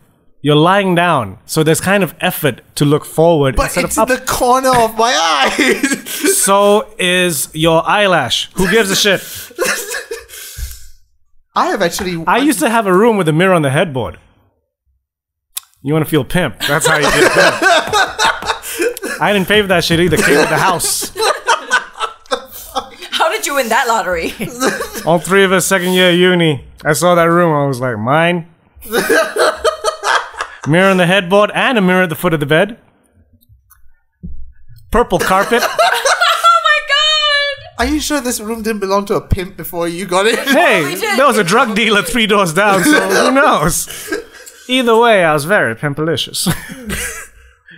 you're lying down. So there's kind of effort to look forward
But
instead
it's
of
in
up.
the corner of my eye.
so is your eyelash. Who gives a shit?
I have actually.
I used to have a room with a mirror on the headboard. You want to feel pimp? That's how you get pimp. I didn't pay for that shit either. Came with the house.
How did you win that lottery?
All three of us second year uni. I saw that room. I was like, mine. mirror on the headboard and a mirror at the foot of the bed. Purple carpet.
Are you sure this room didn't belong to a pimp before you got it?
Hey,
we did.
there was a drug dealer three doors down, so who knows? Either way, I was very pimpalicious.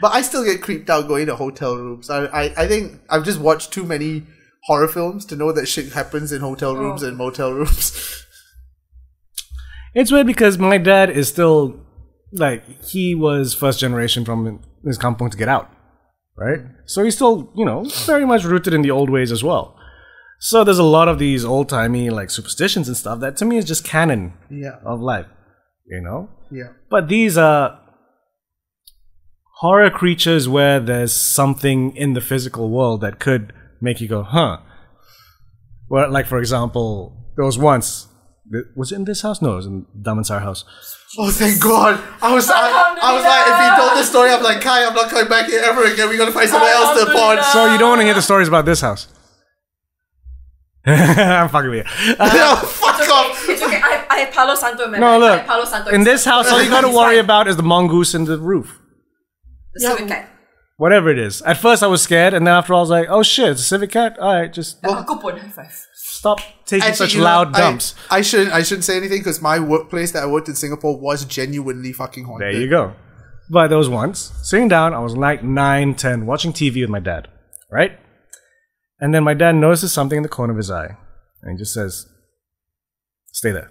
But I still get creeped out going to hotel rooms. I, I, I think I've just watched too many horror films to know that shit happens in
Oh.
hotel rooms and motel rooms.
It's weird because my dad is still like he was first generation from his kampong to get out, right? So he's still you know very much rooted in the old ways as well. So there's a lot of these old timey like superstitions and stuff that to me is just canon
yeah.
of life, you know.
Yeah.
But these are horror creatures where there's something in the physical world that could make you go, huh. Well, like, for example, there was once. th- Was it in this house? No, it was in Damansar house.
Oh, thank God. I was, I, I was like, if he told this story, I'm like, Kai, I'm not coming back here ever again. We gotta find somewhere else to pawn.
So you don't want to
Ah.
hear the stories about this house. I'm fucking with you. Uh,
No, fuck off.
it's okay. I, I have Palo Santo in my
no,
mind. I
look.
have Palo Santo
In this house, all you got to
It's
worry
fine.
about is the mongoose and the roof.
The civet cat.
Whatever it is. At first, I was scared, and then after all, I was like, oh shit, it's a civet cat? All right, just
Ah, good point. High five.
stop taking
Actually,
such
you know,
loud
I-
dumps.
I, shouldn't. I shouldn't say anything because my workplace that I worked in Singapore was genuinely fucking haunted.
There you go. But there was once, sitting down, I was like 9, 10, watching TV with my dad, right? And then my dad notices something in the corner of his eye. And he just says, Stay there.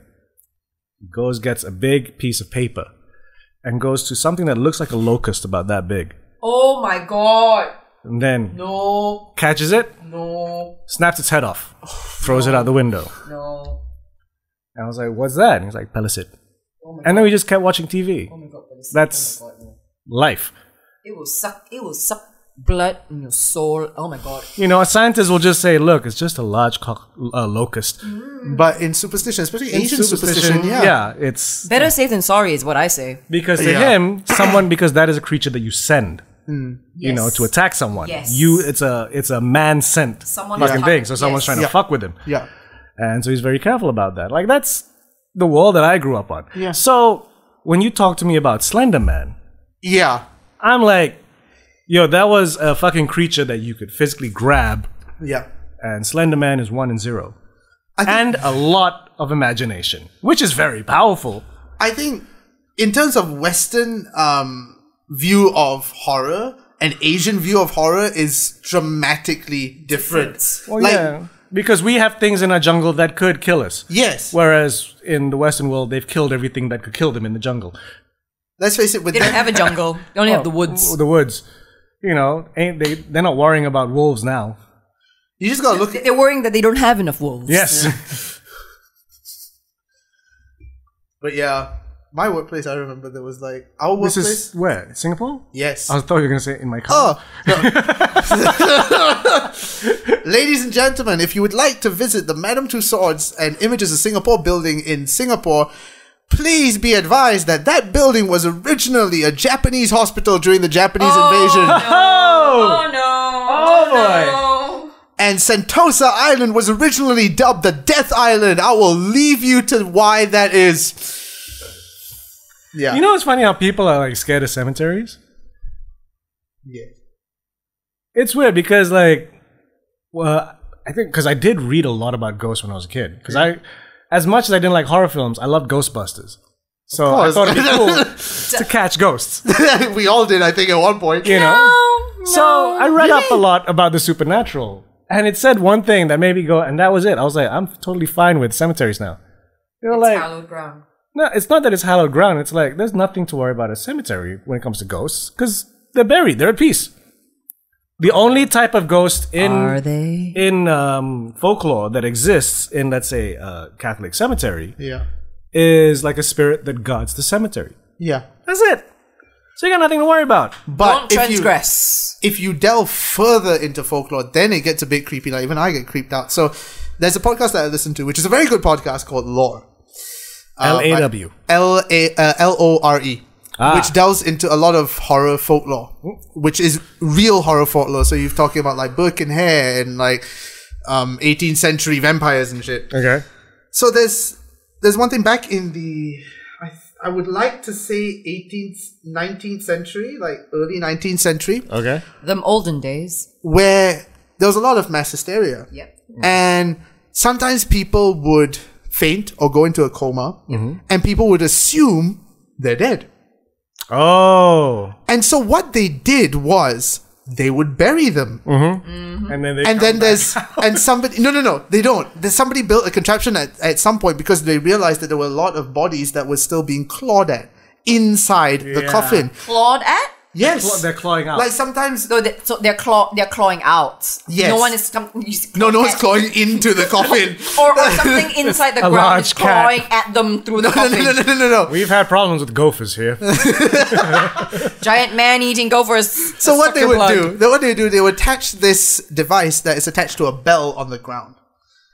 He goes, gets a big piece of paper, and goes to something that looks like a locust about that big.
Oh my god.
And then
No.
catches it,
No.
snaps its head off, throws it out the window.
No.
And I was like, What's that? And he's like, Pelisid. and then we just kept watching TV.
Oh my god. That is
That's
oh my God, no.
life.
It will suck. It will suck blood in your soul. Oh my god.
You know, a scientist will just say, "Look, it's just a large cock- uh, locust."
But in superstition, especially ancient superstition, yeah.
it's
Better safe than sorry is what I say.
because to
Yeah.
him, someone because that is a creature that you send, you know, to attack someone.
Yes.
You, it's a it's a man sent
Someone
fucking
is
thing.
coming.
So someone's
Yes.
trying to
Yeah.
fuck with him,
yeah.
and so he's very careful about that. Like that's the world that I grew up on.
Yeah.
So when you talk to me about Slender Man,
Yeah.
I'm like, yo, that was a fucking creature that you could physically grab,
Yeah.
and Slender Man is one and zero.
I think,
and a lot of imagination, which is very powerful.
I think in terms of Western um, view of horror, an Asian view of horror is dramatically different. Like,
Oh, because we have things in our jungle that could kill us.
Yes.
Whereas in the Western world, they've killed everything that could kill them in the jungle.
Let's face it. With
They don't
that,
have a jungle. They only
Oh.
have the woods.
Oh, The woods. You know, ain't they? They're not worrying about wolves now.
you just gotta look.
They- They're worrying that they don't have enough wolves.
Yes.
But yeah, my workplace. I remember there was like our
this
workplace.
is where Singapore.
yes.
I thought you were gonna say in my car.
Oh, no. Ladies and gentlemen, if you would like to visit the Madame Two Swords and Images of Singapore building in Singapore, please be advised that that building was originally a Japanese hospital during the Japanese invasion,
Oh,
Oh no.
Oh,
and Sentosa Island was originally dubbed the Death Island. I will leave you to why that is. Yeah.
you know it's funny how people are like scared of cemeteries.
Yeah.
It's weird because like, well, I think because I did read a lot about ghosts when I was a kid. Because I, as much as I didn't like horror films, I loved Ghostbusters. So I
course.
thought it'd be cool to catch ghosts.
we all did, I think, at one point.
You know.
No, no.
So I read up a lot about the supernatural, and it said one thing that made me go, and that was it. I was like, I'm totally fine with cemeteries now. You're
It's
like,
hallowed ground.
no, it's not that it's hallowed ground. It's like there's nothing to worry about a cemetery when it comes to ghosts because they're buried. They're at peace. The only type of ghost in
Are they?
in um, folklore that exists in, let's say, a Catholic cemetery
Yeah.
is like a spirit that guards the cemetery.
Yeah.
That's it. So you got nothing to worry about.
But
Don't
if you,
transgress.
if you delve further into folklore, then it gets a bit creepy. Like even I get creeped out. So there's a podcast that I listen to, which is a very good podcast called Lore. Uh,
L A W.
L A uh, L O R E,
Ah.
which delves into a lot of horror folklore, which is real horror folklore. So you're talking about like Burke and Hare and like um, 18th century vampires and shit.
Okay.
So there's there's one thing back in the I, I would like to say 18th 19th century, like early 19th century,
Okay.
Them olden days.
where there was a lot of mass hysteria.
Yep.
And sometimes people would faint or go into a coma, and people would assume they're dead.
Oh.
And so what they did was they would bury them.
And then they
And then there's and somebody no no no they don't. There's somebody built a contraption at, at some point because they realized that there were a lot of bodies that were still being clawed at inside the
Yeah.
coffin.
Clawed at?
Yes.
Claw- they're clawing out.
Like sometimes
So, they, so they're claw, they're clawing out.
Yes.
No one is com- you see-
no no one's
at-
clawing into the coffin.
Oh,
Or, or something inside the
A
ground is
large cat.
clawing at them through the
No
coffin.
no no no no no. no.
We've had problems with gophers here.
Giant man eating gophers.
So what they
sucker
would
blood.
do, they, what they would do, they would attach this device that is attached to a bell on the ground.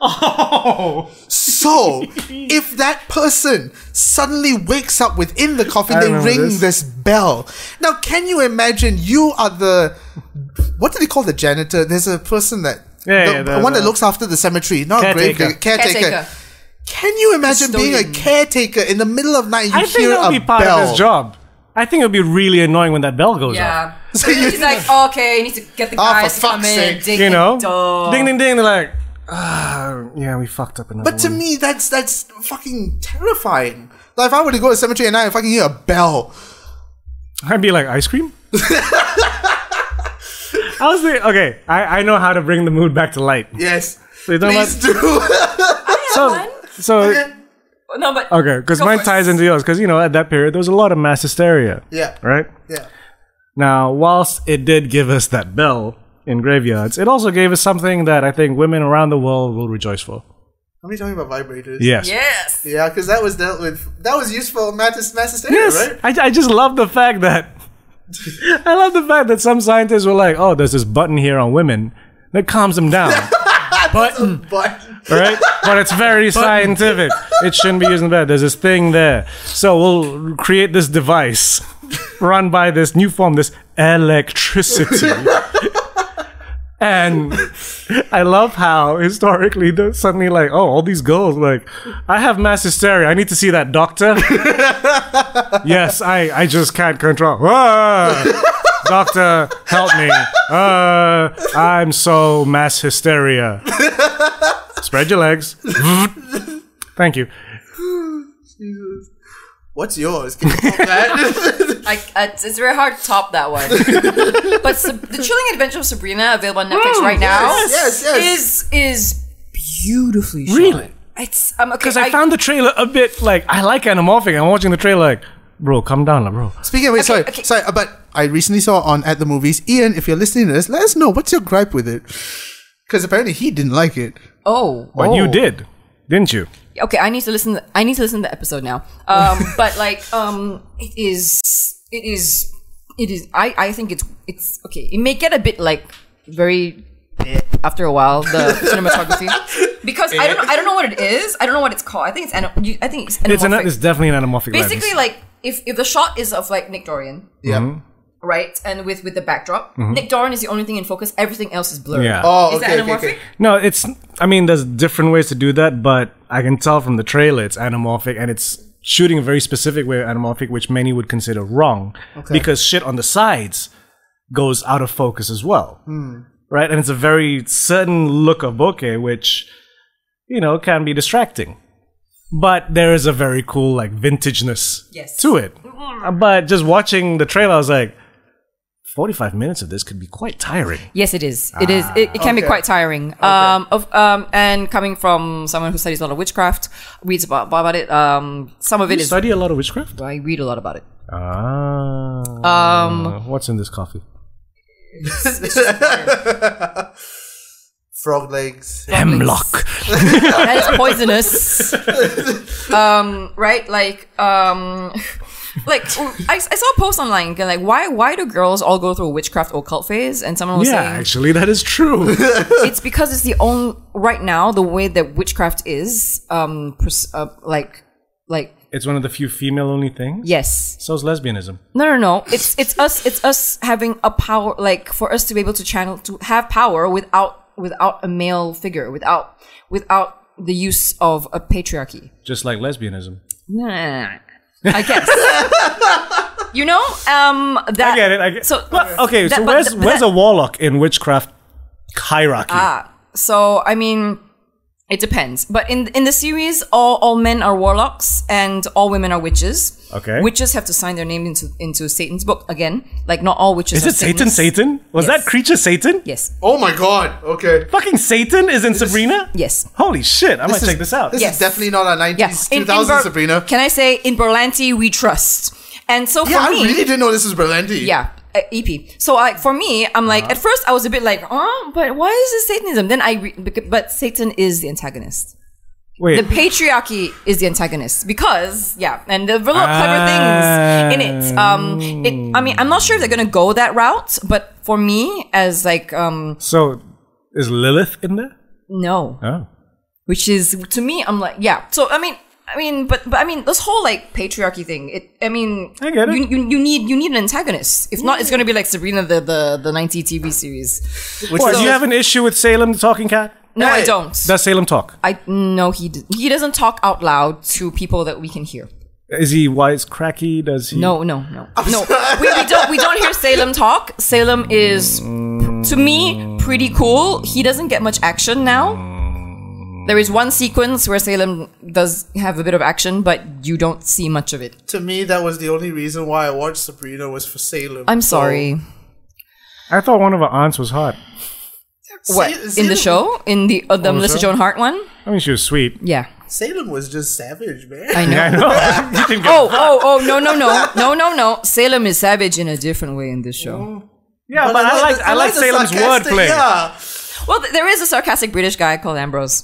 oh.
So, if that person suddenly wakes up within the coffin,
I
they
remember
ring this.
this.
bell. Now, can you imagine? You are the what do they call the janitor? There's a person that
Yeah,
the,
yeah, the-
one that
the-
looks after the cemetery, not grave
Caretaker.
digger, caretaker.
Caretaker.
Can you imagine being a
Custodian.
caretaker in the middle of night? And you
I think
hear
that would
a
be part
bell.
of his job. I think it would be really annoying when that bell goes off.
Yeah.
So
And
you-
he's like, oh, okay, you need to get the
Oh, for
guys to come
fuck's
in.
sake.
Dig
You know?
the door.
Ding ding ding. They're like, ah, yeah, we fucked up another
But to
one."
me, that's that's fucking terrifying. Like if I were to go to the cemetery and I fucking hear a bell,
I'd be like, ice cream? I was thinking, okay, I, I know how to bring the mood back to light.
yes,
So you're talking
please do.
So, so
No, but
okay, because
Go
mine
first.
ties into yours. Because you know, at that period, there was a lot of mass hysteria,
yeah,
right?
yeah.
Now, whilst it did give us that bell in graveyards, it also gave us something that I think women around the world will rejoice for.
Are we talking about vibrators?
Yes.
yes.
Yeah, because that was dealt with. That was used for Mattis Master
Yes,
right?
I, I just love the fact that I love the fact that some scientists were like, "Oh, there's this button here on women that calms them down." button.
But
All right, but it's very scientific. It shouldn't be used in bed. There's this thing there. So we'll create this device run by this new form, this electricity. and I love how historically they're suddenly like, oh, all these girls like, I have mass hysteria. I need to see that doctor. yes, I I just can't control. Ah! Doctor, help me. Uh, I'm so mass hysteria. Spread your legs. Thank you.
what's yours? Can you top that?
I, I, it's very hard to top that one. but Sab- the Chilling Adventure of Sabrina, available on
Oh,
Netflix right now,
yes, yes.
is is beautifully shot.
Really?
It's um, okay.
Because I, found the trailer a bit like I like anamorphic. I'm watching the trailer like, bro, calm down, lah, bro.
Speaking of, wait, sorry,
okay.
sorry, uh, but I recently saw on At the Movies. Ian, if you're listening to this, let us know what's your gripe with it. Because apparently he didn't like it.
oh,
But
oh.
you did, didn't you?
okay i need to listen i need to listen to the episode now um but like um it is it is it is i i think it's it's okay it may get a bit like very eh, after a while the cinematography because i don't know i don't know what it is i don't know what it's called i think it's ano- you- i think it's,
It's an,
anamorphic.
it's definitely an anamorphic.
basically
lens.
like if if the shot is of like nick dorian
Yeah.
Mm-hmm.
right and with with the backdrop nick dorian is the only thing in focus everything else is blurred
Yeah.
Oh,
is that
okay, okay,
anamorphic
okay.
no, it's. I mean, there's different ways to do that, but I can tell from the trailer it's anamorphic and it's shooting a very specific way of anamorphic, which many would consider wrong because shit on the sides goes out of focus as well, right? And it's a very certain look of bokeh, which you know can be distracting, but there is a very cool like vintageness
Yes.
to it. But just watching the trailer, I was like, 45 minutes of this could be quite tiring.
Yes, it is. It is. It, it can be
Ah,
Okay.
quite tiring. Um, of um, and coming from someone who studies a lot of witchcraft, reads about about it. Um, some of it
You
is.
study a lot of witchcraft?
I read a lot about it.
Ah.
Um,
What's in this coffee?
Frog legs.
Hemlock.
that is poisonous. um, right? Like, um, like I, I saw a post online like why why do girls all go through a witchcraft occult phase? And someone was
Yeah,
saying
actually, that is true.
it's because it's the only right now the way that witchcraft is um pers- uh, like like
it's one of the few female only things.
yes
So is lesbianism.
No, no, no. It's it's us. It's us having a power, like for us to be able to channel to have power without without a male figure, without without the use of a patriarchy.
Just like
Uh,
lesbianism.
Nah, I guess. you know, um, that.
I get it. I get
So
Well, okay,
that-
so
but-
where's,
but
where's
that-
a warlock in witchcraft hierarchy?
Ah, So I mean, it depends. But in in the series, all all men are warlocks and all women are witches.
Okay.
Witches have to sign their name into into Satan's book again. Like not all witches.
is
are
it Satan?
Satanists.
Satan? Was
Yes.
that creature Satan?
Yes.
Oh my god. Okay.
Fucking Satan is in Sabrina?
Yes.
Holy shit, I might check this out.
This
Yes.
is definitely not our 90s,
Yes,
2000s Sabrina.
Can I say in Berlanti we trust? And so for
yeah, I
me,
really didn't know this was Berlanti.
yeah, uh, EP. So like for me, I'm like
Uh-huh.
at first I was a bit like, oh, but why is this Satanism? Then I, re- becau- but Satan is the antagonist.
Wait,
The patriarchy is the antagonist because yeah, and there were a lot of clever
Ah.
things in it.
Ah.
Um, it. I mean, I'm not sure if they're gonna go that route, but for me, as like um,
so is Lilith in there?
no,
Oh.
which is to me i'm like yeah so i mean i mean but but i mean this whole like patriarchy thing it i mean
I get it.
You, you, you need you need an antagonist if not it's going to be like sabrina the the the 90 tv series
Which
What,
is-
do you have an issue with Salem the talking cat?
no i
Hey.
don't
Does Salem talk?
i no he d- he doesn't talk out loud to people that we can hear
Is he wise cracky? Does he?
no no no no we, we don't we don't hear salem talk salem is to me pretty cool he doesn't get much action now there is one sequence where salem does have a bit of action but you don't see much of it
to me, that was the only reason why I watched Sabrina was for Salem.
I'm
So-
sorry.
I thought one of our aunts was hot.
What
Sa-
in the
Salem-
show? In the uh, the Melissa Joan Hart one?
I mean, she was sweet.
Yeah,
Salem was just savage, man.
I know.
I know. You didn't go-
Oh, oh, oh! No, no, no, no, no, no! Salem is savage in a different way in this show.
yeah, but, I like
the-
I like
the
Salem's
sarcastic-
wordplay.
Yeah,
Well, th- there is a sarcastic British guy called Ambrose.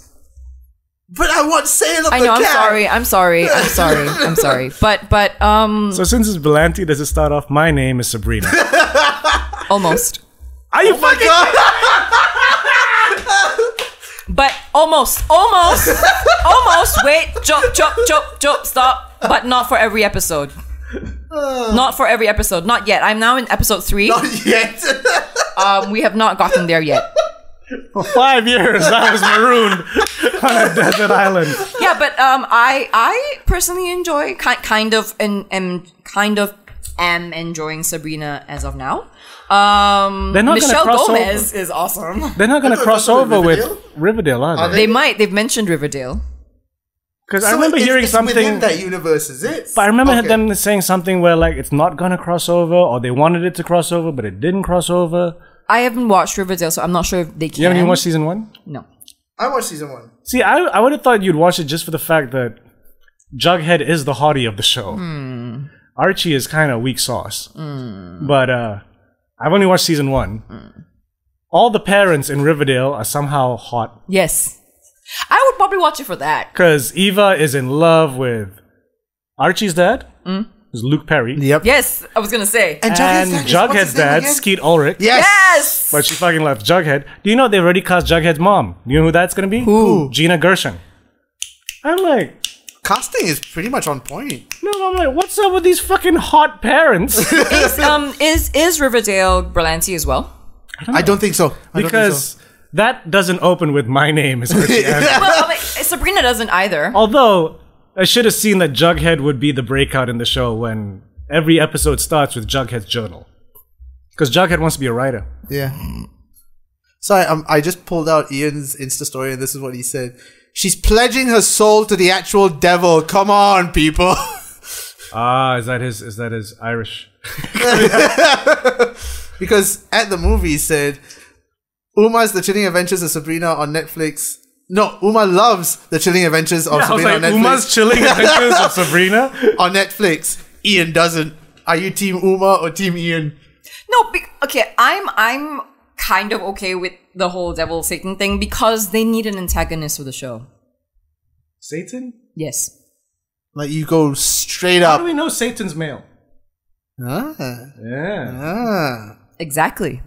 but I want Salem.
I
the
know. I'm
cat.
sorry. I'm sorry. I'm sorry. I'm sorry. But but um,
So since it's Belanti, does it start off? My name is Sabrina.
almost.
Are you
Oh my
fucking?
god!
But almost, almost, almost. Wait, jump, jump, jump, jump. Stop. But not for every episode. Not for every episode. Not yet. I'm now in episode three.
Not yet.
Um, we have not gotten there yet.
For five years, I was marooned on a desert island.
yeah, but um, I I personally enjoy ki- kind of and am kind of am enjoying Sabrina as of now. Um,
They're not gonna
Michelle
cross
Gomez is awesome.
They're not going to cross
that's
over
with
with
Riverdale?
Riverdale, are they?
They might they've mentioned Riverdale.
Because I
So
remember
it's-
hearing
it's
something.
within that universe, is it?
But I remember
Okay.
them saying something where like it's not going to cross over, or they wanted it to cross over, but it didn't cross over.
I haven't watched Riverdale, so I'm not sure if they can.
You haven't even watched season one.
No.
I watched season one.
See, I, I would have thought you'd watch it just for the fact that Jughead is the hottie of the show. Archie is kind of weak sauce. But uh, I've only watched season one. All the parents in Riverdale are somehow hot
Yes, I would probably watch it for that.
because Eva is in love with Archie's dad, who's Luke Perry,
Yep.
Yes, I was gonna say.
And
and
Jughead's dad. is- what's
Jughead's
his name
dad,
again?
Skeet Ulrich.
Yes.
Yes.
But she fucking loves Jughead. Do you know they've already cast Jughead's mom? You know who that's gonna be?
Who?
Gina Gershon. I'm like,
Casting is pretty much on point.
No, I'm like, what's up with these fucking hot parents?
is, um, is is Riverdale Berlanti as well?
I don't think so. I don't think so.
because that doesn't open with my name is Christianity.
Well, I'm like, Sabrina doesn't either.
Although I should have seen that Jughead would be the breakout in the show when every episode starts with Jughead's journal. Because Jughead wants to be a writer.
Yeah. So I, um, I just pulled out Ian's Insta story, and this is what he said. She's pledging her soul to the actual devil. Come on, people.
Ah, is that his? Is that his Irish?
because at the movie it said Uma's The Chilling Adventures of Sabrina on Netflix. No, Uma loves The Chilling Adventures of
I was
Sabrina
like,
on Netflix.
Uma's chilling adventures of Sabrina.
on Netflix. Ian doesn't. Are you team Uma or team Ian?
No, be- okay, I'm I'm kind of okay with the whole devil Satan thing because they need an antagonist for the show.
Satan?
Yes.
Like you go straight
How do
up.
we know Satan's male?
Ah,
Yeah.
ah.
Exactly.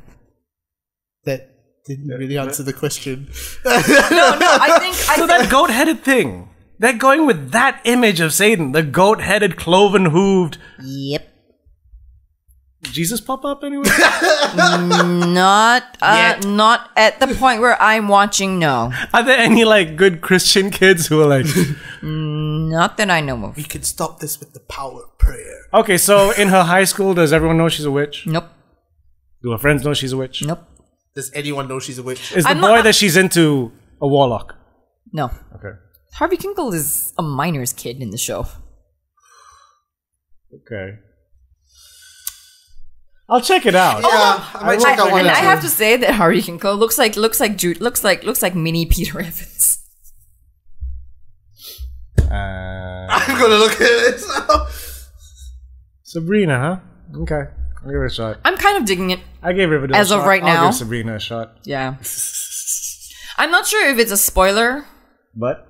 That didn't really answer the question.
No, no, I think I
So
think
that goat headed thing. They're going with that image of Satan, the goat headed, cloven hooved.
Yep.
Jesus pop up anyway?
Not uh,
Yet.
not at the point where I'm watching, no.
Are there any like good Christian kids who are like,
Not that I know
We
of.
can stop this with the power of prayer.
okay, so in her high school, does everyone know she's a witch?
Nope.
Do her friends know she's a witch?
Nope.
Does anyone know she's a witch?
Is the
I'm
boy
not-
that she's into a warlock?
No.
Okay.
Harvey Kinkle is a miner's kid in the show.
Okay. I'll check it out.
Yeah, I might check
I-
out one
and
or
I
two.
have to say that Harvey Kinkle looks like looks like Jude looks like looks like mini Peter Evans.
Uh,
I'm gonna look at it now.
Sabrina, huh? Okay. I'll give it a shot.
I'm kind of digging it.
I gave Riverdale
As
a
of
shot.
right
I'll
now?
give Sabrina a shot.
Yeah. I'm not sure if it's a spoiler.
But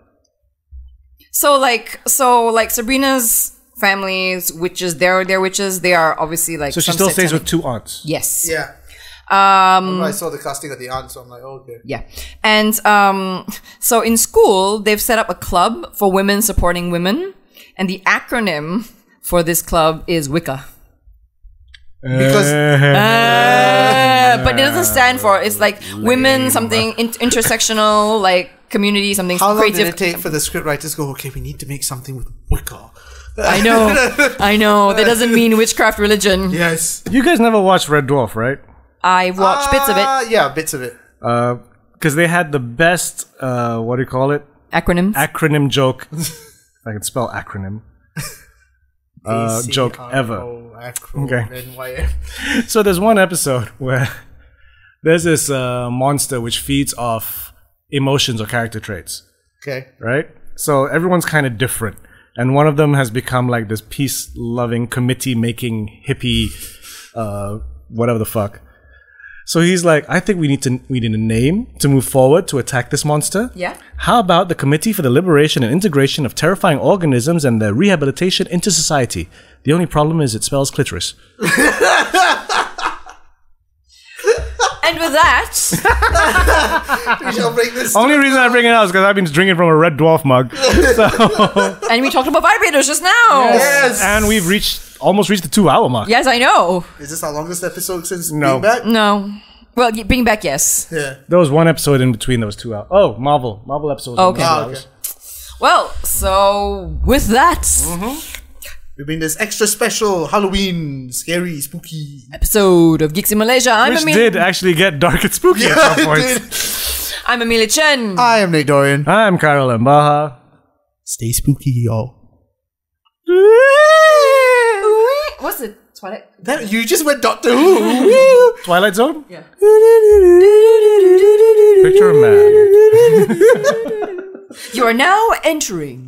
So like so like Sabrina's family's witches, they're they're witches, they are obviously like
so she
some
still stays
satanic-
with two aunts.
Yes.
Yeah.
Um
I saw the casting of the aunt, so I'm like, oh, okay.
Yeah. And um, so in school, they've set up a club for women supporting women. And the acronym for this club is Wicca.
Because
Uh, but it doesn't stand for, it's like women, something in- intersectional, like community, something
how long
creative.
did it take for the scriptwriters to go, okay, we need to make something with Wicca?
I know. I know. That doesn't mean witchcraft religion.
Yes.
You guys never watched Red Dwarf, right?
I've watched bits of it.
Uh, yeah, bits of it.
Because they had the best, uh, what do you call it?
Acronyms.
Acronym joke. If I can spell acronym. Uh, joke ever. Okay.
Okay.
So there's one episode where there's this uh, monster which feeds off emotions or character traits.
okay.
right? So everyone's kind of different. And one of them has become like this peace loving, committee making hippie, uh, whatever the fuck. So he's like, I think we need to we need a name to move forward to attack this monster.
Yeah.
How about the Committee for the Liberation and Integration of Terrifying Organisms and their Rehabilitation into Society? The only problem is it spells clitoris.
And with that,
We shall break this.
Only reason I bring it out is because I've been drinking from a red dwarf mug.
and we talked about vibrators just now.
Yes.
and we've reached almost reached the two hour mark.
Yes, I know.
Is this our longest episode since
No.
being back?
No. Well, y- bring back, yes.
Yeah.
There was one episode in between that was two hours. Oh, Marvel. Marvel episodes.
Okay.
Ah, okay.
Well, so with that
We've been this extra special Halloween, scary, spooky.
episode of Geeks in Malaysia, I'm
Which
Amelia.
did actually get dark and spooky at some point.
Dude.
I'm Amelia Chen.
I am Nate Dorian.
I'm Carol Mbaha.
Stay spooky, y'all.
What's the Twilight?
That you just went Doctor Who.
Twilight Zone?
Yeah.
Picture a man.
You are now entering